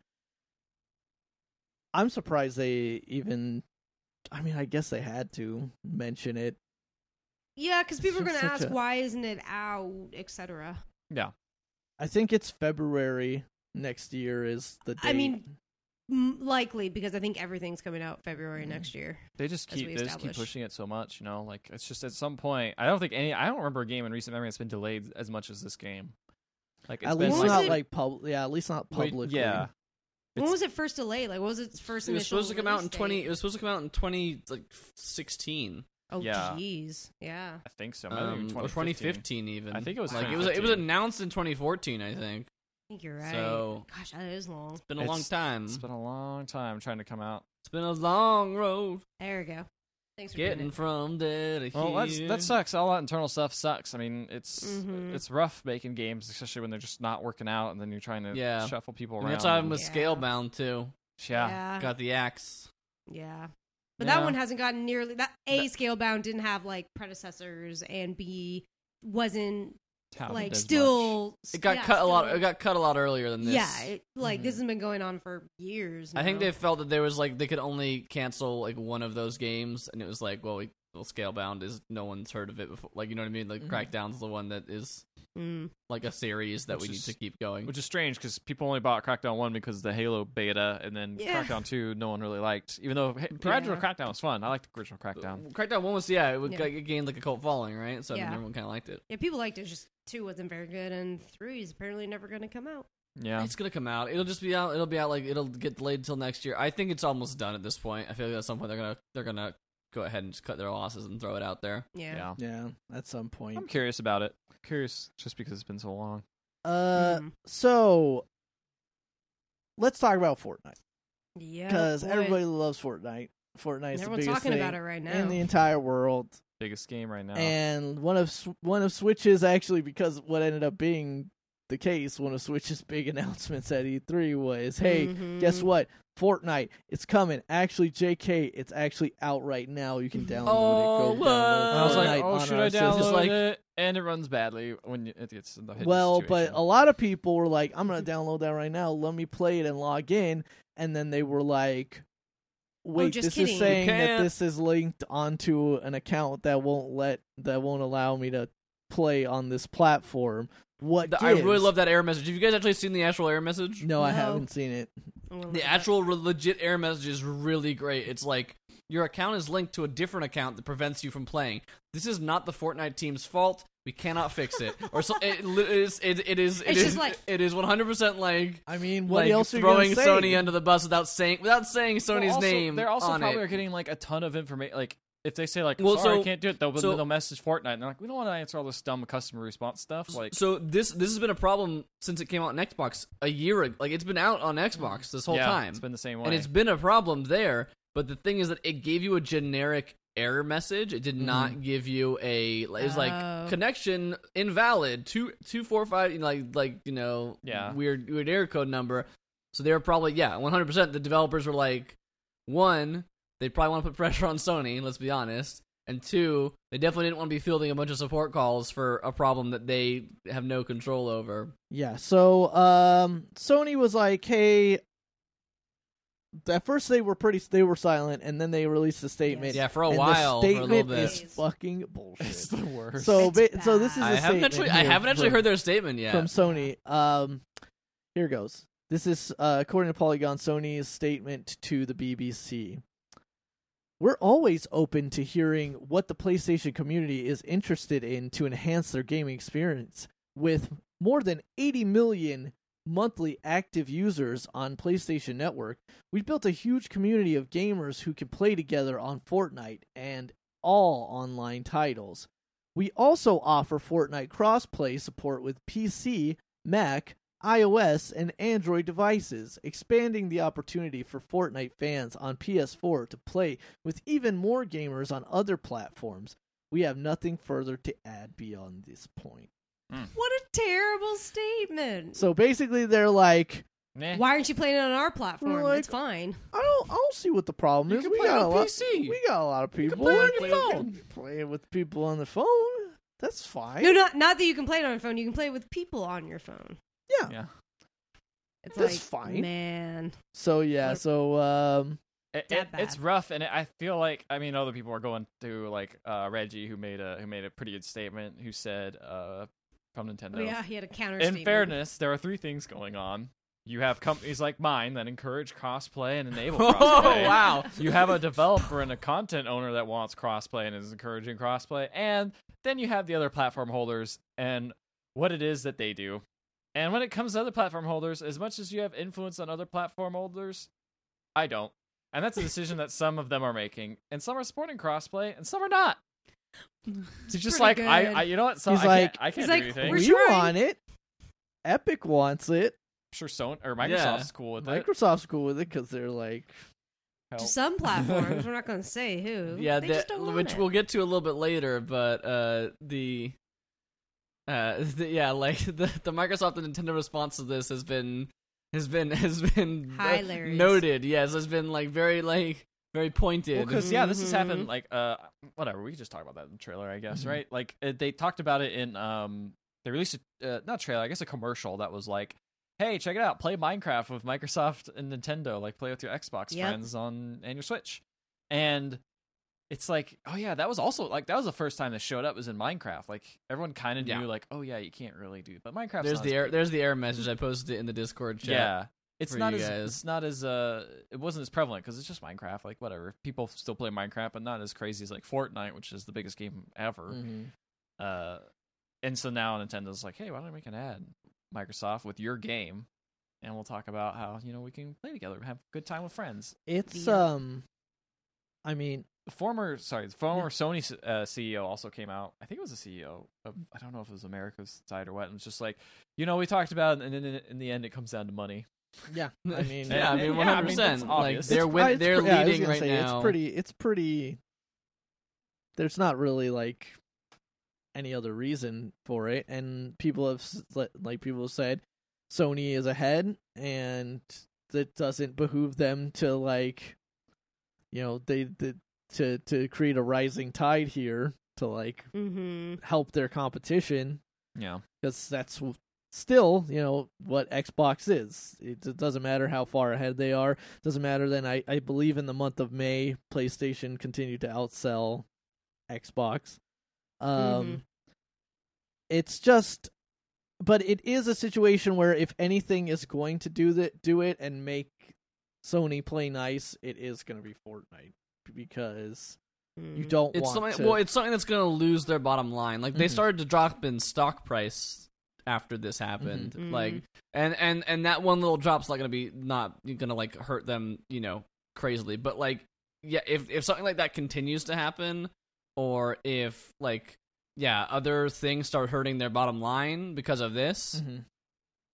[SPEAKER 3] I'm surprised they even. I mean, I guess they had to mention it.
[SPEAKER 2] Yeah, because people are
[SPEAKER 3] It's
[SPEAKER 2] going
[SPEAKER 3] just
[SPEAKER 2] to
[SPEAKER 3] such
[SPEAKER 2] ask,
[SPEAKER 3] a-
[SPEAKER 2] why isn't it out, etc.
[SPEAKER 3] I think it's February next year is the date.
[SPEAKER 2] I mean, M- likely, because I think everything's coming out February
[SPEAKER 3] Mm.
[SPEAKER 2] next year.
[SPEAKER 4] They just
[SPEAKER 2] as
[SPEAKER 4] keep
[SPEAKER 2] we
[SPEAKER 4] they just keep
[SPEAKER 2] established.
[SPEAKER 4] pushing it so much, you know. Like it's just at some point, I don't think any. I don't remember a game in recent memory that's been delayed as much as this game. Like it's
[SPEAKER 3] at
[SPEAKER 4] been
[SPEAKER 3] least
[SPEAKER 2] What was
[SPEAKER 3] not
[SPEAKER 2] it-
[SPEAKER 3] like pub. Yeah, at least not
[SPEAKER 4] wait,
[SPEAKER 3] publicly.
[SPEAKER 4] Yeah,
[SPEAKER 2] when
[SPEAKER 4] It's-
[SPEAKER 2] was it first delayed? Like, what was its first
[SPEAKER 1] It was
[SPEAKER 2] initial
[SPEAKER 1] supposed to come out in
[SPEAKER 2] release
[SPEAKER 1] twenty.
[SPEAKER 2] date?
[SPEAKER 1] It was supposed to come out in twenty like sixteen,
[SPEAKER 2] Oh,
[SPEAKER 4] Yeah.
[SPEAKER 2] jeez. Yeah.
[SPEAKER 4] I think so. Maybe
[SPEAKER 1] um, or twenty fifteen even.
[SPEAKER 4] I think it was
[SPEAKER 1] like it was it was
[SPEAKER 4] 2015.
[SPEAKER 1] announced in twenty fourteen. I think
[SPEAKER 2] I think you're right.
[SPEAKER 1] So-
[SPEAKER 2] Gosh, that is long.
[SPEAKER 1] it's been a long
[SPEAKER 4] It's-
[SPEAKER 1] time.
[SPEAKER 4] It's been a long time trying to come out.
[SPEAKER 1] It's been a long road
[SPEAKER 2] There we go. Thanks for
[SPEAKER 1] getting
[SPEAKER 2] doing it.
[SPEAKER 1] from there to
[SPEAKER 4] Well, that's,
[SPEAKER 1] here.
[SPEAKER 4] that sucks. All that internal stuff sucks. I mean, it's
[SPEAKER 2] Mhm.
[SPEAKER 4] it's rough making games, especially when they're just not working out, and then you're trying to
[SPEAKER 1] Yeah.
[SPEAKER 4] shuffle people
[SPEAKER 1] I
[SPEAKER 4] around.
[SPEAKER 1] mean, that's how I'm
[SPEAKER 4] and-
[SPEAKER 1] with
[SPEAKER 2] Yeah. Uh-huh.
[SPEAKER 1] Scalebound too.
[SPEAKER 4] yeah.
[SPEAKER 2] Yeah.
[SPEAKER 1] Got the axe.
[SPEAKER 2] Yeah. But
[SPEAKER 4] Yeah.
[SPEAKER 2] that one hasn't gotten nearly that A
[SPEAKER 4] That-
[SPEAKER 2] scale bound didn't have like predecessors and B wasn't
[SPEAKER 4] touted
[SPEAKER 2] like
[SPEAKER 4] as much.
[SPEAKER 2] still
[SPEAKER 1] It got
[SPEAKER 2] yeah,
[SPEAKER 1] cut a lot.
[SPEAKER 2] still-
[SPEAKER 1] It got cut a lot earlier than this.
[SPEAKER 2] Yeah, it, like
[SPEAKER 4] Mhm.
[SPEAKER 3] Mm-hmm.
[SPEAKER 2] this has been going on for years.
[SPEAKER 1] I think
[SPEAKER 2] now.
[SPEAKER 1] they felt that there was like they could only cancel like one of those games, and it was like, well, we, well, Scalebound is no one's heard of it before. Like you know what I mean? Like
[SPEAKER 2] Mm-hmm.
[SPEAKER 3] Mhm.
[SPEAKER 1] Crackdown's the one that is
[SPEAKER 2] Mm.
[SPEAKER 1] like a series that
[SPEAKER 4] Which
[SPEAKER 1] we
[SPEAKER 4] is-
[SPEAKER 1] need to keep going.
[SPEAKER 4] Which is strange because people only bought Crackdown 1 because of the Halo beta, and then
[SPEAKER 2] Yeah.
[SPEAKER 4] Crackdown 2 no one really liked. Even though hey, the original Crackdown was fun. I liked the original Crackdown.
[SPEAKER 1] Crackdown one was yeah, it, would,
[SPEAKER 2] Yeah.
[SPEAKER 1] it gained like a cult following, right? So I mean,
[SPEAKER 2] Yeah.
[SPEAKER 1] everyone kind of liked it.
[SPEAKER 2] Yeah, people liked it. Just two wasn't very good, and three is apparently never going to come out.
[SPEAKER 4] Yeah.
[SPEAKER 1] It's gonna come out. It'll just be out. It'll be out like it'll get delayed until next year. I think it's almost done at this point. I feel like at some point they're gonna they're gonna go ahead and just cut their losses and throw it out there.
[SPEAKER 2] Yeah.
[SPEAKER 4] Yeah.
[SPEAKER 3] yeah, at some
[SPEAKER 4] I'm
[SPEAKER 3] point.
[SPEAKER 4] curious about it. Curious just because it's been so long.
[SPEAKER 3] Uh,
[SPEAKER 2] Mhm.
[SPEAKER 3] so let's talk about Fortnite
[SPEAKER 2] yeah.
[SPEAKER 3] because
[SPEAKER 2] Oh, boy.
[SPEAKER 3] everybody loves Fortnite. Fortnite's the
[SPEAKER 2] everyone's
[SPEAKER 3] biggest
[SPEAKER 2] talking
[SPEAKER 3] thing
[SPEAKER 2] about it right now.
[SPEAKER 3] in the entire world.
[SPEAKER 4] Biggest game right now.
[SPEAKER 3] and one of Sw- one of Switch's actually because what ended up being the case, one of Switch's [LAUGHS] big announcements at E3 was, "Hey,
[SPEAKER 2] Mm-hmm.
[SPEAKER 3] guess what? Fortnite, it's coming. Actually, JK, it's actually out right now. You can download
[SPEAKER 1] Oh,
[SPEAKER 3] it. Go
[SPEAKER 1] whoa.
[SPEAKER 3] download
[SPEAKER 4] I was like,
[SPEAKER 3] Fortnite
[SPEAKER 4] oh,
[SPEAKER 3] on
[SPEAKER 4] should
[SPEAKER 3] our
[SPEAKER 4] I
[SPEAKER 3] system."
[SPEAKER 4] download
[SPEAKER 1] Just like-
[SPEAKER 4] it? And it runs badly when you- it gets in the hidden
[SPEAKER 3] Well, but
[SPEAKER 4] situation.
[SPEAKER 3] a lot of people were like, "I'm gonna download that right now. Let me play it and log in." And then they were like, "Wait,
[SPEAKER 2] Oh, just
[SPEAKER 3] this
[SPEAKER 2] kidding.
[SPEAKER 3] is
[SPEAKER 2] You
[SPEAKER 3] saying that
[SPEAKER 1] can't."
[SPEAKER 3] this is linked onto an account that won't let that won't allow me to play on this platform." What?
[SPEAKER 1] The- I really
[SPEAKER 3] gives?
[SPEAKER 1] love that error message. Have you guys actually seen the actual error message?
[SPEAKER 3] No, I
[SPEAKER 2] No.
[SPEAKER 3] haven't seen it.
[SPEAKER 2] I'm gonna look
[SPEAKER 1] The
[SPEAKER 2] it up.
[SPEAKER 1] actual re- legit error message is really great. It's like your account is linked to a different account that prevents you from playing. This is not the Fortnite team's fault. We cannot fix it. Or so it li- it is. It, it is. it
[SPEAKER 2] It's
[SPEAKER 1] is-
[SPEAKER 2] just like-
[SPEAKER 1] it is one hundred percent like
[SPEAKER 3] I mean, what
[SPEAKER 1] like
[SPEAKER 3] else are you
[SPEAKER 1] throwing
[SPEAKER 3] gonna say?
[SPEAKER 1] Sony under the bus without saying without saying Sony's
[SPEAKER 4] Well, also,
[SPEAKER 1] name.
[SPEAKER 4] They're also
[SPEAKER 1] on
[SPEAKER 4] probably
[SPEAKER 1] it.
[SPEAKER 4] are getting like a ton of information. Like if they say like,
[SPEAKER 1] Well,
[SPEAKER 4] sorry,
[SPEAKER 1] so-
[SPEAKER 4] I can't do it. They'll,
[SPEAKER 1] so-
[SPEAKER 4] they'll message Fortnite. And they're like, we don't want to answer all this dumb customer response stuff. Like,
[SPEAKER 1] so this this has been a problem since it came out on Xbox a year ago. Like it's been out on Xbox this whole
[SPEAKER 4] yeah,
[SPEAKER 1] time,
[SPEAKER 4] it's been the same way.
[SPEAKER 1] and it's been a problem there. But the thing is that it gave you a generic error message. It did
[SPEAKER 3] Mm-hmm.
[SPEAKER 1] not give you a it was
[SPEAKER 2] Oh.
[SPEAKER 1] like connection invalid two two four five you know, like like you know
[SPEAKER 4] Yeah.
[SPEAKER 1] weird weird error code number. So they were probably yeah one hundred percent. The developers were like one they probably want to put pressure on Sony. Let's be honest. And two, they definitely didn't want to be fielding a bunch of support calls for a problem that they have no control over.
[SPEAKER 3] Yeah, so um Sony was like, "Hey." At first, they were pretty. They were silent, and then they released a statement.
[SPEAKER 2] Yes.
[SPEAKER 1] Yeah, for a
[SPEAKER 3] and
[SPEAKER 1] while,
[SPEAKER 3] the
[SPEAKER 1] for a little
[SPEAKER 3] statement
[SPEAKER 1] bit.
[SPEAKER 3] is fucking
[SPEAKER 4] [LAUGHS] It's
[SPEAKER 3] bullshit.
[SPEAKER 4] the worst.
[SPEAKER 3] So,
[SPEAKER 2] It's
[SPEAKER 3] ba- so this is
[SPEAKER 2] bad.
[SPEAKER 3] a
[SPEAKER 1] I haven't
[SPEAKER 3] statement
[SPEAKER 1] actually, I
[SPEAKER 3] here
[SPEAKER 1] haven't actually
[SPEAKER 3] from-
[SPEAKER 1] heard their statement yet.
[SPEAKER 3] from Sony. Um, here goes. This is uh, according to Polygon, Sony's statement to the BBC. We're always open to hearing what the PlayStation community is interested in to enhance their gaming experience. With more than 80 million monthly active users on PlayStation Network, we built a huge community of gamers who can play together on Fortnite and all online titles. We also offer Fortnite crossplay support with PC, Mac, iOS, and Android devices, expanding the opportunity for Fortnite fans on PS4 to play with even more gamers on other platforms. We have nothing further to add beyond this point.
[SPEAKER 2] What a terrible statement.
[SPEAKER 3] So basically, they're like,
[SPEAKER 4] Nah.
[SPEAKER 2] Why aren't you playing it on our platform?
[SPEAKER 3] like-
[SPEAKER 2] it's fine.
[SPEAKER 3] I don't. I don't see what the problem
[SPEAKER 4] You
[SPEAKER 3] is.
[SPEAKER 4] can
[SPEAKER 3] We
[SPEAKER 4] play it
[SPEAKER 3] got
[SPEAKER 4] on
[SPEAKER 3] a lot.
[SPEAKER 4] PC.
[SPEAKER 3] We got a lot of people.
[SPEAKER 4] play it on your
[SPEAKER 3] we
[SPEAKER 4] phone.
[SPEAKER 3] can Play it with people on the phone. That's fine.
[SPEAKER 2] No, not not that you can play it on your phone. You can play it with people on your phone.
[SPEAKER 3] Yeah.
[SPEAKER 4] Yeah.
[SPEAKER 2] It's
[SPEAKER 3] That's
[SPEAKER 2] like,
[SPEAKER 3] fine.
[SPEAKER 2] man.
[SPEAKER 3] So yeah.
[SPEAKER 2] Yep.
[SPEAKER 3] So um.
[SPEAKER 4] It-
[SPEAKER 2] That
[SPEAKER 4] it- it's
[SPEAKER 2] bad.
[SPEAKER 4] rough, and it, I feel like I mean other people are going through like uh, Reggie, who made a who made a pretty good statement, who said uh, from Nintendo.
[SPEAKER 2] Oh, yeah, he had a counter. [LAUGHS]
[SPEAKER 4] In fairness, there are three things going on. You have companies like mine that encourage
[SPEAKER 2] [LAUGHS]
[SPEAKER 4] crossplay and
[SPEAKER 1] [LAUGHS]
[SPEAKER 4] enable crossplay.
[SPEAKER 1] Oh, wow.
[SPEAKER 4] You have a developer and a content owner that wants crossplay and is encouraging crossplay, and then you have the other platform holders and what it is that they do. And when it comes to other platform holders, as much as you have influence on other platform holders, I don't. And that's a decision that some of them are making, and some are supporting crossplay, and some are not. It's, just
[SPEAKER 2] pretty
[SPEAKER 4] like I,
[SPEAKER 2] good.
[SPEAKER 4] I, you know what? So
[SPEAKER 3] He's
[SPEAKER 4] I
[SPEAKER 3] like-
[SPEAKER 4] can't, I can't
[SPEAKER 2] he's
[SPEAKER 4] do
[SPEAKER 2] like,
[SPEAKER 4] anything.
[SPEAKER 2] We're
[SPEAKER 3] we
[SPEAKER 2] trying.
[SPEAKER 3] want it. Epic wants it.
[SPEAKER 4] I'm sure Sony or Microsoft's
[SPEAKER 1] Yeah.
[SPEAKER 4] cool with it.
[SPEAKER 3] Microsoft's cool with it because they're like,
[SPEAKER 2] to
[SPEAKER 4] [LAUGHS]
[SPEAKER 2] some platforms, we're not going to say who.
[SPEAKER 1] yeah,
[SPEAKER 2] they
[SPEAKER 1] that-
[SPEAKER 2] just don't want
[SPEAKER 1] which
[SPEAKER 2] it.
[SPEAKER 1] we'll get to a little bit later, but uh, the. Uh, [LAUGHS] the, yeah, like the, the Microsoft and Nintendo response to this has been has been [LAUGHS] has been uh, [LAUGHS]
[SPEAKER 2] Hilarious.
[SPEAKER 1] noted. Yes, has been like very like very pointed.
[SPEAKER 4] because yeah, this has happened.
[SPEAKER 2] Mhm.
[SPEAKER 1] Mm-hmm.
[SPEAKER 4] Like, uh, whatever. We could just talk about that in the trailer, I guess.
[SPEAKER 1] Mhm.
[SPEAKER 4] Right? Like, uh, they talked about it in um, they released a uh, not trailer, I guess, a commercial that was like, "Hey, check it out! Play Minecraft with Microsoft and Nintendo. Like, play with your Xbox
[SPEAKER 2] Yep.
[SPEAKER 4] friends on and your Switch." And it's like, oh yeah, that was also like that was the first time this showed up was in Minecraft. Like everyone kind of
[SPEAKER 1] Yeah.
[SPEAKER 4] knew, like, oh yeah, you can't really do, but Minecraft.
[SPEAKER 1] there's the air, there's the error message I posted it in the Discord chat.
[SPEAKER 4] yeah it's
[SPEAKER 1] for
[SPEAKER 4] not
[SPEAKER 1] you
[SPEAKER 4] as
[SPEAKER 1] guys.
[SPEAKER 4] it's not as uh it wasn't as prevalent because it's just minecraft like whatever people still play minecraft but not as crazy as like fortnite which is the biggest game ever
[SPEAKER 1] Mm.
[SPEAKER 4] uh and so now nintendo's like hey why don't we make an ad microsoft with your game and we'll talk about how you know we can play together have a good time with friends
[SPEAKER 3] it's
[SPEAKER 2] Yeah.
[SPEAKER 3] um. I mean,
[SPEAKER 4] the former sorry the former sony s- uh, ceo also came out i think it was the ceo of i don't know if it was america's side or what and it's just like you know we talked about it, and then in, in the end it comes down to money
[SPEAKER 3] yeah.
[SPEAKER 2] [LAUGHS]
[SPEAKER 3] I mean,
[SPEAKER 1] yeah, I mean, one
[SPEAKER 4] yeah, I
[SPEAKER 1] hundred
[SPEAKER 4] mean,
[SPEAKER 1] percent.
[SPEAKER 4] that's
[SPEAKER 1] Like
[SPEAKER 4] obvious.
[SPEAKER 1] they're
[SPEAKER 3] It's-
[SPEAKER 1] win-
[SPEAKER 3] I- it's
[SPEAKER 1] they're
[SPEAKER 3] pre- yeah, I was
[SPEAKER 1] leading
[SPEAKER 3] gonna
[SPEAKER 1] right
[SPEAKER 3] say,
[SPEAKER 1] now.
[SPEAKER 3] It's pretty. It's pretty. There's not really like any other reason for it, and people have s- li- like people have said Sony is ahead, and that doesn't behoove them to like, you know, they, they to to create a rising tide here to like
[SPEAKER 2] Mhm.
[SPEAKER 3] help their competition
[SPEAKER 4] yeah
[SPEAKER 3] because that's w- still you know what xbox is it, it doesn't matter how far ahead they are doesn't matter then I, I believe in the month of may playstation continued to outsell xbox um
[SPEAKER 2] Mhm.
[SPEAKER 3] it's just but it is a situation where if anything is going to do that do it and make sony play nice it is going to be fortnite because you
[SPEAKER 2] Mm.
[SPEAKER 3] don't
[SPEAKER 1] it's
[SPEAKER 3] want
[SPEAKER 1] something.
[SPEAKER 3] to
[SPEAKER 1] Well, it's something that's going to lose their bottom line. Like they
[SPEAKER 3] Mhm.
[SPEAKER 1] started to drop in stock price after this happened.
[SPEAKER 3] Mm-hmm.
[SPEAKER 2] Mhm.
[SPEAKER 1] Like and and and that one little drop's not going to be not going to like hurt them. You know, crazily. But like, yeah, if if something like that continues to happen, or if like yeah, other things start hurting their bottom line because of this,
[SPEAKER 3] Mhm.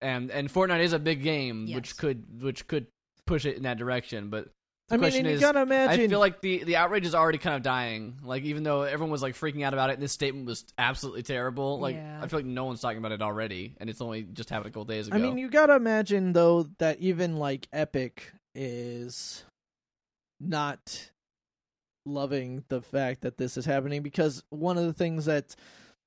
[SPEAKER 1] and and Fortnite is a big game,
[SPEAKER 2] Yes.
[SPEAKER 1] which could which could push it in that direction. But the
[SPEAKER 3] i mean
[SPEAKER 1] question
[SPEAKER 3] and you
[SPEAKER 1] is,
[SPEAKER 3] gotta imagine
[SPEAKER 1] I feel like the the outrage is already kind of dying. Like even though everyone was like freaking out about it, and this statement was absolutely terrible. Like
[SPEAKER 2] Yeah.
[SPEAKER 1] I feel like no one's talking about it already, and it's only just happened a couple days ago.
[SPEAKER 3] I mean, you gotta imagine though that even like Epic is not loving the fact that this is happening because one of the things that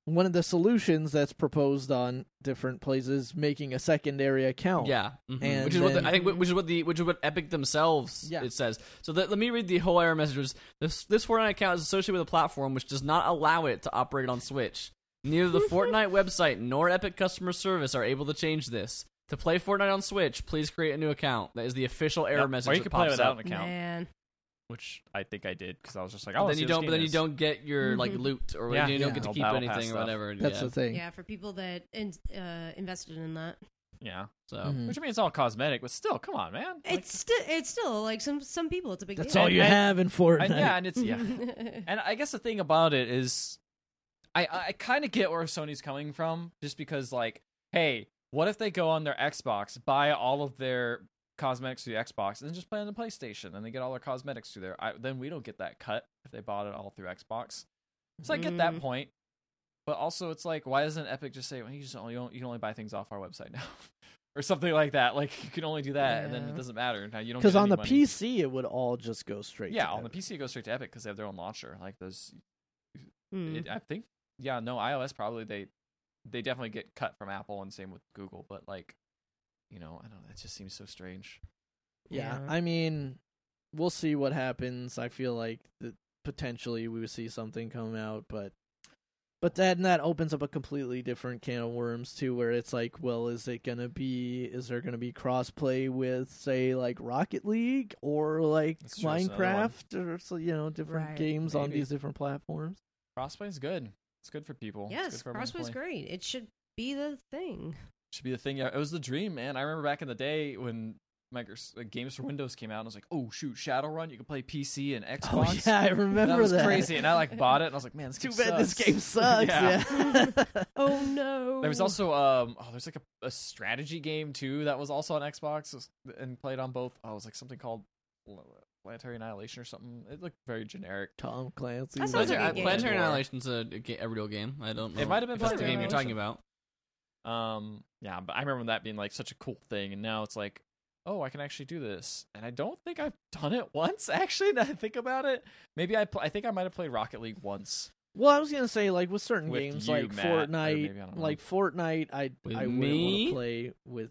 [SPEAKER 3] one of the solutions that's proposed on different places making a secondary account.
[SPEAKER 1] yeah, mhm.
[SPEAKER 3] And
[SPEAKER 1] which is what
[SPEAKER 3] then-
[SPEAKER 1] the, I think. wh- Which is what the which is what Epic themselves
[SPEAKER 3] Yeah.
[SPEAKER 1] it says. So that, let me read the whole error message. It was, This this Fortnite account is associated with a platform which does not allow it to operate on Switch. Neither
[SPEAKER 3] [LAUGHS]
[SPEAKER 1] the Fortnite website nor Epic customer service are able to change this. To play Fortnite on Switch, please create a new account. That is the official error
[SPEAKER 4] Yep,
[SPEAKER 1] message.
[SPEAKER 4] or you
[SPEAKER 1] that
[SPEAKER 4] could play
[SPEAKER 1] pops
[SPEAKER 4] without
[SPEAKER 1] up.
[SPEAKER 4] an account
[SPEAKER 2] Man.
[SPEAKER 4] which I think I did because I was just like,
[SPEAKER 1] But
[SPEAKER 4] oh,
[SPEAKER 1] then you don't. But then you don't get your like
[SPEAKER 2] Mhm.
[SPEAKER 1] loot, or
[SPEAKER 4] Yeah.
[SPEAKER 1] you don't
[SPEAKER 3] Yeah.
[SPEAKER 1] get to
[SPEAKER 4] Whole
[SPEAKER 1] keep
[SPEAKER 4] battle pass
[SPEAKER 1] anything or
[SPEAKER 4] stuff.
[SPEAKER 1] whatever.
[SPEAKER 3] That's
[SPEAKER 1] yeah.
[SPEAKER 3] the thing.
[SPEAKER 2] Yeah, for people that in, uh, invested in that.
[SPEAKER 4] Yeah,
[SPEAKER 1] so
[SPEAKER 3] Mhm.
[SPEAKER 4] which I mean it's all cosmetic, but still, come on, man. Like,
[SPEAKER 2] It's still it's still like some some people it's a big
[SPEAKER 3] That's
[SPEAKER 2] deal. [LAUGHS]
[SPEAKER 3] all you
[SPEAKER 4] And-
[SPEAKER 3] have in
[SPEAKER 4] and,
[SPEAKER 3] Fortnite. [LAUGHS]
[SPEAKER 4] yeah, and it's
[SPEAKER 1] [LAUGHS]
[SPEAKER 4] yeah, and I guess the thing about it is, I I, I kind of get where Sony's coming from, just because like, hey, what if they go on their Xbox, buy all of their cosmetics through the Xbox, and then just play on the PlayStation, and they get all their cosmetics through there? I, then we don't get that cut if they bought it all through Xbox. So I get that
[SPEAKER 2] Mm.
[SPEAKER 4] point. But also, it's like, why doesn't Epic just say, well, you just only you can only buy things off our website now, [LAUGHS] or something like that. Like you can only do that, and then
[SPEAKER 3] Yeah.
[SPEAKER 4] it doesn't matter. Now you
[SPEAKER 3] [LAUGHS]
[SPEAKER 4] don't
[SPEAKER 3] Because
[SPEAKER 4] get
[SPEAKER 3] on
[SPEAKER 4] any
[SPEAKER 3] the
[SPEAKER 4] money.
[SPEAKER 3] PC, it would all just go straight.
[SPEAKER 4] yeah,
[SPEAKER 3] to
[SPEAKER 4] on the
[SPEAKER 3] Epic.
[SPEAKER 4] PC it goes straight to Epic because they have their own launcher. Like those,
[SPEAKER 2] [LAUGHS]
[SPEAKER 3] Mm-hmm.
[SPEAKER 2] Hmm.
[SPEAKER 4] it, I think, yeah, no iOS probably they they definitely get cut from Apple and same with Google, but like. You know, I don't know. That just seems so strange.
[SPEAKER 3] Yeah,
[SPEAKER 2] Yeah.
[SPEAKER 3] I mean, we'll see what happens. I feel like that potentially we would see something come out, but but then that opens up a completely different can of worms too, where it's like, well, is it gonna be? Is there gonna be crossplay with say like Rocket League or like
[SPEAKER 4] That's true, that's another one.
[SPEAKER 3] Minecraft or so you know different
[SPEAKER 2] Right.
[SPEAKER 3] games on
[SPEAKER 4] Maybe.
[SPEAKER 3] these different platforms?
[SPEAKER 4] Crossplay is good. It's good for people. It's
[SPEAKER 2] Yes,
[SPEAKER 4] good for everyone to
[SPEAKER 2] Crossway's
[SPEAKER 4] play.
[SPEAKER 2] great. It should be the thing.
[SPEAKER 4] should be the thing. Yeah, it was the dream, man. I remember back in the day when Microsoft like, games for Windows came out, and I was like, "Oh shoot, Shadowrun! You can play PC and
[SPEAKER 3] [LAUGHS] Oh
[SPEAKER 4] Xbox."
[SPEAKER 3] yeah, I remember
[SPEAKER 4] that was
[SPEAKER 3] that.
[SPEAKER 4] crazy, and I like bought it, and I was like, "Man, this
[SPEAKER 3] [LAUGHS] Too
[SPEAKER 4] game
[SPEAKER 3] bad this
[SPEAKER 4] sucks."
[SPEAKER 3] game sucks.
[SPEAKER 4] Yeah.
[SPEAKER 3] yeah.
[SPEAKER 2] [LAUGHS] Oh no.
[SPEAKER 4] There was also um, oh, there's like a, a strategy game too that was also on Xbox was- and played on both. Oh, it was like something called Pl- Planetary Annihilation or something. It looked very generic.
[SPEAKER 3] Tom Clancy.
[SPEAKER 2] That sounds
[SPEAKER 3] was
[SPEAKER 2] like
[SPEAKER 1] Planetary,
[SPEAKER 2] a good game.
[SPEAKER 1] Planetary
[SPEAKER 4] War.
[SPEAKER 1] Annihilation's a, a, ga- a real game. I don't know.
[SPEAKER 4] It might have been
[SPEAKER 1] if that's the
[SPEAKER 2] Planetary
[SPEAKER 1] game you're talking
[SPEAKER 4] Annihilation.
[SPEAKER 1] about.
[SPEAKER 4] Um, yeah, but I remember that being like such a cool thing, and now it's like, oh, I can actually do this, and I don't think I've done it [LAUGHS] once. Actually, now that I think about it, maybe I pl- I think I might have played Rocket League once.
[SPEAKER 3] Well, I was gonna say like with certain
[SPEAKER 4] With
[SPEAKER 3] games
[SPEAKER 4] you,
[SPEAKER 3] like
[SPEAKER 4] Matt, or
[SPEAKER 3] Fortnite,
[SPEAKER 4] maybe, I don't know.
[SPEAKER 3] like Fortnite, I
[SPEAKER 1] With
[SPEAKER 3] I wouldn't want
[SPEAKER 1] me?
[SPEAKER 3] to play with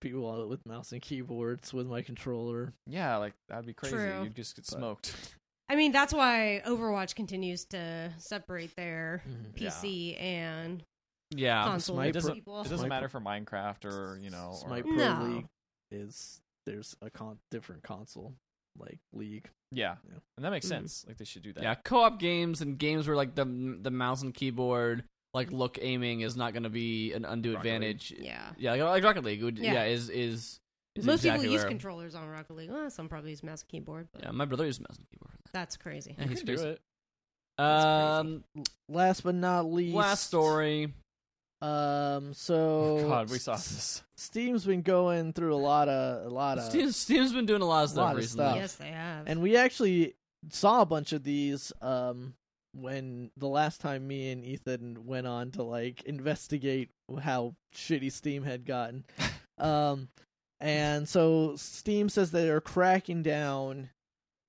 [SPEAKER 3] people uh, with mouse and keyboards with my controller.
[SPEAKER 4] Yeah, like that'd be crazy.
[SPEAKER 2] True.
[SPEAKER 4] You'd just get
[SPEAKER 1] [LAUGHS]
[SPEAKER 3] But-
[SPEAKER 4] smoked.
[SPEAKER 2] I mean, that's why Overwatch continues to separate their
[SPEAKER 4] Yeah.
[SPEAKER 2] PC and
[SPEAKER 1] Yeah.
[SPEAKER 2] console
[SPEAKER 3] Sniper-
[SPEAKER 4] It doesn't.
[SPEAKER 2] people.
[SPEAKER 4] It doesn't
[SPEAKER 3] Sniper-
[SPEAKER 4] matter for Minecraft or you know. Or,
[SPEAKER 3] my pro
[SPEAKER 2] No.
[SPEAKER 3] league is there's a con- different console like league.
[SPEAKER 4] yeah,
[SPEAKER 3] Yeah.
[SPEAKER 4] and that makes
[SPEAKER 2] Mhm.
[SPEAKER 4] sense. Like they should do that.
[SPEAKER 1] Yeah, co-op games and games where like the the mouse and keyboard like look aiming is not going to be an undue
[SPEAKER 4] Rocket League.
[SPEAKER 1] advantage.
[SPEAKER 2] Yeah.
[SPEAKER 1] Yeah, like, like Rocket League. Would, yeah.
[SPEAKER 2] Yeah.
[SPEAKER 1] is is, is
[SPEAKER 2] Most
[SPEAKER 1] exactly
[SPEAKER 2] people use
[SPEAKER 1] where-
[SPEAKER 2] controllers on Rocket League. Well, some probably use mouse and keyboard, but
[SPEAKER 1] Yeah, my brother uses mouse and keyboard.
[SPEAKER 2] that's crazy.
[SPEAKER 1] Yeah,
[SPEAKER 4] you
[SPEAKER 1] he's
[SPEAKER 4] can do
[SPEAKER 1] crazy.
[SPEAKER 4] it.
[SPEAKER 2] That's
[SPEAKER 1] Um,
[SPEAKER 3] Last but not least,
[SPEAKER 1] last story.
[SPEAKER 3] Um,
[SPEAKER 4] Oh,
[SPEAKER 3] so
[SPEAKER 4] [LAUGHS] God, we saw
[SPEAKER 3] S-
[SPEAKER 4] this.
[SPEAKER 3] Steam's been going through a lot of a lot of
[SPEAKER 1] Steam, Steam's been doing a lot of stuff
[SPEAKER 3] lot of
[SPEAKER 1] recently.
[SPEAKER 3] stuff.
[SPEAKER 2] Yes, they have.
[SPEAKER 3] and we actually saw a bunch of these um when the last time me and Ethan went on to like investigate how shitty Steam
[SPEAKER 1] [LAUGHS]
[SPEAKER 3] had gotten. um and so Steam says they are cracking down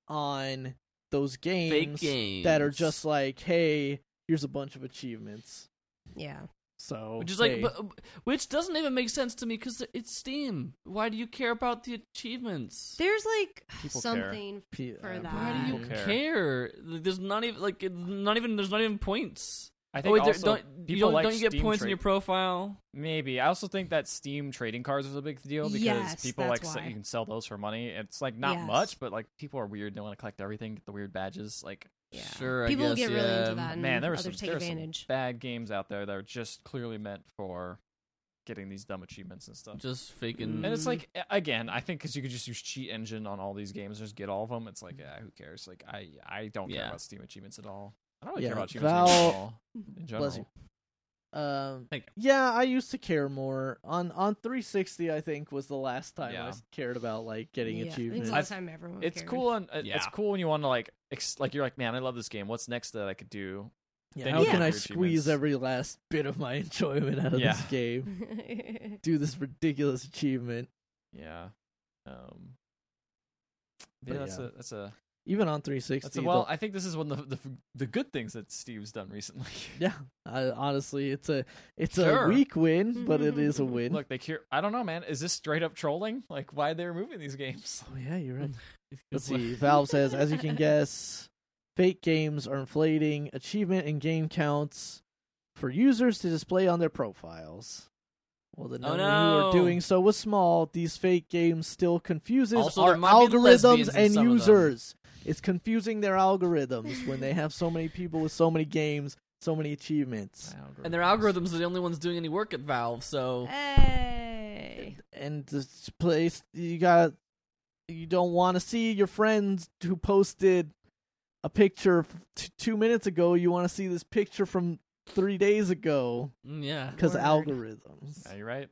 [SPEAKER 3] on those games,
[SPEAKER 1] Fake games
[SPEAKER 3] that are just like, hey, here's a bunch of achievements.
[SPEAKER 2] yeah.
[SPEAKER 3] So
[SPEAKER 1] which is like,
[SPEAKER 3] hey,
[SPEAKER 1] but, which doesn't even make sense to me because it's Steam. Why do you care about the achievements?
[SPEAKER 2] There's like
[SPEAKER 4] People care.
[SPEAKER 2] something.
[SPEAKER 3] P-
[SPEAKER 2] for
[SPEAKER 3] uh,
[SPEAKER 2] that.
[SPEAKER 1] Why do you
[SPEAKER 4] People care.
[SPEAKER 1] care? Like, There's not even like it's not even there's not even points.
[SPEAKER 4] I
[SPEAKER 1] Oh
[SPEAKER 4] think
[SPEAKER 1] wait, there-
[SPEAKER 4] also
[SPEAKER 1] don't you
[SPEAKER 4] people
[SPEAKER 1] don't,
[SPEAKER 4] like
[SPEAKER 1] don't you get
[SPEAKER 4] Steam
[SPEAKER 1] points in
[SPEAKER 4] trade-
[SPEAKER 1] your profile?
[SPEAKER 4] Maybe. I also think that Steam trading cards was a big deal because
[SPEAKER 2] Yes,
[SPEAKER 4] people like
[SPEAKER 2] that's
[SPEAKER 4] se-
[SPEAKER 2] why.
[SPEAKER 4] you can sell those for money. It's like not
[SPEAKER 2] Yes.
[SPEAKER 4] much, but like people are weird. They want to collect everything, get the weird badges. Like
[SPEAKER 2] Yeah.
[SPEAKER 1] Sure, I
[SPEAKER 2] people
[SPEAKER 1] guess,
[SPEAKER 2] get really
[SPEAKER 1] yeah.
[SPEAKER 2] into that. And
[SPEAKER 4] man, there were
[SPEAKER 2] others
[SPEAKER 4] some,
[SPEAKER 2] take
[SPEAKER 4] there were some
[SPEAKER 2] advantage.
[SPEAKER 4] bad games out there that are just clearly meant for getting these dumb achievements and stuff.
[SPEAKER 1] Just Mm. faking.
[SPEAKER 4] and it's like a- again, I think because you could just use cheat engine on all these games, just get all of them. It's like, yeah, who cares? Like I, I don't care
[SPEAKER 1] Yeah.
[SPEAKER 4] about Steam achievements at all. I don't really
[SPEAKER 3] Yeah,
[SPEAKER 4] care about achievements anymore
[SPEAKER 3] Valve-
[SPEAKER 4] at all. In general,
[SPEAKER 3] Bless you. Um,
[SPEAKER 1] Thank you.
[SPEAKER 3] yeah, I used to care more on on 360. I think was the last time
[SPEAKER 4] Yeah.
[SPEAKER 3] I cared about like getting
[SPEAKER 2] yeah. I think
[SPEAKER 3] achievements.
[SPEAKER 2] it's the last time everyone.
[SPEAKER 4] it's
[SPEAKER 2] cared.
[SPEAKER 4] cool and uh, it's
[SPEAKER 1] Yeah.
[SPEAKER 4] cool when you want to like, ex- like you're like, man, I love this game. What's next that I could do?
[SPEAKER 3] Yeah,
[SPEAKER 4] Then
[SPEAKER 3] how
[SPEAKER 4] you
[SPEAKER 3] can
[SPEAKER 4] get
[SPEAKER 3] I
[SPEAKER 4] your achievements.
[SPEAKER 3] squeeze every last bit of my [LAUGHS] enjoyment out of
[SPEAKER 4] Yeah.
[SPEAKER 3] this game? Do this ridiculous achievement.
[SPEAKER 4] Yeah. Um.
[SPEAKER 3] But
[SPEAKER 4] yeah, that's
[SPEAKER 3] yeah.
[SPEAKER 4] a that's a
[SPEAKER 3] Even on 360.
[SPEAKER 4] that's a
[SPEAKER 3] the-
[SPEAKER 4] well. I think this is one of the the, the good things that Steve's done recently.
[SPEAKER 3] [LAUGHS] yeah. I, honestly, it's a it's
[SPEAKER 1] Sure.
[SPEAKER 3] a weak win, but
[SPEAKER 2] Mm-hmm.
[SPEAKER 3] it is a win.
[SPEAKER 4] Look, they cure. I don't know, man. Is this straight up trolling? Like why they're moving these
[SPEAKER 3] [LAUGHS]
[SPEAKER 4] games?
[SPEAKER 3] oh yeah, you're right. Let's see. [LAUGHS] Valve says, as you can guess, fake games are inflating achievement and game counts for users to display on their profiles. Well, the
[SPEAKER 1] Oh,
[SPEAKER 3] number who
[SPEAKER 1] no.
[SPEAKER 3] are doing so was small. These fake games still confuses
[SPEAKER 1] Also,
[SPEAKER 3] our
[SPEAKER 1] there might be lesbians in
[SPEAKER 3] algorithms and
[SPEAKER 1] some of them.
[SPEAKER 3] users. It's confusing their algorithms when they have so many people with so many games, so many achievements.
[SPEAKER 1] And their algorithms are the only ones doing any work at Valve, so
[SPEAKER 2] Hey.
[SPEAKER 3] and this place you got you don't want to see your friends who posted a picture f- t- two minutes ago you want to see this picture from three days ago
[SPEAKER 1] mm, yeah.
[SPEAKER 3] because
[SPEAKER 2] Word.
[SPEAKER 3] algorithms
[SPEAKER 4] Yeah, you're right.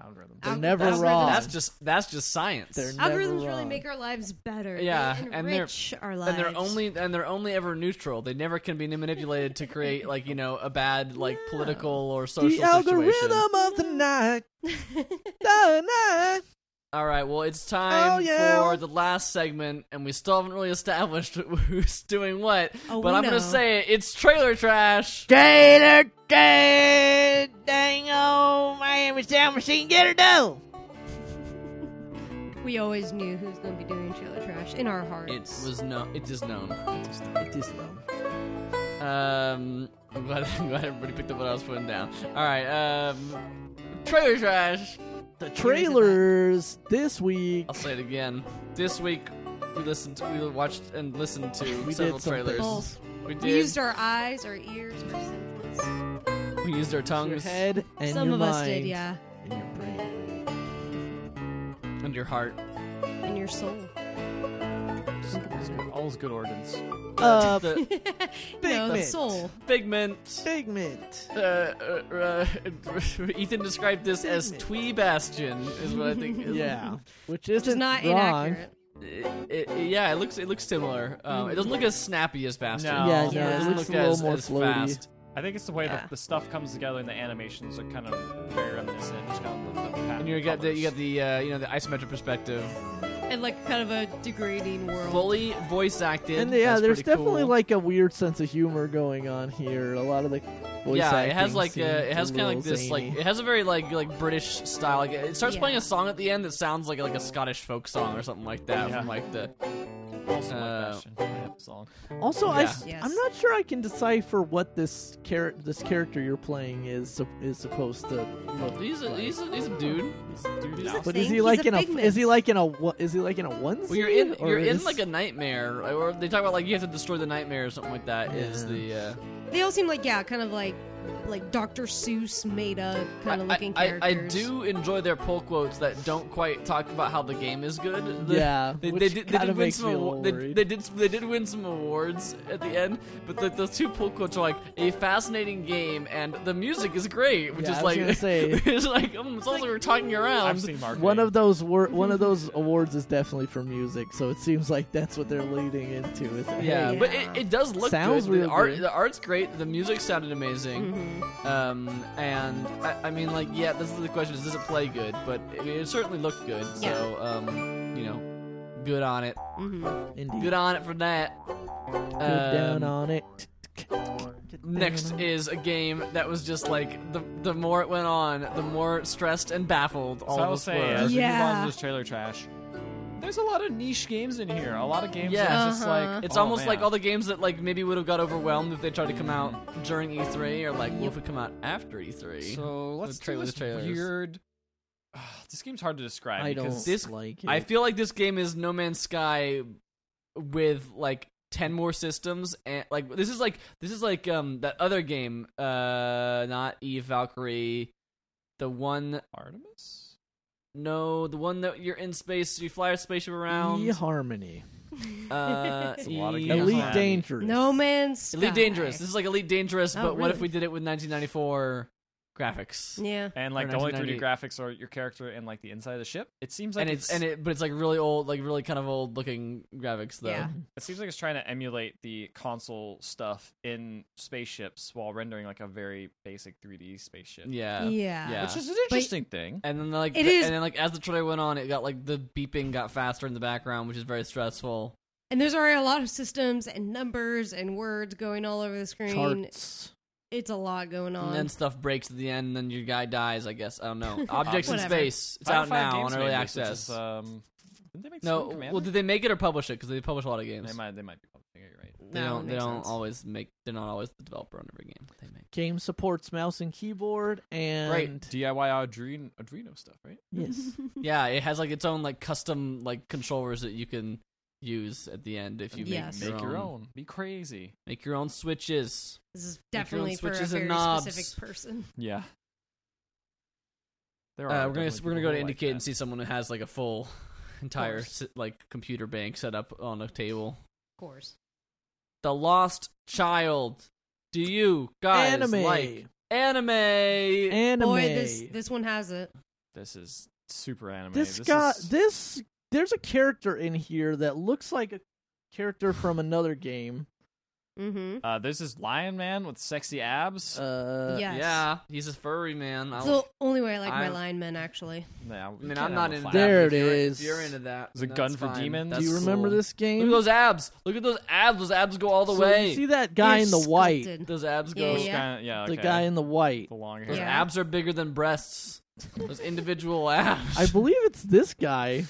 [SPEAKER 4] algorithm.
[SPEAKER 3] They're
[SPEAKER 2] Algorithms.
[SPEAKER 3] never
[SPEAKER 2] That's-
[SPEAKER 3] wrong.
[SPEAKER 1] That's just that's just science.
[SPEAKER 3] They're never
[SPEAKER 2] Algorithms really
[SPEAKER 3] wrong.
[SPEAKER 2] make our lives better.
[SPEAKER 1] Yeah,
[SPEAKER 2] they
[SPEAKER 1] and they're-
[SPEAKER 2] enrich our lives.
[SPEAKER 1] and they're only and they're only ever neutral. They never can be manipulated to create like you know a bad like
[SPEAKER 2] Yeah.
[SPEAKER 1] political or social
[SPEAKER 3] the algorithm
[SPEAKER 1] situation.
[SPEAKER 3] of the night. The night.
[SPEAKER 1] All right, well it's time
[SPEAKER 3] Oh, yeah.
[SPEAKER 1] for the last segment, and we still haven't really established [LAUGHS] who's doing what.
[SPEAKER 2] Oh,
[SPEAKER 1] but
[SPEAKER 2] we
[SPEAKER 1] I'm gonna
[SPEAKER 2] know.
[SPEAKER 1] say it, it's trailer trash.
[SPEAKER 3] Trailer, trailer, dang oh, my name is Sound Machine, get her dough.
[SPEAKER 2] [LAUGHS] we always knew who's going to be doing trailer trash in our hearts.
[SPEAKER 1] It was known. It is known.
[SPEAKER 3] It is low.
[SPEAKER 1] Um, [LAUGHS] I'm glad, I'm glad everybody picked up what I was putting down. All right, um, trailer trash.
[SPEAKER 3] The trailers this week.
[SPEAKER 1] I'll say it again. This week we listened, to, we watched and listened to
[SPEAKER 3] We did
[SPEAKER 1] several
[SPEAKER 3] some
[SPEAKER 1] trailers.
[SPEAKER 2] Both.
[SPEAKER 1] We did.
[SPEAKER 2] We used our eyes, our ears, our senses.
[SPEAKER 1] we used our
[SPEAKER 3] Your
[SPEAKER 1] tongues
[SPEAKER 3] head and
[SPEAKER 2] Some
[SPEAKER 3] your
[SPEAKER 2] of
[SPEAKER 3] mind.
[SPEAKER 2] us did, yeah.
[SPEAKER 3] And your brain.
[SPEAKER 1] and your heart.
[SPEAKER 2] And your soul.
[SPEAKER 4] All those good organs.
[SPEAKER 3] Uh, [LAUGHS]
[SPEAKER 1] The
[SPEAKER 2] [LAUGHS] no, the
[SPEAKER 3] Figment.
[SPEAKER 2] soul.
[SPEAKER 1] figment.
[SPEAKER 2] [LAUGHS]
[SPEAKER 3] Figment.
[SPEAKER 1] Uh, uh, uh, [LAUGHS] Ethan described this as twee bastion, is what I think.
[SPEAKER 3] [LAUGHS]
[SPEAKER 1] is-
[SPEAKER 3] Yeah. Which isn't
[SPEAKER 2] Which is not
[SPEAKER 3] wrong.
[SPEAKER 2] inaccurate.
[SPEAKER 1] It- it- yeah, it looks it looks similar. Um, it doesn't look as snappy as Bastion.
[SPEAKER 4] No. Yeah,
[SPEAKER 1] it
[SPEAKER 2] no, it
[SPEAKER 1] doesn't
[SPEAKER 2] looks
[SPEAKER 1] look
[SPEAKER 3] a little
[SPEAKER 1] as,
[SPEAKER 3] more
[SPEAKER 1] as
[SPEAKER 3] floaty.
[SPEAKER 1] fast.
[SPEAKER 4] I think it's the way
[SPEAKER 2] Yeah.
[SPEAKER 4] that the stuff comes together and the animations are kind of very reminiscent. Just kind of the, the pattern
[SPEAKER 1] And you got the
[SPEAKER 4] colors.
[SPEAKER 1] you got the uh, you know the isometric perspective,
[SPEAKER 2] And like kind of a degrading world.
[SPEAKER 1] fully voice acted.
[SPEAKER 3] And yeah,
[SPEAKER 1] That's
[SPEAKER 3] there's
[SPEAKER 1] pretty
[SPEAKER 3] definitely
[SPEAKER 1] cool.
[SPEAKER 3] like a weird sense of humor going on here. A lot of the voice
[SPEAKER 1] yeah, it has
[SPEAKER 3] acting
[SPEAKER 1] like a, it
[SPEAKER 3] seems
[SPEAKER 1] has
[SPEAKER 3] a
[SPEAKER 1] kind of
[SPEAKER 3] little
[SPEAKER 1] like this like
[SPEAKER 3] zany.
[SPEAKER 1] it has a very like like British style. Like it starts
[SPEAKER 2] Yeah.
[SPEAKER 1] playing a song at the end that sounds like like a Scottish folk song or something like that
[SPEAKER 4] Yeah.
[SPEAKER 1] from like the
[SPEAKER 4] also
[SPEAKER 1] uh,
[SPEAKER 4] like Bastion, I have the song.
[SPEAKER 3] Also, I
[SPEAKER 1] Yeah.
[SPEAKER 3] s-
[SPEAKER 2] Yes.
[SPEAKER 3] I'm not sure I can decipher what this char- this character you're playing is sup- is supposed to look
[SPEAKER 1] he's a,
[SPEAKER 3] like.
[SPEAKER 1] he's a, he's a dude.
[SPEAKER 4] It's the dude
[SPEAKER 2] He's a
[SPEAKER 4] out.
[SPEAKER 3] But is
[SPEAKER 2] thing.
[SPEAKER 3] he
[SPEAKER 2] He's
[SPEAKER 3] like
[SPEAKER 2] a
[SPEAKER 3] in a
[SPEAKER 2] figment.
[SPEAKER 3] is he like in a what is he like in a onesie?
[SPEAKER 1] Well, you're in
[SPEAKER 3] or
[SPEAKER 1] you're in
[SPEAKER 3] is-
[SPEAKER 1] like a nightmare, or they talk about like you have to destroy the nightmare or something like that. Is
[SPEAKER 3] Yeah.
[SPEAKER 1] the uh,
[SPEAKER 2] They all seem like yeah, kind of like like Dr. Seuss made up kind of
[SPEAKER 1] I-
[SPEAKER 2] looking
[SPEAKER 1] I, I, I
[SPEAKER 2] characters.
[SPEAKER 1] do enjoy their pull quotes that don't quite talk about how the game is good. The-
[SPEAKER 3] yeah.
[SPEAKER 1] [LAUGHS] They,
[SPEAKER 3] which
[SPEAKER 1] they did, they
[SPEAKER 3] kinda
[SPEAKER 1] did win
[SPEAKER 3] makes
[SPEAKER 1] some
[SPEAKER 3] me a little
[SPEAKER 1] awa- they,
[SPEAKER 3] worried.
[SPEAKER 1] they did they did win some awards at the end, but the, those two pull quotes are like a fascinating game and the music is great, which
[SPEAKER 3] Yeah,
[SPEAKER 1] is
[SPEAKER 3] I was
[SPEAKER 1] like
[SPEAKER 3] gonna say.
[SPEAKER 1] [LAUGHS] it's like um, it's also we're talking around.
[SPEAKER 4] I've seen marketing.
[SPEAKER 3] one of those wor- one of those awards is definitely for music, so it seems like that's what they're leading into. Is that,
[SPEAKER 1] yeah,
[SPEAKER 3] hey,
[SPEAKER 1] but it, it does look
[SPEAKER 3] Sounds
[SPEAKER 1] good. The
[SPEAKER 3] real
[SPEAKER 1] art
[SPEAKER 3] good.
[SPEAKER 1] the art's great. The music sounded amazing.
[SPEAKER 2] Mhm.
[SPEAKER 1] Um, and I, I mean like yeah, this is the question: is does it play good? But it, it certainly looked good.
[SPEAKER 2] Yeah.
[SPEAKER 1] So um, you know, good on it.
[SPEAKER 2] Mhm.
[SPEAKER 3] indeed.
[SPEAKER 1] Good on it for that.
[SPEAKER 3] Good down
[SPEAKER 1] Um,
[SPEAKER 3] on it.
[SPEAKER 1] Next is a game that was just like the the more it went on, the more stressed and baffled all
[SPEAKER 4] so I uh,
[SPEAKER 1] of
[SPEAKER 4] will
[SPEAKER 1] us
[SPEAKER 4] say,
[SPEAKER 1] were.
[SPEAKER 4] as we move on
[SPEAKER 2] Yeah.
[SPEAKER 4] to this trailer trash, there's a lot of niche games in here. A lot of games
[SPEAKER 1] Yeah.
[SPEAKER 4] that are just
[SPEAKER 2] Uh-huh.
[SPEAKER 4] like
[SPEAKER 1] It's
[SPEAKER 4] oh,
[SPEAKER 1] almost
[SPEAKER 4] man.
[SPEAKER 1] like all the games that like maybe would have got overwhelmed if they tried to come out during E3, or like well, if we come out after E E3.
[SPEAKER 4] So let's do
[SPEAKER 1] trailer-
[SPEAKER 4] this
[SPEAKER 1] trailers.
[SPEAKER 4] weird. Ah, this game's hard to describe.
[SPEAKER 3] I
[SPEAKER 4] because
[SPEAKER 3] don't
[SPEAKER 1] this-
[SPEAKER 3] like it.
[SPEAKER 1] I feel like this game is No Man's Sky with like ten more systems, and like this is like this is like um that other game, uh, not Eve Valkyrie, the one
[SPEAKER 4] Artemis.
[SPEAKER 1] no, the one that you're in space, you fly a spaceship around.
[SPEAKER 3] eHarmony.
[SPEAKER 1] Uh,
[SPEAKER 4] [LAUGHS] It's a lot of
[SPEAKER 1] E-
[SPEAKER 4] games.
[SPEAKER 3] Elite
[SPEAKER 4] Yeah.
[SPEAKER 3] Dangerous.
[SPEAKER 2] No man's
[SPEAKER 1] Elite
[SPEAKER 2] Sky.
[SPEAKER 1] Dangerous. This is like Elite Dangerous,
[SPEAKER 2] Oh,
[SPEAKER 1] but what if we
[SPEAKER 2] really?
[SPEAKER 1] did it with 1994 graphics?
[SPEAKER 2] Yeah.
[SPEAKER 4] And like
[SPEAKER 1] Or
[SPEAKER 4] the only 3D
[SPEAKER 1] 1998.
[SPEAKER 4] graphics are your character and like the inside of the ship. It seems like
[SPEAKER 1] And it's and it, but it's like really old, like really kind of old looking graphics though.
[SPEAKER 2] Yeah.
[SPEAKER 4] It seems like it's trying to emulate the console stuff in spaceships while rendering like a very basic 3D spaceship.
[SPEAKER 1] yeah,
[SPEAKER 2] Yeah.
[SPEAKER 1] Yeah.
[SPEAKER 4] Which is an
[SPEAKER 2] But-
[SPEAKER 4] interesting thing.
[SPEAKER 1] And then like
[SPEAKER 2] It
[SPEAKER 1] the-
[SPEAKER 2] is-
[SPEAKER 1] and then like as the trailer went on, it got like the beeping got faster in the background, which is very stressful.
[SPEAKER 2] And there's already a lot of systems and numbers and words going all over the screen.
[SPEAKER 3] charts.
[SPEAKER 2] It's a lot going
[SPEAKER 1] And
[SPEAKER 2] on.
[SPEAKER 1] then stuff breaks at the end, and then your guy dies. I guess I don't
[SPEAKER 2] [LAUGHS]
[SPEAKER 1] know. Objects in
[SPEAKER 2] Whatever.
[SPEAKER 1] Space. It's
[SPEAKER 4] Final
[SPEAKER 1] out
[SPEAKER 4] Five
[SPEAKER 1] now
[SPEAKER 4] Games
[SPEAKER 1] on early
[SPEAKER 4] made this, which
[SPEAKER 1] access.
[SPEAKER 4] is, um, didn't they make
[SPEAKER 1] no,
[SPEAKER 4] Supreme Commander?
[SPEAKER 1] well, did they make it or publish it? Because they publish a lot of games.
[SPEAKER 4] they might. They might be publishing it. You're right.
[SPEAKER 1] They
[SPEAKER 2] No,
[SPEAKER 1] don't.
[SPEAKER 2] it
[SPEAKER 1] They
[SPEAKER 2] makes
[SPEAKER 1] don't
[SPEAKER 2] sense.
[SPEAKER 1] always make. They're not always the developer on every game they make.
[SPEAKER 3] Game supports mouse and keyboard and
[SPEAKER 4] DIY Adreno, Adreno stuff, right?
[SPEAKER 3] [LAUGHS] yes.
[SPEAKER 1] Yeah, it has like its own like custom like controllers that you can use at the end if you make,
[SPEAKER 2] Yes.
[SPEAKER 1] your,
[SPEAKER 4] Make
[SPEAKER 1] own.
[SPEAKER 4] your own. Be crazy.
[SPEAKER 1] Make your own switches.
[SPEAKER 2] [LAUGHS] this is
[SPEAKER 1] If you're on
[SPEAKER 2] definitely for a
[SPEAKER 1] switches and
[SPEAKER 2] very
[SPEAKER 1] knobs.
[SPEAKER 2] specific person.
[SPEAKER 4] Yeah. There
[SPEAKER 1] Uh, we're gonna
[SPEAKER 4] definitely
[SPEAKER 1] we're gonna
[SPEAKER 4] people
[SPEAKER 1] go to
[SPEAKER 4] who like
[SPEAKER 1] Indicate and
[SPEAKER 4] that.
[SPEAKER 1] see someone who has like a full [LAUGHS] entire
[SPEAKER 2] course.
[SPEAKER 1] si- like computer bank set up on a table.
[SPEAKER 2] Of course.
[SPEAKER 1] The Lost Child. Do you guys
[SPEAKER 3] anime.
[SPEAKER 1] like anime?
[SPEAKER 3] anime.
[SPEAKER 2] Boy, this this one has it.
[SPEAKER 4] This is super anime.
[SPEAKER 3] This,
[SPEAKER 4] this
[SPEAKER 3] guy,
[SPEAKER 4] is-
[SPEAKER 3] this there's a character in here that looks like a character from another game.
[SPEAKER 2] Mm-hmm.
[SPEAKER 4] uh, this is Lion Man with sexy abs.
[SPEAKER 3] Uh,
[SPEAKER 2] yes.
[SPEAKER 1] Yeah, he's a furry man.
[SPEAKER 2] It's
[SPEAKER 1] I'll-
[SPEAKER 2] the only way I like my
[SPEAKER 1] I'm-
[SPEAKER 2] linemen, actually.
[SPEAKER 4] Nah,
[SPEAKER 1] I mean,
[SPEAKER 4] we can't
[SPEAKER 1] I'm
[SPEAKER 4] have
[SPEAKER 1] not
[SPEAKER 4] a
[SPEAKER 1] into
[SPEAKER 4] flat
[SPEAKER 1] that.
[SPEAKER 3] There
[SPEAKER 1] but
[SPEAKER 3] it
[SPEAKER 1] if you're-
[SPEAKER 3] is.
[SPEAKER 1] If you're into that,
[SPEAKER 4] There's a
[SPEAKER 1] that's
[SPEAKER 4] gun for
[SPEAKER 1] fine.
[SPEAKER 4] demons.
[SPEAKER 3] Do you
[SPEAKER 1] That's
[SPEAKER 3] remember
[SPEAKER 1] cool.
[SPEAKER 3] this game?
[SPEAKER 1] Look at those abs. Look at those abs. Those abs go all the
[SPEAKER 3] So
[SPEAKER 1] way.
[SPEAKER 3] You see that guy
[SPEAKER 2] They're
[SPEAKER 3] in the white?
[SPEAKER 2] sculpted.
[SPEAKER 1] Those abs go.
[SPEAKER 2] Yeah,
[SPEAKER 4] Those
[SPEAKER 2] yeah.
[SPEAKER 4] kinda- yeah,
[SPEAKER 3] The
[SPEAKER 4] okay.
[SPEAKER 3] guy in
[SPEAKER 1] [LAUGHS]
[SPEAKER 3] the white.
[SPEAKER 4] the long hair.
[SPEAKER 1] Those
[SPEAKER 2] Yeah.
[SPEAKER 1] abs are bigger than breasts. Those individual abs.
[SPEAKER 3] [LAUGHS] I believe it's this guy.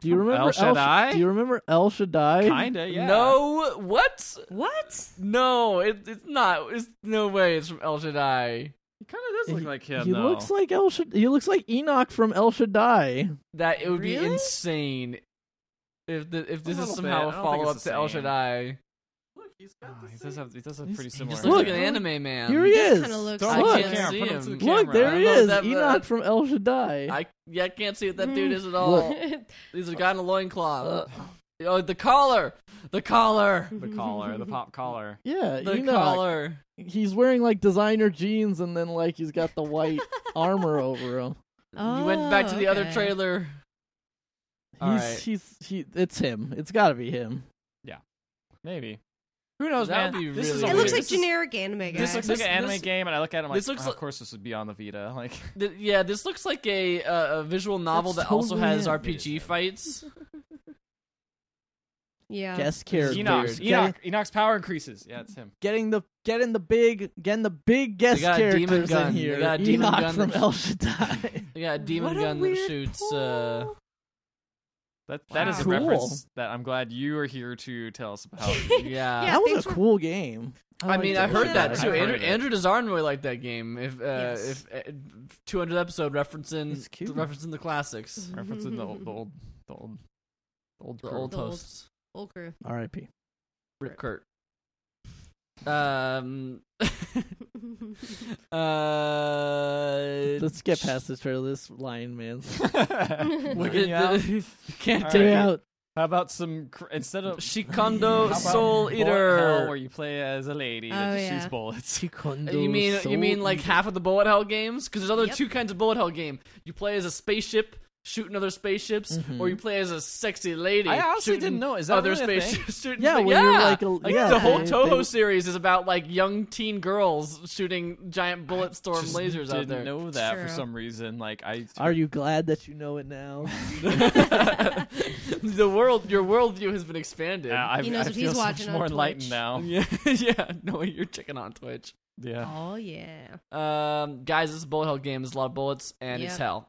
[SPEAKER 3] Do
[SPEAKER 4] From
[SPEAKER 3] you
[SPEAKER 4] El
[SPEAKER 3] remember
[SPEAKER 4] Shaddai?
[SPEAKER 3] do you remember El Shaddai?
[SPEAKER 4] Kinda, yeah.
[SPEAKER 1] No, what?
[SPEAKER 2] What?
[SPEAKER 1] No, it, it's not. It's no way. It's from El Shaddai.
[SPEAKER 4] he kind of does look
[SPEAKER 3] He-
[SPEAKER 4] like him.
[SPEAKER 3] he
[SPEAKER 4] though.
[SPEAKER 3] looks like El Shad- He looks like Enoch from El Shaddai.
[SPEAKER 1] That it would be
[SPEAKER 2] Really?
[SPEAKER 1] insane if the, if this is
[SPEAKER 4] little
[SPEAKER 1] somehow
[SPEAKER 4] bit. I don't
[SPEAKER 1] a
[SPEAKER 4] think
[SPEAKER 1] follow up
[SPEAKER 4] it's
[SPEAKER 1] to
[SPEAKER 4] the
[SPEAKER 1] El
[SPEAKER 4] same.
[SPEAKER 1] Shaddai.
[SPEAKER 4] Oh, he does have. He does have
[SPEAKER 3] He's-
[SPEAKER 4] pretty
[SPEAKER 3] he
[SPEAKER 1] He
[SPEAKER 4] similar.
[SPEAKER 1] just looks like
[SPEAKER 3] Yeah.
[SPEAKER 1] an anime man.
[SPEAKER 3] Here he is.
[SPEAKER 2] Kind of looks.
[SPEAKER 4] Don't
[SPEAKER 1] I
[SPEAKER 3] look,
[SPEAKER 2] like
[SPEAKER 1] can't
[SPEAKER 4] camera,
[SPEAKER 1] see
[SPEAKER 4] put him
[SPEAKER 1] him.
[SPEAKER 4] to the camera.
[SPEAKER 3] Look, there he
[SPEAKER 1] I don't know
[SPEAKER 3] is.
[SPEAKER 1] that-
[SPEAKER 3] Enoch from El Shaddai.
[SPEAKER 1] I yeah, I can't see what that
[SPEAKER 2] Mm.
[SPEAKER 1] dude is at
[SPEAKER 3] Look.
[SPEAKER 1] all. He's a guy in a loincloth. Oh, the collar, the collar,
[SPEAKER 4] the collar, the pop collar.
[SPEAKER 3] yeah,
[SPEAKER 1] the
[SPEAKER 3] Enoch.
[SPEAKER 1] collar.
[SPEAKER 3] He's wearing like designer jeans and then like he's got
[SPEAKER 2] [LAUGHS]
[SPEAKER 3] the white armor over him.
[SPEAKER 1] you went back to the other
[SPEAKER 2] Oh, okay.
[SPEAKER 1] trailer. All
[SPEAKER 3] He's
[SPEAKER 1] right.
[SPEAKER 3] he's he. It's him. It's got to be him.
[SPEAKER 4] Maybe. Who knows,
[SPEAKER 1] That
[SPEAKER 4] man?
[SPEAKER 1] would be
[SPEAKER 4] this is
[SPEAKER 1] really
[SPEAKER 2] It
[SPEAKER 4] a
[SPEAKER 1] weird.
[SPEAKER 2] looks
[SPEAKER 4] weird-
[SPEAKER 2] like
[SPEAKER 1] This is-
[SPEAKER 2] generic anime.
[SPEAKER 4] This
[SPEAKER 2] Guys.
[SPEAKER 4] looks like an
[SPEAKER 1] This-
[SPEAKER 4] anime
[SPEAKER 1] this-
[SPEAKER 4] game, and I look at it I'm like,
[SPEAKER 1] this looks
[SPEAKER 4] "Oh,
[SPEAKER 1] like-
[SPEAKER 4] of course this would be on the Vita. [LAUGHS] Like,
[SPEAKER 1] Th- yeah, this looks like a uh, a visual novel
[SPEAKER 3] That's
[SPEAKER 1] that also
[SPEAKER 3] totally
[SPEAKER 1] has
[SPEAKER 3] it.
[SPEAKER 1] RPG
[SPEAKER 4] It is.
[SPEAKER 1] fights.
[SPEAKER 2] yeah.
[SPEAKER 3] Guest character.
[SPEAKER 4] Enoch,
[SPEAKER 1] Enoch-
[SPEAKER 3] Getting,
[SPEAKER 4] Enoch, Enoch's power increases. Yeah, it's him.
[SPEAKER 3] getting the getting the big getting the big guest
[SPEAKER 1] got a demon
[SPEAKER 3] characters
[SPEAKER 1] gun.
[SPEAKER 3] in
[SPEAKER 1] They
[SPEAKER 3] here.
[SPEAKER 1] got a demon
[SPEAKER 3] Enoch
[SPEAKER 1] gun
[SPEAKER 3] from
[SPEAKER 1] that- [LAUGHS]
[SPEAKER 3] El Shaddai.
[SPEAKER 1] They got a demon
[SPEAKER 2] What a
[SPEAKER 1] gun that
[SPEAKER 2] weird
[SPEAKER 1] shoots.
[SPEAKER 2] pull.
[SPEAKER 1] Uh,
[SPEAKER 4] That that is a
[SPEAKER 3] Wow.
[SPEAKER 4] reference that I'm glad you are here to tell
[SPEAKER 2] [LAUGHS]
[SPEAKER 4] us about.
[SPEAKER 1] yeah.
[SPEAKER 2] Yeah,
[SPEAKER 3] that was
[SPEAKER 2] thanks
[SPEAKER 3] a
[SPEAKER 2] for-
[SPEAKER 3] cool game.
[SPEAKER 1] I
[SPEAKER 3] liked
[SPEAKER 1] mean,
[SPEAKER 3] it.
[SPEAKER 1] I heard that
[SPEAKER 4] I've
[SPEAKER 1] too.
[SPEAKER 4] heard
[SPEAKER 1] Andrew,
[SPEAKER 4] of it.
[SPEAKER 1] Andrew Desarn really liked that game. If uh,
[SPEAKER 2] Yes.
[SPEAKER 1] if uh, 200 episode referencing
[SPEAKER 3] It's cute.
[SPEAKER 1] referencing the classics,
[SPEAKER 4] Referencing the old, the old, the old, the old,
[SPEAKER 1] the
[SPEAKER 4] crew. [LAUGHS]
[SPEAKER 1] old
[SPEAKER 2] The old-
[SPEAKER 1] hosts.
[SPEAKER 2] Old crew.
[SPEAKER 3] R.I.P.
[SPEAKER 1] Rip Kurt. Um. uh.
[SPEAKER 3] Let's
[SPEAKER 1] [LAUGHS]
[SPEAKER 3] get past this trailer. This lion man.
[SPEAKER 4] Looking
[SPEAKER 1] it-
[SPEAKER 4] out.
[SPEAKER 1] you can't
[SPEAKER 4] All
[SPEAKER 1] take
[SPEAKER 3] Get
[SPEAKER 4] right.
[SPEAKER 1] it.
[SPEAKER 3] out.
[SPEAKER 4] How about some cr-
[SPEAKER 1] [LAUGHS]
[SPEAKER 4] instead of
[SPEAKER 1] Shikondo
[SPEAKER 4] How about
[SPEAKER 1] Soul
[SPEAKER 4] Bullet Hell, where
[SPEAKER 1] Eater.
[SPEAKER 4] you play as a lady
[SPEAKER 2] Oh,
[SPEAKER 4] that just
[SPEAKER 2] yeah.
[SPEAKER 4] shoots bullets.
[SPEAKER 1] You mean you mean like half of the bullet hell games? Because there's other
[SPEAKER 2] Yep.
[SPEAKER 1] two kinds of bullet hell game. You play as a spaceship shooting other spaceships,
[SPEAKER 3] Mhm.
[SPEAKER 1] or you play as a sexy lady.
[SPEAKER 4] Mm-hmm. I honestly
[SPEAKER 1] shooting
[SPEAKER 4] didn't know. Is that
[SPEAKER 1] other
[SPEAKER 4] really a thing?
[SPEAKER 1] spaceships? [LAUGHS] shooting
[SPEAKER 3] Yeah,
[SPEAKER 1] spa-
[SPEAKER 3] when you're
[SPEAKER 1] yeah.
[SPEAKER 3] like a- yeah,
[SPEAKER 1] the whole
[SPEAKER 3] they-
[SPEAKER 1] Toho
[SPEAKER 3] they-
[SPEAKER 1] series is about like young teen girls shooting giant bullet storm
[SPEAKER 4] Just
[SPEAKER 1] lasers
[SPEAKER 4] didn't
[SPEAKER 1] out there.
[SPEAKER 4] know [LAUGHS] that for
[SPEAKER 2] True.
[SPEAKER 4] some reason. Like I,
[SPEAKER 3] Are you glad that you know it now?
[SPEAKER 1] [LAUGHS] the world, your worldview has been expanded.
[SPEAKER 4] Uh, I,
[SPEAKER 2] He knows
[SPEAKER 4] I
[SPEAKER 2] if
[SPEAKER 4] feel
[SPEAKER 2] he's
[SPEAKER 4] so
[SPEAKER 2] watching
[SPEAKER 4] much
[SPEAKER 2] on
[SPEAKER 4] more
[SPEAKER 2] Twitch.
[SPEAKER 1] [LAUGHS]
[SPEAKER 4] enlightened now.
[SPEAKER 1] yeah, yeah. No, you're chicken on Twitch.
[SPEAKER 4] Yeah.
[SPEAKER 2] [LAUGHS] Oh yeah.
[SPEAKER 1] Um, guys, this is a bullet hell game. There's a lot of bullets, and it's
[SPEAKER 2] Yep.
[SPEAKER 1] hell.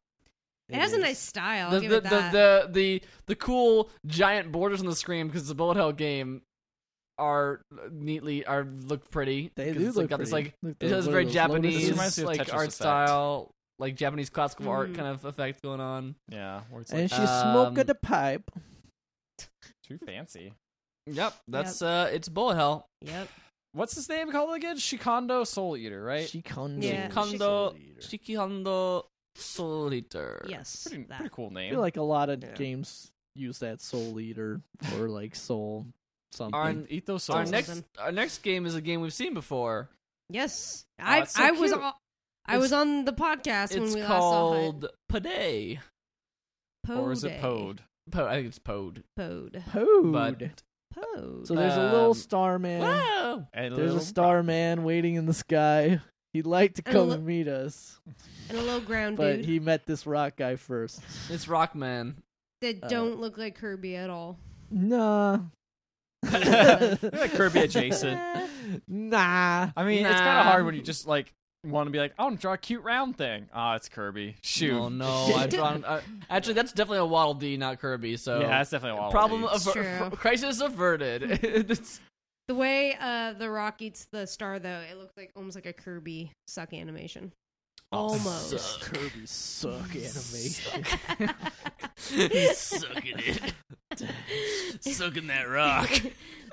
[SPEAKER 2] It, has a nice style.
[SPEAKER 1] The
[SPEAKER 2] I'll
[SPEAKER 1] the,
[SPEAKER 2] give
[SPEAKER 1] the,
[SPEAKER 2] it that.
[SPEAKER 1] the the the cool giant borders on the screen because it's a bullet hell game are neatly are look pretty.
[SPEAKER 3] They
[SPEAKER 1] 'cause
[SPEAKER 3] do
[SPEAKER 1] it's like
[SPEAKER 3] look
[SPEAKER 1] got this
[SPEAKER 3] pretty.
[SPEAKER 1] like
[SPEAKER 3] Look,
[SPEAKER 1] it
[SPEAKER 3] the-
[SPEAKER 1] has
[SPEAKER 3] what are
[SPEAKER 1] very
[SPEAKER 3] those lotus- This
[SPEAKER 1] Japanese
[SPEAKER 4] reminds me of
[SPEAKER 1] like
[SPEAKER 4] Tetris
[SPEAKER 1] art
[SPEAKER 4] Effect.
[SPEAKER 1] style, like Japanese classical art
[SPEAKER 2] Mhm.
[SPEAKER 1] kind of effect going on.
[SPEAKER 4] Yeah. Where it's
[SPEAKER 3] And
[SPEAKER 4] like
[SPEAKER 3] she
[SPEAKER 1] Um,
[SPEAKER 3] smoked the pipe.
[SPEAKER 4] too fancy.
[SPEAKER 1] Yep, that's uh, it's bullet hell.
[SPEAKER 2] Yep.
[SPEAKER 4] What's his name called again? Shikondo Soul Eater, right?
[SPEAKER 3] She condo.
[SPEAKER 2] Yeah.
[SPEAKER 1] Shikondo Shikihando Soul Eater.
[SPEAKER 2] Yes.
[SPEAKER 4] pretty,
[SPEAKER 2] that.
[SPEAKER 4] pretty cool
[SPEAKER 3] I
[SPEAKER 4] name.
[SPEAKER 3] feel like a lot of
[SPEAKER 1] Yeah.
[SPEAKER 3] games use that soul eater or like soul something.
[SPEAKER 1] Our,
[SPEAKER 4] Eat those
[SPEAKER 1] our
[SPEAKER 4] souls.
[SPEAKER 1] next
[SPEAKER 2] Something.
[SPEAKER 1] our next game is a game we've seen before.
[SPEAKER 2] Yes.
[SPEAKER 4] Aw,
[SPEAKER 2] I
[SPEAKER 4] it's so
[SPEAKER 2] I was
[SPEAKER 4] cute.
[SPEAKER 2] all, I
[SPEAKER 1] It's-
[SPEAKER 2] was on the podcast when
[SPEAKER 1] it's
[SPEAKER 2] we
[SPEAKER 1] called Pode.
[SPEAKER 2] last saw it.
[SPEAKER 4] or is it
[SPEAKER 2] Pode.
[SPEAKER 4] Pode?
[SPEAKER 1] Po- I think it's Pode.
[SPEAKER 2] Pode.
[SPEAKER 3] Pode.
[SPEAKER 1] But
[SPEAKER 2] Pode.
[SPEAKER 3] so there's a little
[SPEAKER 1] um,
[SPEAKER 3] starman.
[SPEAKER 1] Whoa!
[SPEAKER 4] And
[SPEAKER 3] There's
[SPEAKER 4] little-
[SPEAKER 3] a starman waiting in the sky. He'd like to
[SPEAKER 2] And a
[SPEAKER 3] come
[SPEAKER 2] lo-
[SPEAKER 3] and meet us,
[SPEAKER 2] and a little ground
[SPEAKER 3] but
[SPEAKER 2] dude
[SPEAKER 3] he met this rock guy first.
[SPEAKER 1] [LAUGHS] It's Rockman.
[SPEAKER 2] that
[SPEAKER 3] uh,
[SPEAKER 2] don't look like Kirby at all.
[SPEAKER 3] Nah. [LAUGHS]
[SPEAKER 4] Like Kirby adjacent.
[SPEAKER 2] [LAUGHS]
[SPEAKER 3] Nah.
[SPEAKER 4] I mean, it's
[SPEAKER 1] Nah.
[SPEAKER 4] kind of hard when you just like want to be like, I want to draw a cute round thing. Ah, it's Kirby. Shoot.
[SPEAKER 1] Oh no! I've drawn, I, uh, actually, that's definitely a Waddle D, not Kirby. So
[SPEAKER 4] yeah, that's definitely a wild
[SPEAKER 1] problem
[SPEAKER 4] dude.
[SPEAKER 1] aver-
[SPEAKER 2] True.
[SPEAKER 1] [LAUGHS] crisis averted. [LAUGHS] It's-
[SPEAKER 2] The way uh, the rock eats the star, though, it looks like almost like a Kirby suck
[SPEAKER 4] [LAUGHS]
[SPEAKER 2] animation. Almost.
[SPEAKER 1] Suck.
[SPEAKER 3] Kirby suck animation.
[SPEAKER 1] He's [LAUGHS] sucking
[SPEAKER 2] [LAUGHS]
[SPEAKER 1] it, sucking that rock.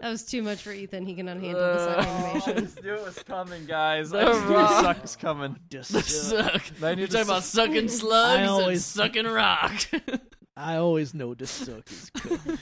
[SPEAKER 2] that was too much for Ethan. He cannot handle the suck
[SPEAKER 1] Uh,
[SPEAKER 4] [LAUGHS] I
[SPEAKER 2] animation.
[SPEAKER 4] just knew it was coming, guys.
[SPEAKER 1] The
[SPEAKER 4] I just knew
[SPEAKER 1] rock.
[SPEAKER 4] suck was coming.
[SPEAKER 1] Suck.
[SPEAKER 4] They
[SPEAKER 1] You're
[SPEAKER 4] need to
[SPEAKER 1] talking about sucking slugs and
[SPEAKER 3] always-
[SPEAKER 1] sucking rock.
[SPEAKER 3] I always know the suck is good.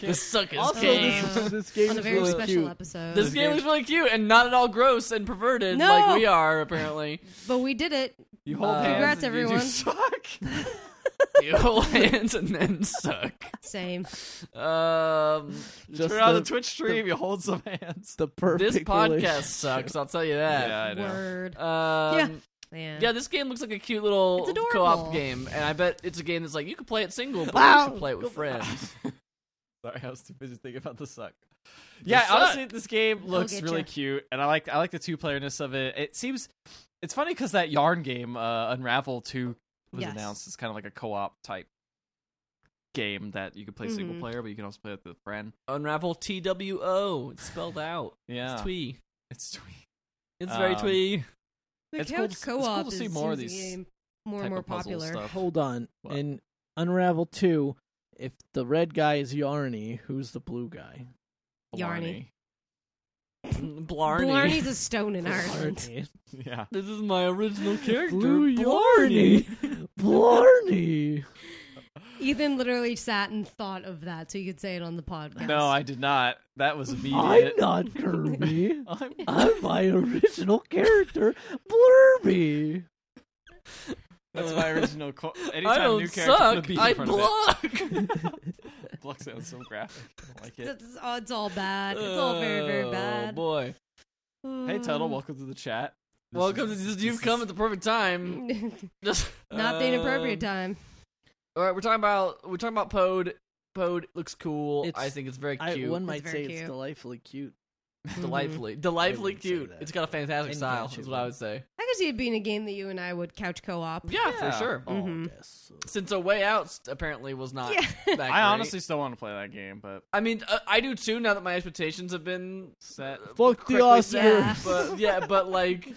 [SPEAKER 1] The suckers
[SPEAKER 4] Also,
[SPEAKER 1] came.
[SPEAKER 2] [LAUGHS]
[SPEAKER 3] this, is, this game
[SPEAKER 2] on a
[SPEAKER 3] is
[SPEAKER 2] very
[SPEAKER 3] really
[SPEAKER 2] special
[SPEAKER 3] cute.
[SPEAKER 2] episode.
[SPEAKER 1] This game was really cute and not at all gross and perverted
[SPEAKER 2] No.
[SPEAKER 1] like we are apparently.
[SPEAKER 2] [LAUGHS] but we did it.
[SPEAKER 4] You hold
[SPEAKER 1] Uh,
[SPEAKER 4] hands
[SPEAKER 2] Congrats,
[SPEAKER 4] and you do
[SPEAKER 2] everyone.
[SPEAKER 4] [LAUGHS] suck.
[SPEAKER 1] you hold hands and then suck.
[SPEAKER 2] Same.
[SPEAKER 4] [LAUGHS]
[SPEAKER 1] Um,
[SPEAKER 3] Just
[SPEAKER 4] Turn on the
[SPEAKER 3] the-
[SPEAKER 4] Twitch stream. You hold some [LAUGHS] hands.
[SPEAKER 3] The perfect
[SPEAKER 1] this podcast
[SPEAKER 3] relation-
[SPEAKER 1] sucks. I'll tell you that.
[SPEAKER 4] [LAUGHS] I
[SPEAKER 2] Word.
[SPEAKER 1] Um,
[SPEAKER 2] Yeah.
[SPEAKER 1] yeah. this game looks like a cute little
[SPEAKER 2] It's adorable.
[SPEAKER 1] co-op game, and I bet it's a game that's like you can play it single, but
[SPEAKER 3] Wow.
[SPEAKER 1] you should play it with friends. [LAUGHS]
[SPEAKER 4] Sorry, I was too busy thinking about the suck. Yeah,
[SPEAKER 1] suck.
[SPEAKER 4] honestly, this game looks
[SPEAKER 2] get
[SPEAKER 4] really
[SPEAKER 2] ya.
[SPEAKER 4] cute, and I like I like the two playerness of it. It seems it's funny because that yarn game, uh, Unravel Two, was
[SPEAKER 2] Yes.
[SPEAKER 4] announced as kind of like a co op type game that you could play single
[SPEAKER 2] Mhm.
[SPEAKER 4] player, but you can also play with a friend.
[SPEAKER 1] Unravel T W O. It's spelled out.
[SPEAKER 4] Yeah,
[SPEAKER 1] It's twee.
[SPEAKER 4] It's twee.
[SPEAKER 1] It's very
[SPEAKER 4] Um, [LAUGHS]
[SPEAKER 1] twee.
[SPEAKER 2] The
[SPEAKER 4] It's
[SPEAKER 2] couch
[SPEAKER 4] cool to- it's cool to
[SPEAKER 2] co-op
[SPEAKER 4] see
[SPEAKER 2] is
[SPEAKER 4] more of
[SPEAKER 2] seems to
[SPEAKER 4] these
[SPEAKER 2] be more
[SPEAKER 4] type
[SPEAKER 2] and more
[SPEAKER 4] of puzzle
[SPEAKER 2] popular.
[SPEAKER 4] stuff.
[SPEAKER 3] Hold on.
[SPEAKER 4] What?
[SPEAKER 3] In Unravel 2, if the red guy is Yarny, who's the blue guy?
[SPEAKER 2] Yarny.
[SPEAKER 1] Blarney.
[SPEAKER 2] Blarney's a stone
[SPEAKER 4] [LAUGHS]
[SPEAKER 2] in Ireland.
[SPEAKER 3] Blarney.
[SPEAKER 4] Blarney. [LAUGHS] Yeah.
[SPEAKER 1] [LAUGHS] This is my
[SPEAKER 4] [LAUGHS]
[SPEAKER 1] original character,
[SPEAKER 3] Blue
[SPEAKER 1] Blarney.
[SPEAKER 3] Yarny. Blarney.
[SPEAKER 2] Ethan literally sat and thought of that, so you could say it on the podcast.
[SPEAKER 4] No, I did not. That [LAUGHS] was immediate.
[SPEAKER 3] I'm
[SPEAKER 2] [LAUGHS]
[SPEAKER 3] not Kirby.
[SPEAKER 4] I'm-
[SPEAKER 3] I'm my original character, Blurby.
[SPEAKER 4] That's my original. Co- [LAUGHS] anytime
[SPEAKER 1] I don't
[SPEAKER 4] new character
[SPEAKER 1] suck.
[SPEAKER 4] put a B in
[SPEAKER 1] I
[SPEAKER 4] front of it.
[SPEAKER 1] block.
[SPEAKER 4] [LAUGHS] Block sounds so graphic. I don't
[SPEAKER 2] [LAUGHS]
[SPEAKER 4] like it.
[SPEAKER 2] It's, it's all, it's all bad. It's all very,
[SPEAKER 1] [LAUGHS]
[SPEAKER 2] very
[SPEAKER 1] Oh
[SPEAKER 2] bad.
[SPEAKER 1] boy!
[SPEAKER 4] Hey, Tuttle,
[SPEAKER 1] Mm.
[SPEAKER 4] welcome to the chat. This
[SPEAKER 1] Welcome.
[SPEAKER 4] is-
[SPEAKER 1] to this, you've come at the perfect time. [LAUGHS] Just
[SPEAKER 2] Not the inappropriate
[SPEAKER 1] Um,
[SPEAKER 2] time.
[SPEAKER 1] All right, we're talking about we're talking about Pod. Pod looks cool.
[SPEAKER 3] It's-
[SPEAKER 1] I think it's very
[SPEAKER 3] I,
[SPEAKER 1] cute,
[SPEAKER 3] one might
[SPEAKER 2] very
[SPEAKER 3] say
[SPEAKER 2] cute.
[SPEAKER 3] it's delightfully cute.
[SPEAKER 1] delightfully, delightfully
[SPEAKER 3] I wouldn't say
[SPEAKER 1] cute.
[SPEAKER 3] that.
[SPEAKER 1] It's got a fantastic
[SPEAKER 3] And
[SPEAKER 1] style.
[SPEAKER 3] catchy
[SPEAKER 1] Is what I
[SPEAKER 3] one.
[SPEAKER 1] would say.
[SPEAKER 2] I could see it being a game that you and I would couch co-op.
[SPEAKER 1] Yeah,
[SPEAKER 4] Yeah.
[SPEAKER 1] for sure.
[SPEAKER 3] Oh,
[SPEAKER 2] Mhm.
[SPEAKER 3] yes.
[SPEAKER 1] Since a way out apparently was not.
[SPEAKER 2] [LAUGHS] Yeah.
[SPEAKER 1] [LAUGHS] that great.
[SPEAKER 4] I honestly still want to play that game, but
[SPEAKER 1] I mean, uh, I do too. Now that my expectations have been uh,
[SPEAKER 4] set.
[SPEAKER 3] Fuck the
[SPEAKER 1] correctly set,
[SPEAKER 2] Yeah.
[SPEAKER 3] Oscars.
[SPEAKER 1] but yeah, but like,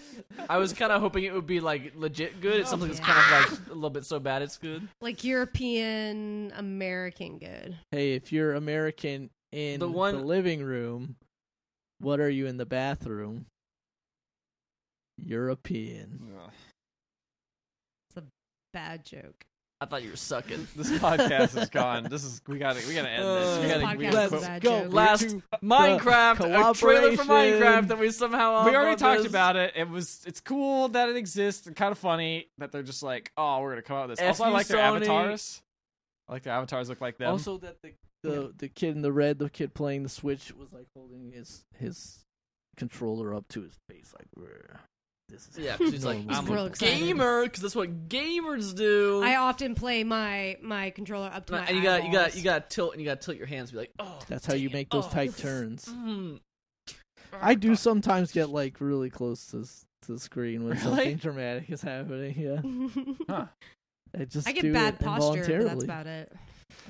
[SPEAKER 1] I was kind of hoping it would be like legit good. It's something that's kind of like a little bit so bad it's good.
[SPEAKER 2] Like European American good.
[SPEAKER 3] Hey, if you're American in
[SPEAKER 1] The
[SPEAKER 3] the,
[SPEAKER 1] one-
[SPEAKER 3] living room, what are you in the bathroom? European.
[SPEAKER 4] Ugh.
[SPEAKER 2] Bad joke.
[SPEAKER 1] I thought you were sucking.
[SPEAKER 4] This podcast is gone.
[SPEAKER 3] [LAUGHS]
[SPEAKER 4] This is we got to we got to end this. We
[SPEAKER 1] This
[SPEAKER 4] gotta, we
[SPEAKER 2] Uh, podcast
[SPEAKER 4] gotta
[SPEAKER 2] is
[SPEAKER 4] quit-
[SPEAKER 2] bad. joke.
[SPEAKER 1] Last Minecraft, a trailer for
[SPEAKER 3] cooperation.
[SPEAKER 1] Minecraft that we somehow all
[SPEAKER 4] we already
[SPEAKER 1] brought
[SPEAKER 4] talked
[SPEAKER 1] this.
[SPEAKER 4] about it. It was it's cool that it exists. and Kind of funny that they're just like, oh, we're gonna come out with this.
[SPEAKER 1] F
[SPEAKER 4] also, I
[SPEAKER 1] you,
[SPEAKER 4] like their
[SPEAKER 1] Sony.
[SPEAKER 4] avatars. I like their avatars look like them.
[SPEAKER 3] Also, that the, the the kid in the red, the kid playing the Switch, was like holding his his controller up to his face, like, "Brr, "This is
[SPEAKER 1] Yeah, 'cause he's
[SPEAKER 2] [LAUGHS]
[SPEAKER 3] [LAUGHS]
[SPEAKER 1] like,
[SPEAKER 3] normal."
[SPEAKER 1] I'm
[SPEAKER 2] real
[SPEAKER 1] a
[SPEAKER 2] excited.
[SPEAKER 1] gamer, because that's what gamers do.
[SPEAKER 2] I often play my my controller up to my
[SPEAKER 1] and you got to you got
[SPEAKER 2] eyeballs.
[SPEAKER 1] you got to tilt and you got to tilt your hands. And be like, oh,
[SPEAKER 3] That's how you make those
[SPEAKER 1] Oh.
[SPEAKER 3] tight turns.
[SPEAKER 1] mm.
[SPEAKER 3] I do sometimes get like really close to s- to the screen when
[SPEAKER 4] Really?
[SPEAKER 3] something dramatic is happening. Yeah,
[SPEAKER 2] [LAUGHS]
[SPEAKER 4] Huh.
[SPEAKER 3] I just
[SPEAKER 2] I
[SPEAKER 3] do
[SPEAKER 2] get bad
[SPEAKER 3] it
[SPEAKER 2] posture, but that's
[SPEAKER 3] involuntarily.
[SPEAKER 2] about it.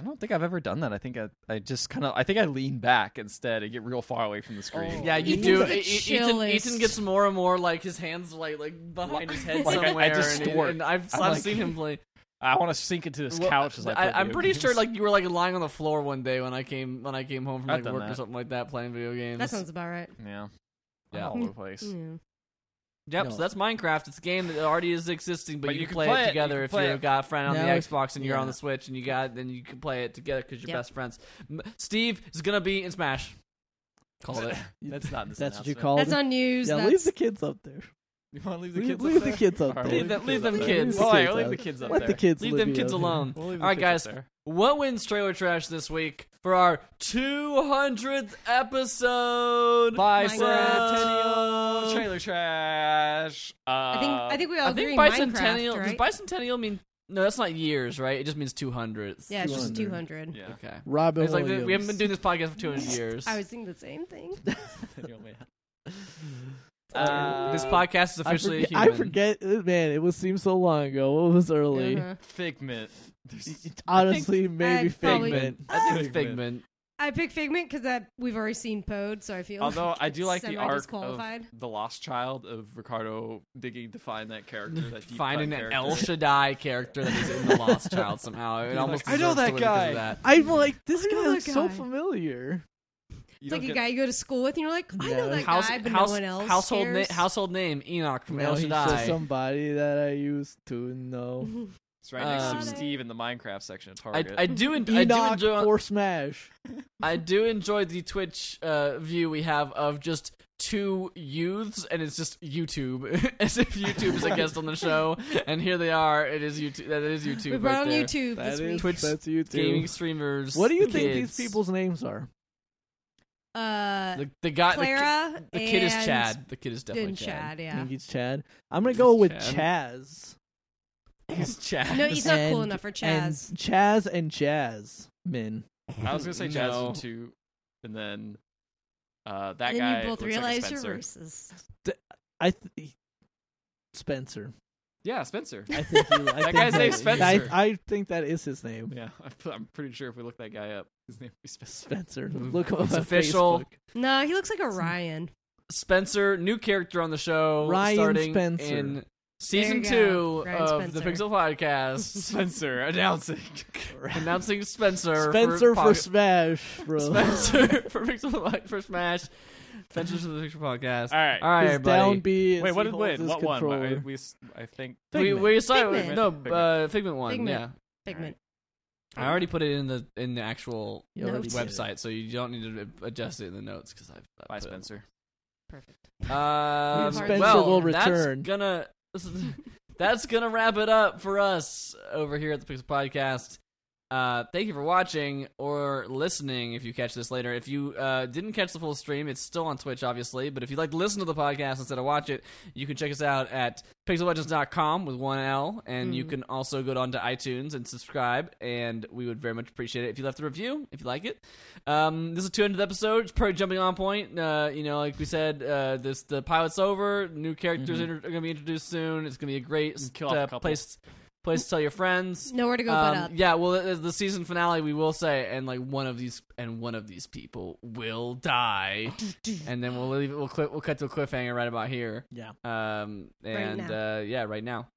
[SPEAKER 4] I don't think I've ever done that. I think I, I just kind of I think I lean back instead and get real far away from the screen.
[SPEAKER 1] Yeah, you
[SPEAKER 2] Ethan's
[SPEAKER 1] do.
[SPEAKER 2] the
[SPEAKER 1] E- E- Ethan,
[SPEAKER 2] chillest.
[SPEAKER 1] Ethan gets more and more like his hands like like behind his head
[SPEAKER 4] Like, I- I
[SPEAKER 1] somewhere. and-
[SPEAKER 4] distort.
[SPEAKER 1] And, I've
[SPEAKER 4] I'm
[SPEAKER 1] I've
[SPEAKER 4] like-
[SPEAKER 1] seen him play.
[SPEAKER 4] I want to sink into this
[SPEAKER 1] Well,
[SPEAKER 4] couch as I. play
[SPEAKER 1] I, am
[SPEAKER 4] video
[SPEAKER 1] pretty sure
[SPEAKER 4] games.
[SPEAKER 1] like you were like lying on the floor one day when I came when I came home from
[SPEAKER 4] I've
[SPEAKER 1] like
[SPEAKER 4] done
[SPEAKER 1] work or
[SPEAKER 4] that.
[SPEAKER 1] something like that playing video games.
[SPEAKER 2] That sounds about right.
[SPEAKER 4] yeah,
[SPEAKER 1] Yeah.
[SPEAKER 4] yeah, all over the place.
[SPEAKER 2] Yeah.
[SPEAKER 1] Yep,
[SPEAKER 3] No.
[SPEAKER 1] so that's Minecraft. It's a game that already is existing, but, you, can play,
[SPEAKER 4] it,
[SPEAKER 1] it
[SPEAKER 4] you
[SPEAKER 1] together
[SPEAKER 4] can
[SPEAKER 1] if
[SPEAKER 4] play
[SPEAKER 1] you've
[SPEAKER 4] it.
[SPEAKER 1] got a friend on
[SPEAKER 3] Now
[SPEAKER 1] the
[SPEAKER 3] if-
[SPEAKER 1] Xbox and you're on
[SPEAKER 3] yeah.
[SPEAKER 1] the Switch, and you got then you can play it together because you're
[SPEAKER 2] Yep.
[SPEAKER 1] best friends. M- Steve is gonna be in Smash. Called [LAUGHS] it.
[SPEAKER 4] That's not. in This
[SPEAKER 3] That's what you
[SPEAKER 4] announcement.
[SPEAKER 3] call
[SPEAKER 2] That's
[SPEAKER 3] it.
[SPEAKER 2] on news.
[SPEAKER 3] Yeah,
[SPEAKER 2] that's
[SPEAKER 3] leave the kids up there.
[SPEAKER 4] You want to leave the
[SPEAKER 3] Leave,
[SPEAKER 4] kids?
[SPEAKER 3] leave
[SPEAKER 4] up
[SPEAKER 3] the
[SPEAKER 4] there?
[SPEAKER 3] kids up
[SPEAKER 4] All
[SPEAKER 3] there.
[SPEAKER 4] right,
[SPEAKER 1] Leave them- leave them
[SPEAKER 3] up.
[SPEAKER 1] kids.
[SPEAKER 3] Leave the
[SPEAKER 1] All
[SPEAKER 4] right,
[SPEAKER 3] kids
[SPEAKER 4] leave
[SPEAKER 3] up.
[SPEAKER 4] the kids up
[SPEAKER 3] Let
[SPEAKER 4] there.
[SPEAKER 3] the kids
[SPEAKER 1] Leave them
[SPEAKER 3] live
[SPEAKER 1] kids
[SPEAKER 3] out here.
[SPEAKER 1] alone.
[SPEAKER 4] We'll leave the
[SPEAKER 1] All right,
[SPEAKER 4] kids
[SPEAKER 1] guys.
[SPEAKER 4] up there.
[SPEAKER 1] What wins trailer trash this week for our 200th episode?
[SPEAKER 4] Bicentennial trailer trash. Uh,
[SPEAKER 2] I think I think we all
[SPEAKER 1] I think
[SPEAKER 2] agree
[SPEAKER 1] bicentennial.
[SPEAKER 2] Minecraft, right?
[SPEAKER 1] Does bicentennial mean? No, that's not years, right? It just means 200.
[SPEAKER 2] yeah, it's just 200.
[SPEAKER 4] Uh, Yeah.
[SPEAKER 1] [LAUGHS] Okay.
[SPEAKER 3] Robin
[SPEAKER 1] It's like
[SPEAKER 3] Williams.
[SPEAKER 1] we haven't been doing this podcast for 200 years.
[SPEAKER 2] I was thinking the same thing.
[SPEAKER 4] Bicentennial man. Uh,
[SPEAKER 1] this podcast is officially
[SPEAKER 3] Uh, I forget,
[SPEAKER 1] a human.
[SPEAKER 3] I forget- uh, man. It was seemed so long ago. It was early.
[SPEAKER 2] Uh-huh.
[SPEAKER 4] Figment. There's-
[SPEAKER 3] It Honestly, maybe
[SPEAKER 2] I'd probably-
[SPEAKER 3] Figment.
[SPEAKER 1] I think it's
[SPEAKER 4] Figment.
[SPEAKER 1] Figment.
[SPEAKER 2] I pick Figment because that we've already seen Pode, so I feel.
[SPEAKER 4] Although I do like the arc of
[SPEAKER 2] Semi-disqualified.
[SPEAKER 4] the lost child of Ricardo digging to find that character, that
[SPEAKER 1] [LAUGHS]
[SPEAKER 4] deep
[SPEAKER 1] Finding
[SPEAKER 4] cut
[SPEAKER 1] an El
[SPEAKER 4] character.
[SPEAKER 1] Shaddai character that is in The
[SPEAKER 4] [LAUGHS]
[SPEAKER 1] Lost Child somehow. It almost
[SPEAKER 4] like, I
[SPEAKER 1] deserves
[SPEAKER 4] know
[SPEAKER 1] to
[SPEAKER 4] that
[SPEAKER 1] win because of
[SPEAKER 4] guy.
[SPEAKER 1] that.
[SPEAKER 3] I'm like, this
[SPEAKER 2] I know
[SPEAKER 3] guy
[SPEAKER 2] that
[SPEAKER 3] looks so
[SPEAKER 2] guy.
[SPEAKER 3] familiar.
[SPEAKER 4] You
[SPEAKER 2] it's
[SPEAKER 4] don't
[SPEAKER 2] like a
[SPEAKER 4] get-
[SPEAKER 2] guy you go to school with, and you're like, I know
[SPEAKER 3] No.
[SPEAKER 2] that
[SPEAKER 1] House,
[SPEAKER 2] guy, but
[SPEAKER 1] house-
[SPEAKER 2] no one else.
[SPEAKER 1] household, na-
[SPEAKER 2] [LAUGHS] cares.
[SPEAKER 1] household name Enoch from
[SPEAKER 3] Now
[SPEAKER 1] El
[SPEAKER 3] he's just
[SPEAKER 1] Shaddai.
[SPEAKER 2] [LAUGHS]
[SPEAKER 3] somebody that I used to know.
[SPEAKER 4] It's right next
[SPEAKER 1] Um,
[SPEAKER 4] to Steve in the Minecraft section of
[SPEAKER 1] I,
[SPEAKER 4] Target.
[SPEAKER 1] I do en- I do
[SPEAKER 3] Enoch
[SPEAKER 1] enjoy on-
[SPEAKER 3] for Smash.
[SPEAKER 1] I do enjoy the Twitch uh, view we have of just two youths, and it's just YouTube, [LAUGHS] as if YouTube is a guest on
[SPEAKER 3] [LAUGHS]
[SPEAKER 1] the show. And here they are. It is YouTube. That is YouTube.
[SPEAKER 2] we brought
[SPEAKER 1] right
[SPEAKER 2] on
[SPEAKER 1] there.
[SPEAKER 2] YouTube this week.
[SPEAKER 1] Twitch
[SPEAKER 3] that's you
[SPEAKER 1] Gaming streamers.
[SPEAKER 3] What do you
[SPEAKER 1] the
[SPEAKER 3] think
[SPEAKER 1] kids.
[SPEAKER 3] these people's names are?
[SPEAKER 2] Uh,
[SPEAKER 1] The, the guy. the ki-
[SPEAKER 2] Clara
[SPEAKER 1] The, kid is
[SPEAKER 2] and
[SPEAKER 1] Chad. The kid is definitely
[SPEAKER 2] and Chad.
[SPEAKER 3] I
[SPEAKER 2] Yeah.
[SPEAKER 3] think it's Chad. I'm gonna
[SPEAKER 1] Think
[SPEAKER 3] go
[SPEAKER 1] it's
[SPEAKER 3] with
[SPEAKER 1] Chad.
[SPEAKER 3] Chaz.
[SPEAKER 1] [LAUGHS] He's Chad.
[SPEAKER 2] [LAUGHS] No, he's not cool
[SPEAKER 3] And-
[SPEAKER 2] enough for
[SPEAKER 3] And
[SPEAKER 2] Chaz.
[SPEAKER 3] Chaz and Chaz Min.
[SPEAKER 4] I was gonna say Jasmine
[SPEAKER 1] No.
[SPEAKER 4] too, and then uh, that
[SPEAKER 2] and then
[SPEAKER 4] guy.
[SPEAKER 2] you both
[SPEAKER 4] looks like a
[SPEAKER 2] realize you're
[SPEAKER 4] Spencer.
[SPEAKER 2] racist.
[SPEAKER 3] I th- Spencer.
[SPEAKER 4] Yeah, Spencer.
[SPEAKER 3] I think he, I
[SPEAKER 4] That
[SPEAKER 3] think
[SPEAKER 4] guy's
[SPEAKER 3] that-
[SPEAKER 4] name's Spencer.
[SPEAKER 3] I, I think that is his name.
[SPEAKER 4] [LAUGHS] yeah, I put- I'm pretty sure if we look that guy up, his name is Spencer.
[SPEAKER 3] [LAUGHS] Spencer. Look him
[SPEAKER 1] Mm-hmm.
[SPEAKER 3] up
[SPEAKER 1] It's
[SPEAKER 3] on
[SPEAKER 1] official.
[SPEAKER 3] Facebook.
[SPEAKER 2] No, he looks like a Ryan.
[SPEAKER 1] Spencer, new character on the show,
[SPEAKER 3] Ryan
[SPEAKER 1] starting
[SPEAKER 3] Spencer.
[SPEAKER 1] in season
[SPEAKER 2] There you
[SPEAKER 1] two
[SPEAKER 2] go. Ryan
[SPEAKER 1] of the
[SPEAKER 2] Spencer.
[SPEAKER 1] Pixel Podcast.
[SPEAKER 2] [LAUGHS]
[SPEAKER 4] [LAUGHS] Spencer announcing.
[SPEAKER 1] [LAUGHS] announcing Spencer.
[SPEAKER 3] [LAUGHS] Spencer for,
[SPEAKER 1] Pocket-
[SPEAKER 3] Smash,
[SPEAKER 1] [LAUGHS]
[SPEAKER 3] bro.
[SPEAKER 1] Spencer for Pixel for Smash. Spencer for the Pixel Podcast.
[SPEAKER 4] All right.
[SPEAKER 1] All right,
[SPEAKER 3] His
[SPEAKER 1] everybody.
[SPEAKER 3] down B.
[SPEAKER 4] Wait, what did
[SPEAKER 3] win?
[SPEAKER 4] win? What one? I, we, s- I think.
[SPEAKER 1] we we saw
[SPEAKER 2] Figment.
[SPEAKER 1] no
[SPEAKER 4] Figment.
[SPEAKER 1] uh, Figment one.
[SPEAKER 2] Figment. Pigment.
[SPEAKER 1] Yeah, I already put it in the in the actual
[SPEAKER 3] You already
[SPEAKER 2] Notes.
[SPEAKER 3] did it.
[SPEAKER 1] website, so you don't need to adjust it in the notes because I've I
[SPEAKER 4] Bye,
[SPEAKER 1] put it-
[SPEAKER 4] Spencer.
[SPEAKER 2] Perfect.
[SPEAKER 1] Um,
[SPEAKER 2] Spencer
[SPEAKER 1] well,
[SPEAKER 2] will
[SPEAKER 1] That's
[SPEAKER 3] return.
[SPEAKER 1] gonna [LAUGHS] that's gonna wrap it up for us over here at the Pixel Podcast. Uh, thank you for watching or listening. If you catch this later, if you uh, didn't catch the full stream, it's still on Twitch, obviously. But if you'd like to listen to the podcast instead of watch it, you can check us out at pixellegends.com with one L, and you
[SPEAKER 4] Hmm.
[SPEAKER 2] Mm.
[SPEAKER 1] can also go down to iTunes and subscribe. And we would very much appreciate it if you left a review if you like it. Um, this is two hundredth episode. It's pretty jumping on point. Uh, you know, like we said, uh, this the pilot's over. New characters
[SPEAKER 4] Mhm.
[SPEAKER 1] inter- are going to be introduced soon. It's going to be a great
[SPEAKER 4] And kill off a
[SPEAKER 1] uh,
[SPEAKER 4] couple.
[SPEAKER 1] place place to tell your friends.
[SPEAKER 2] Nowhere to go but up.
[SPEAKER 1] Um, yeah, well, the, the season finale, we will say, and like one of these, and one of these people will
[SPEAKER 2] [LAUGHS]
[SPEAKER 1] die, and then we'll leave. it- We'll clip. We'll cut to a cliffhanger right about here.
[SPEAKER 3] Yeah.
[SPEAKER 1] Um.
[SPEAKER 2] Right
[SPEAKER 1] And
[SPEAKER 2] now.
[SPEAKER 1] uh, yeah, right now.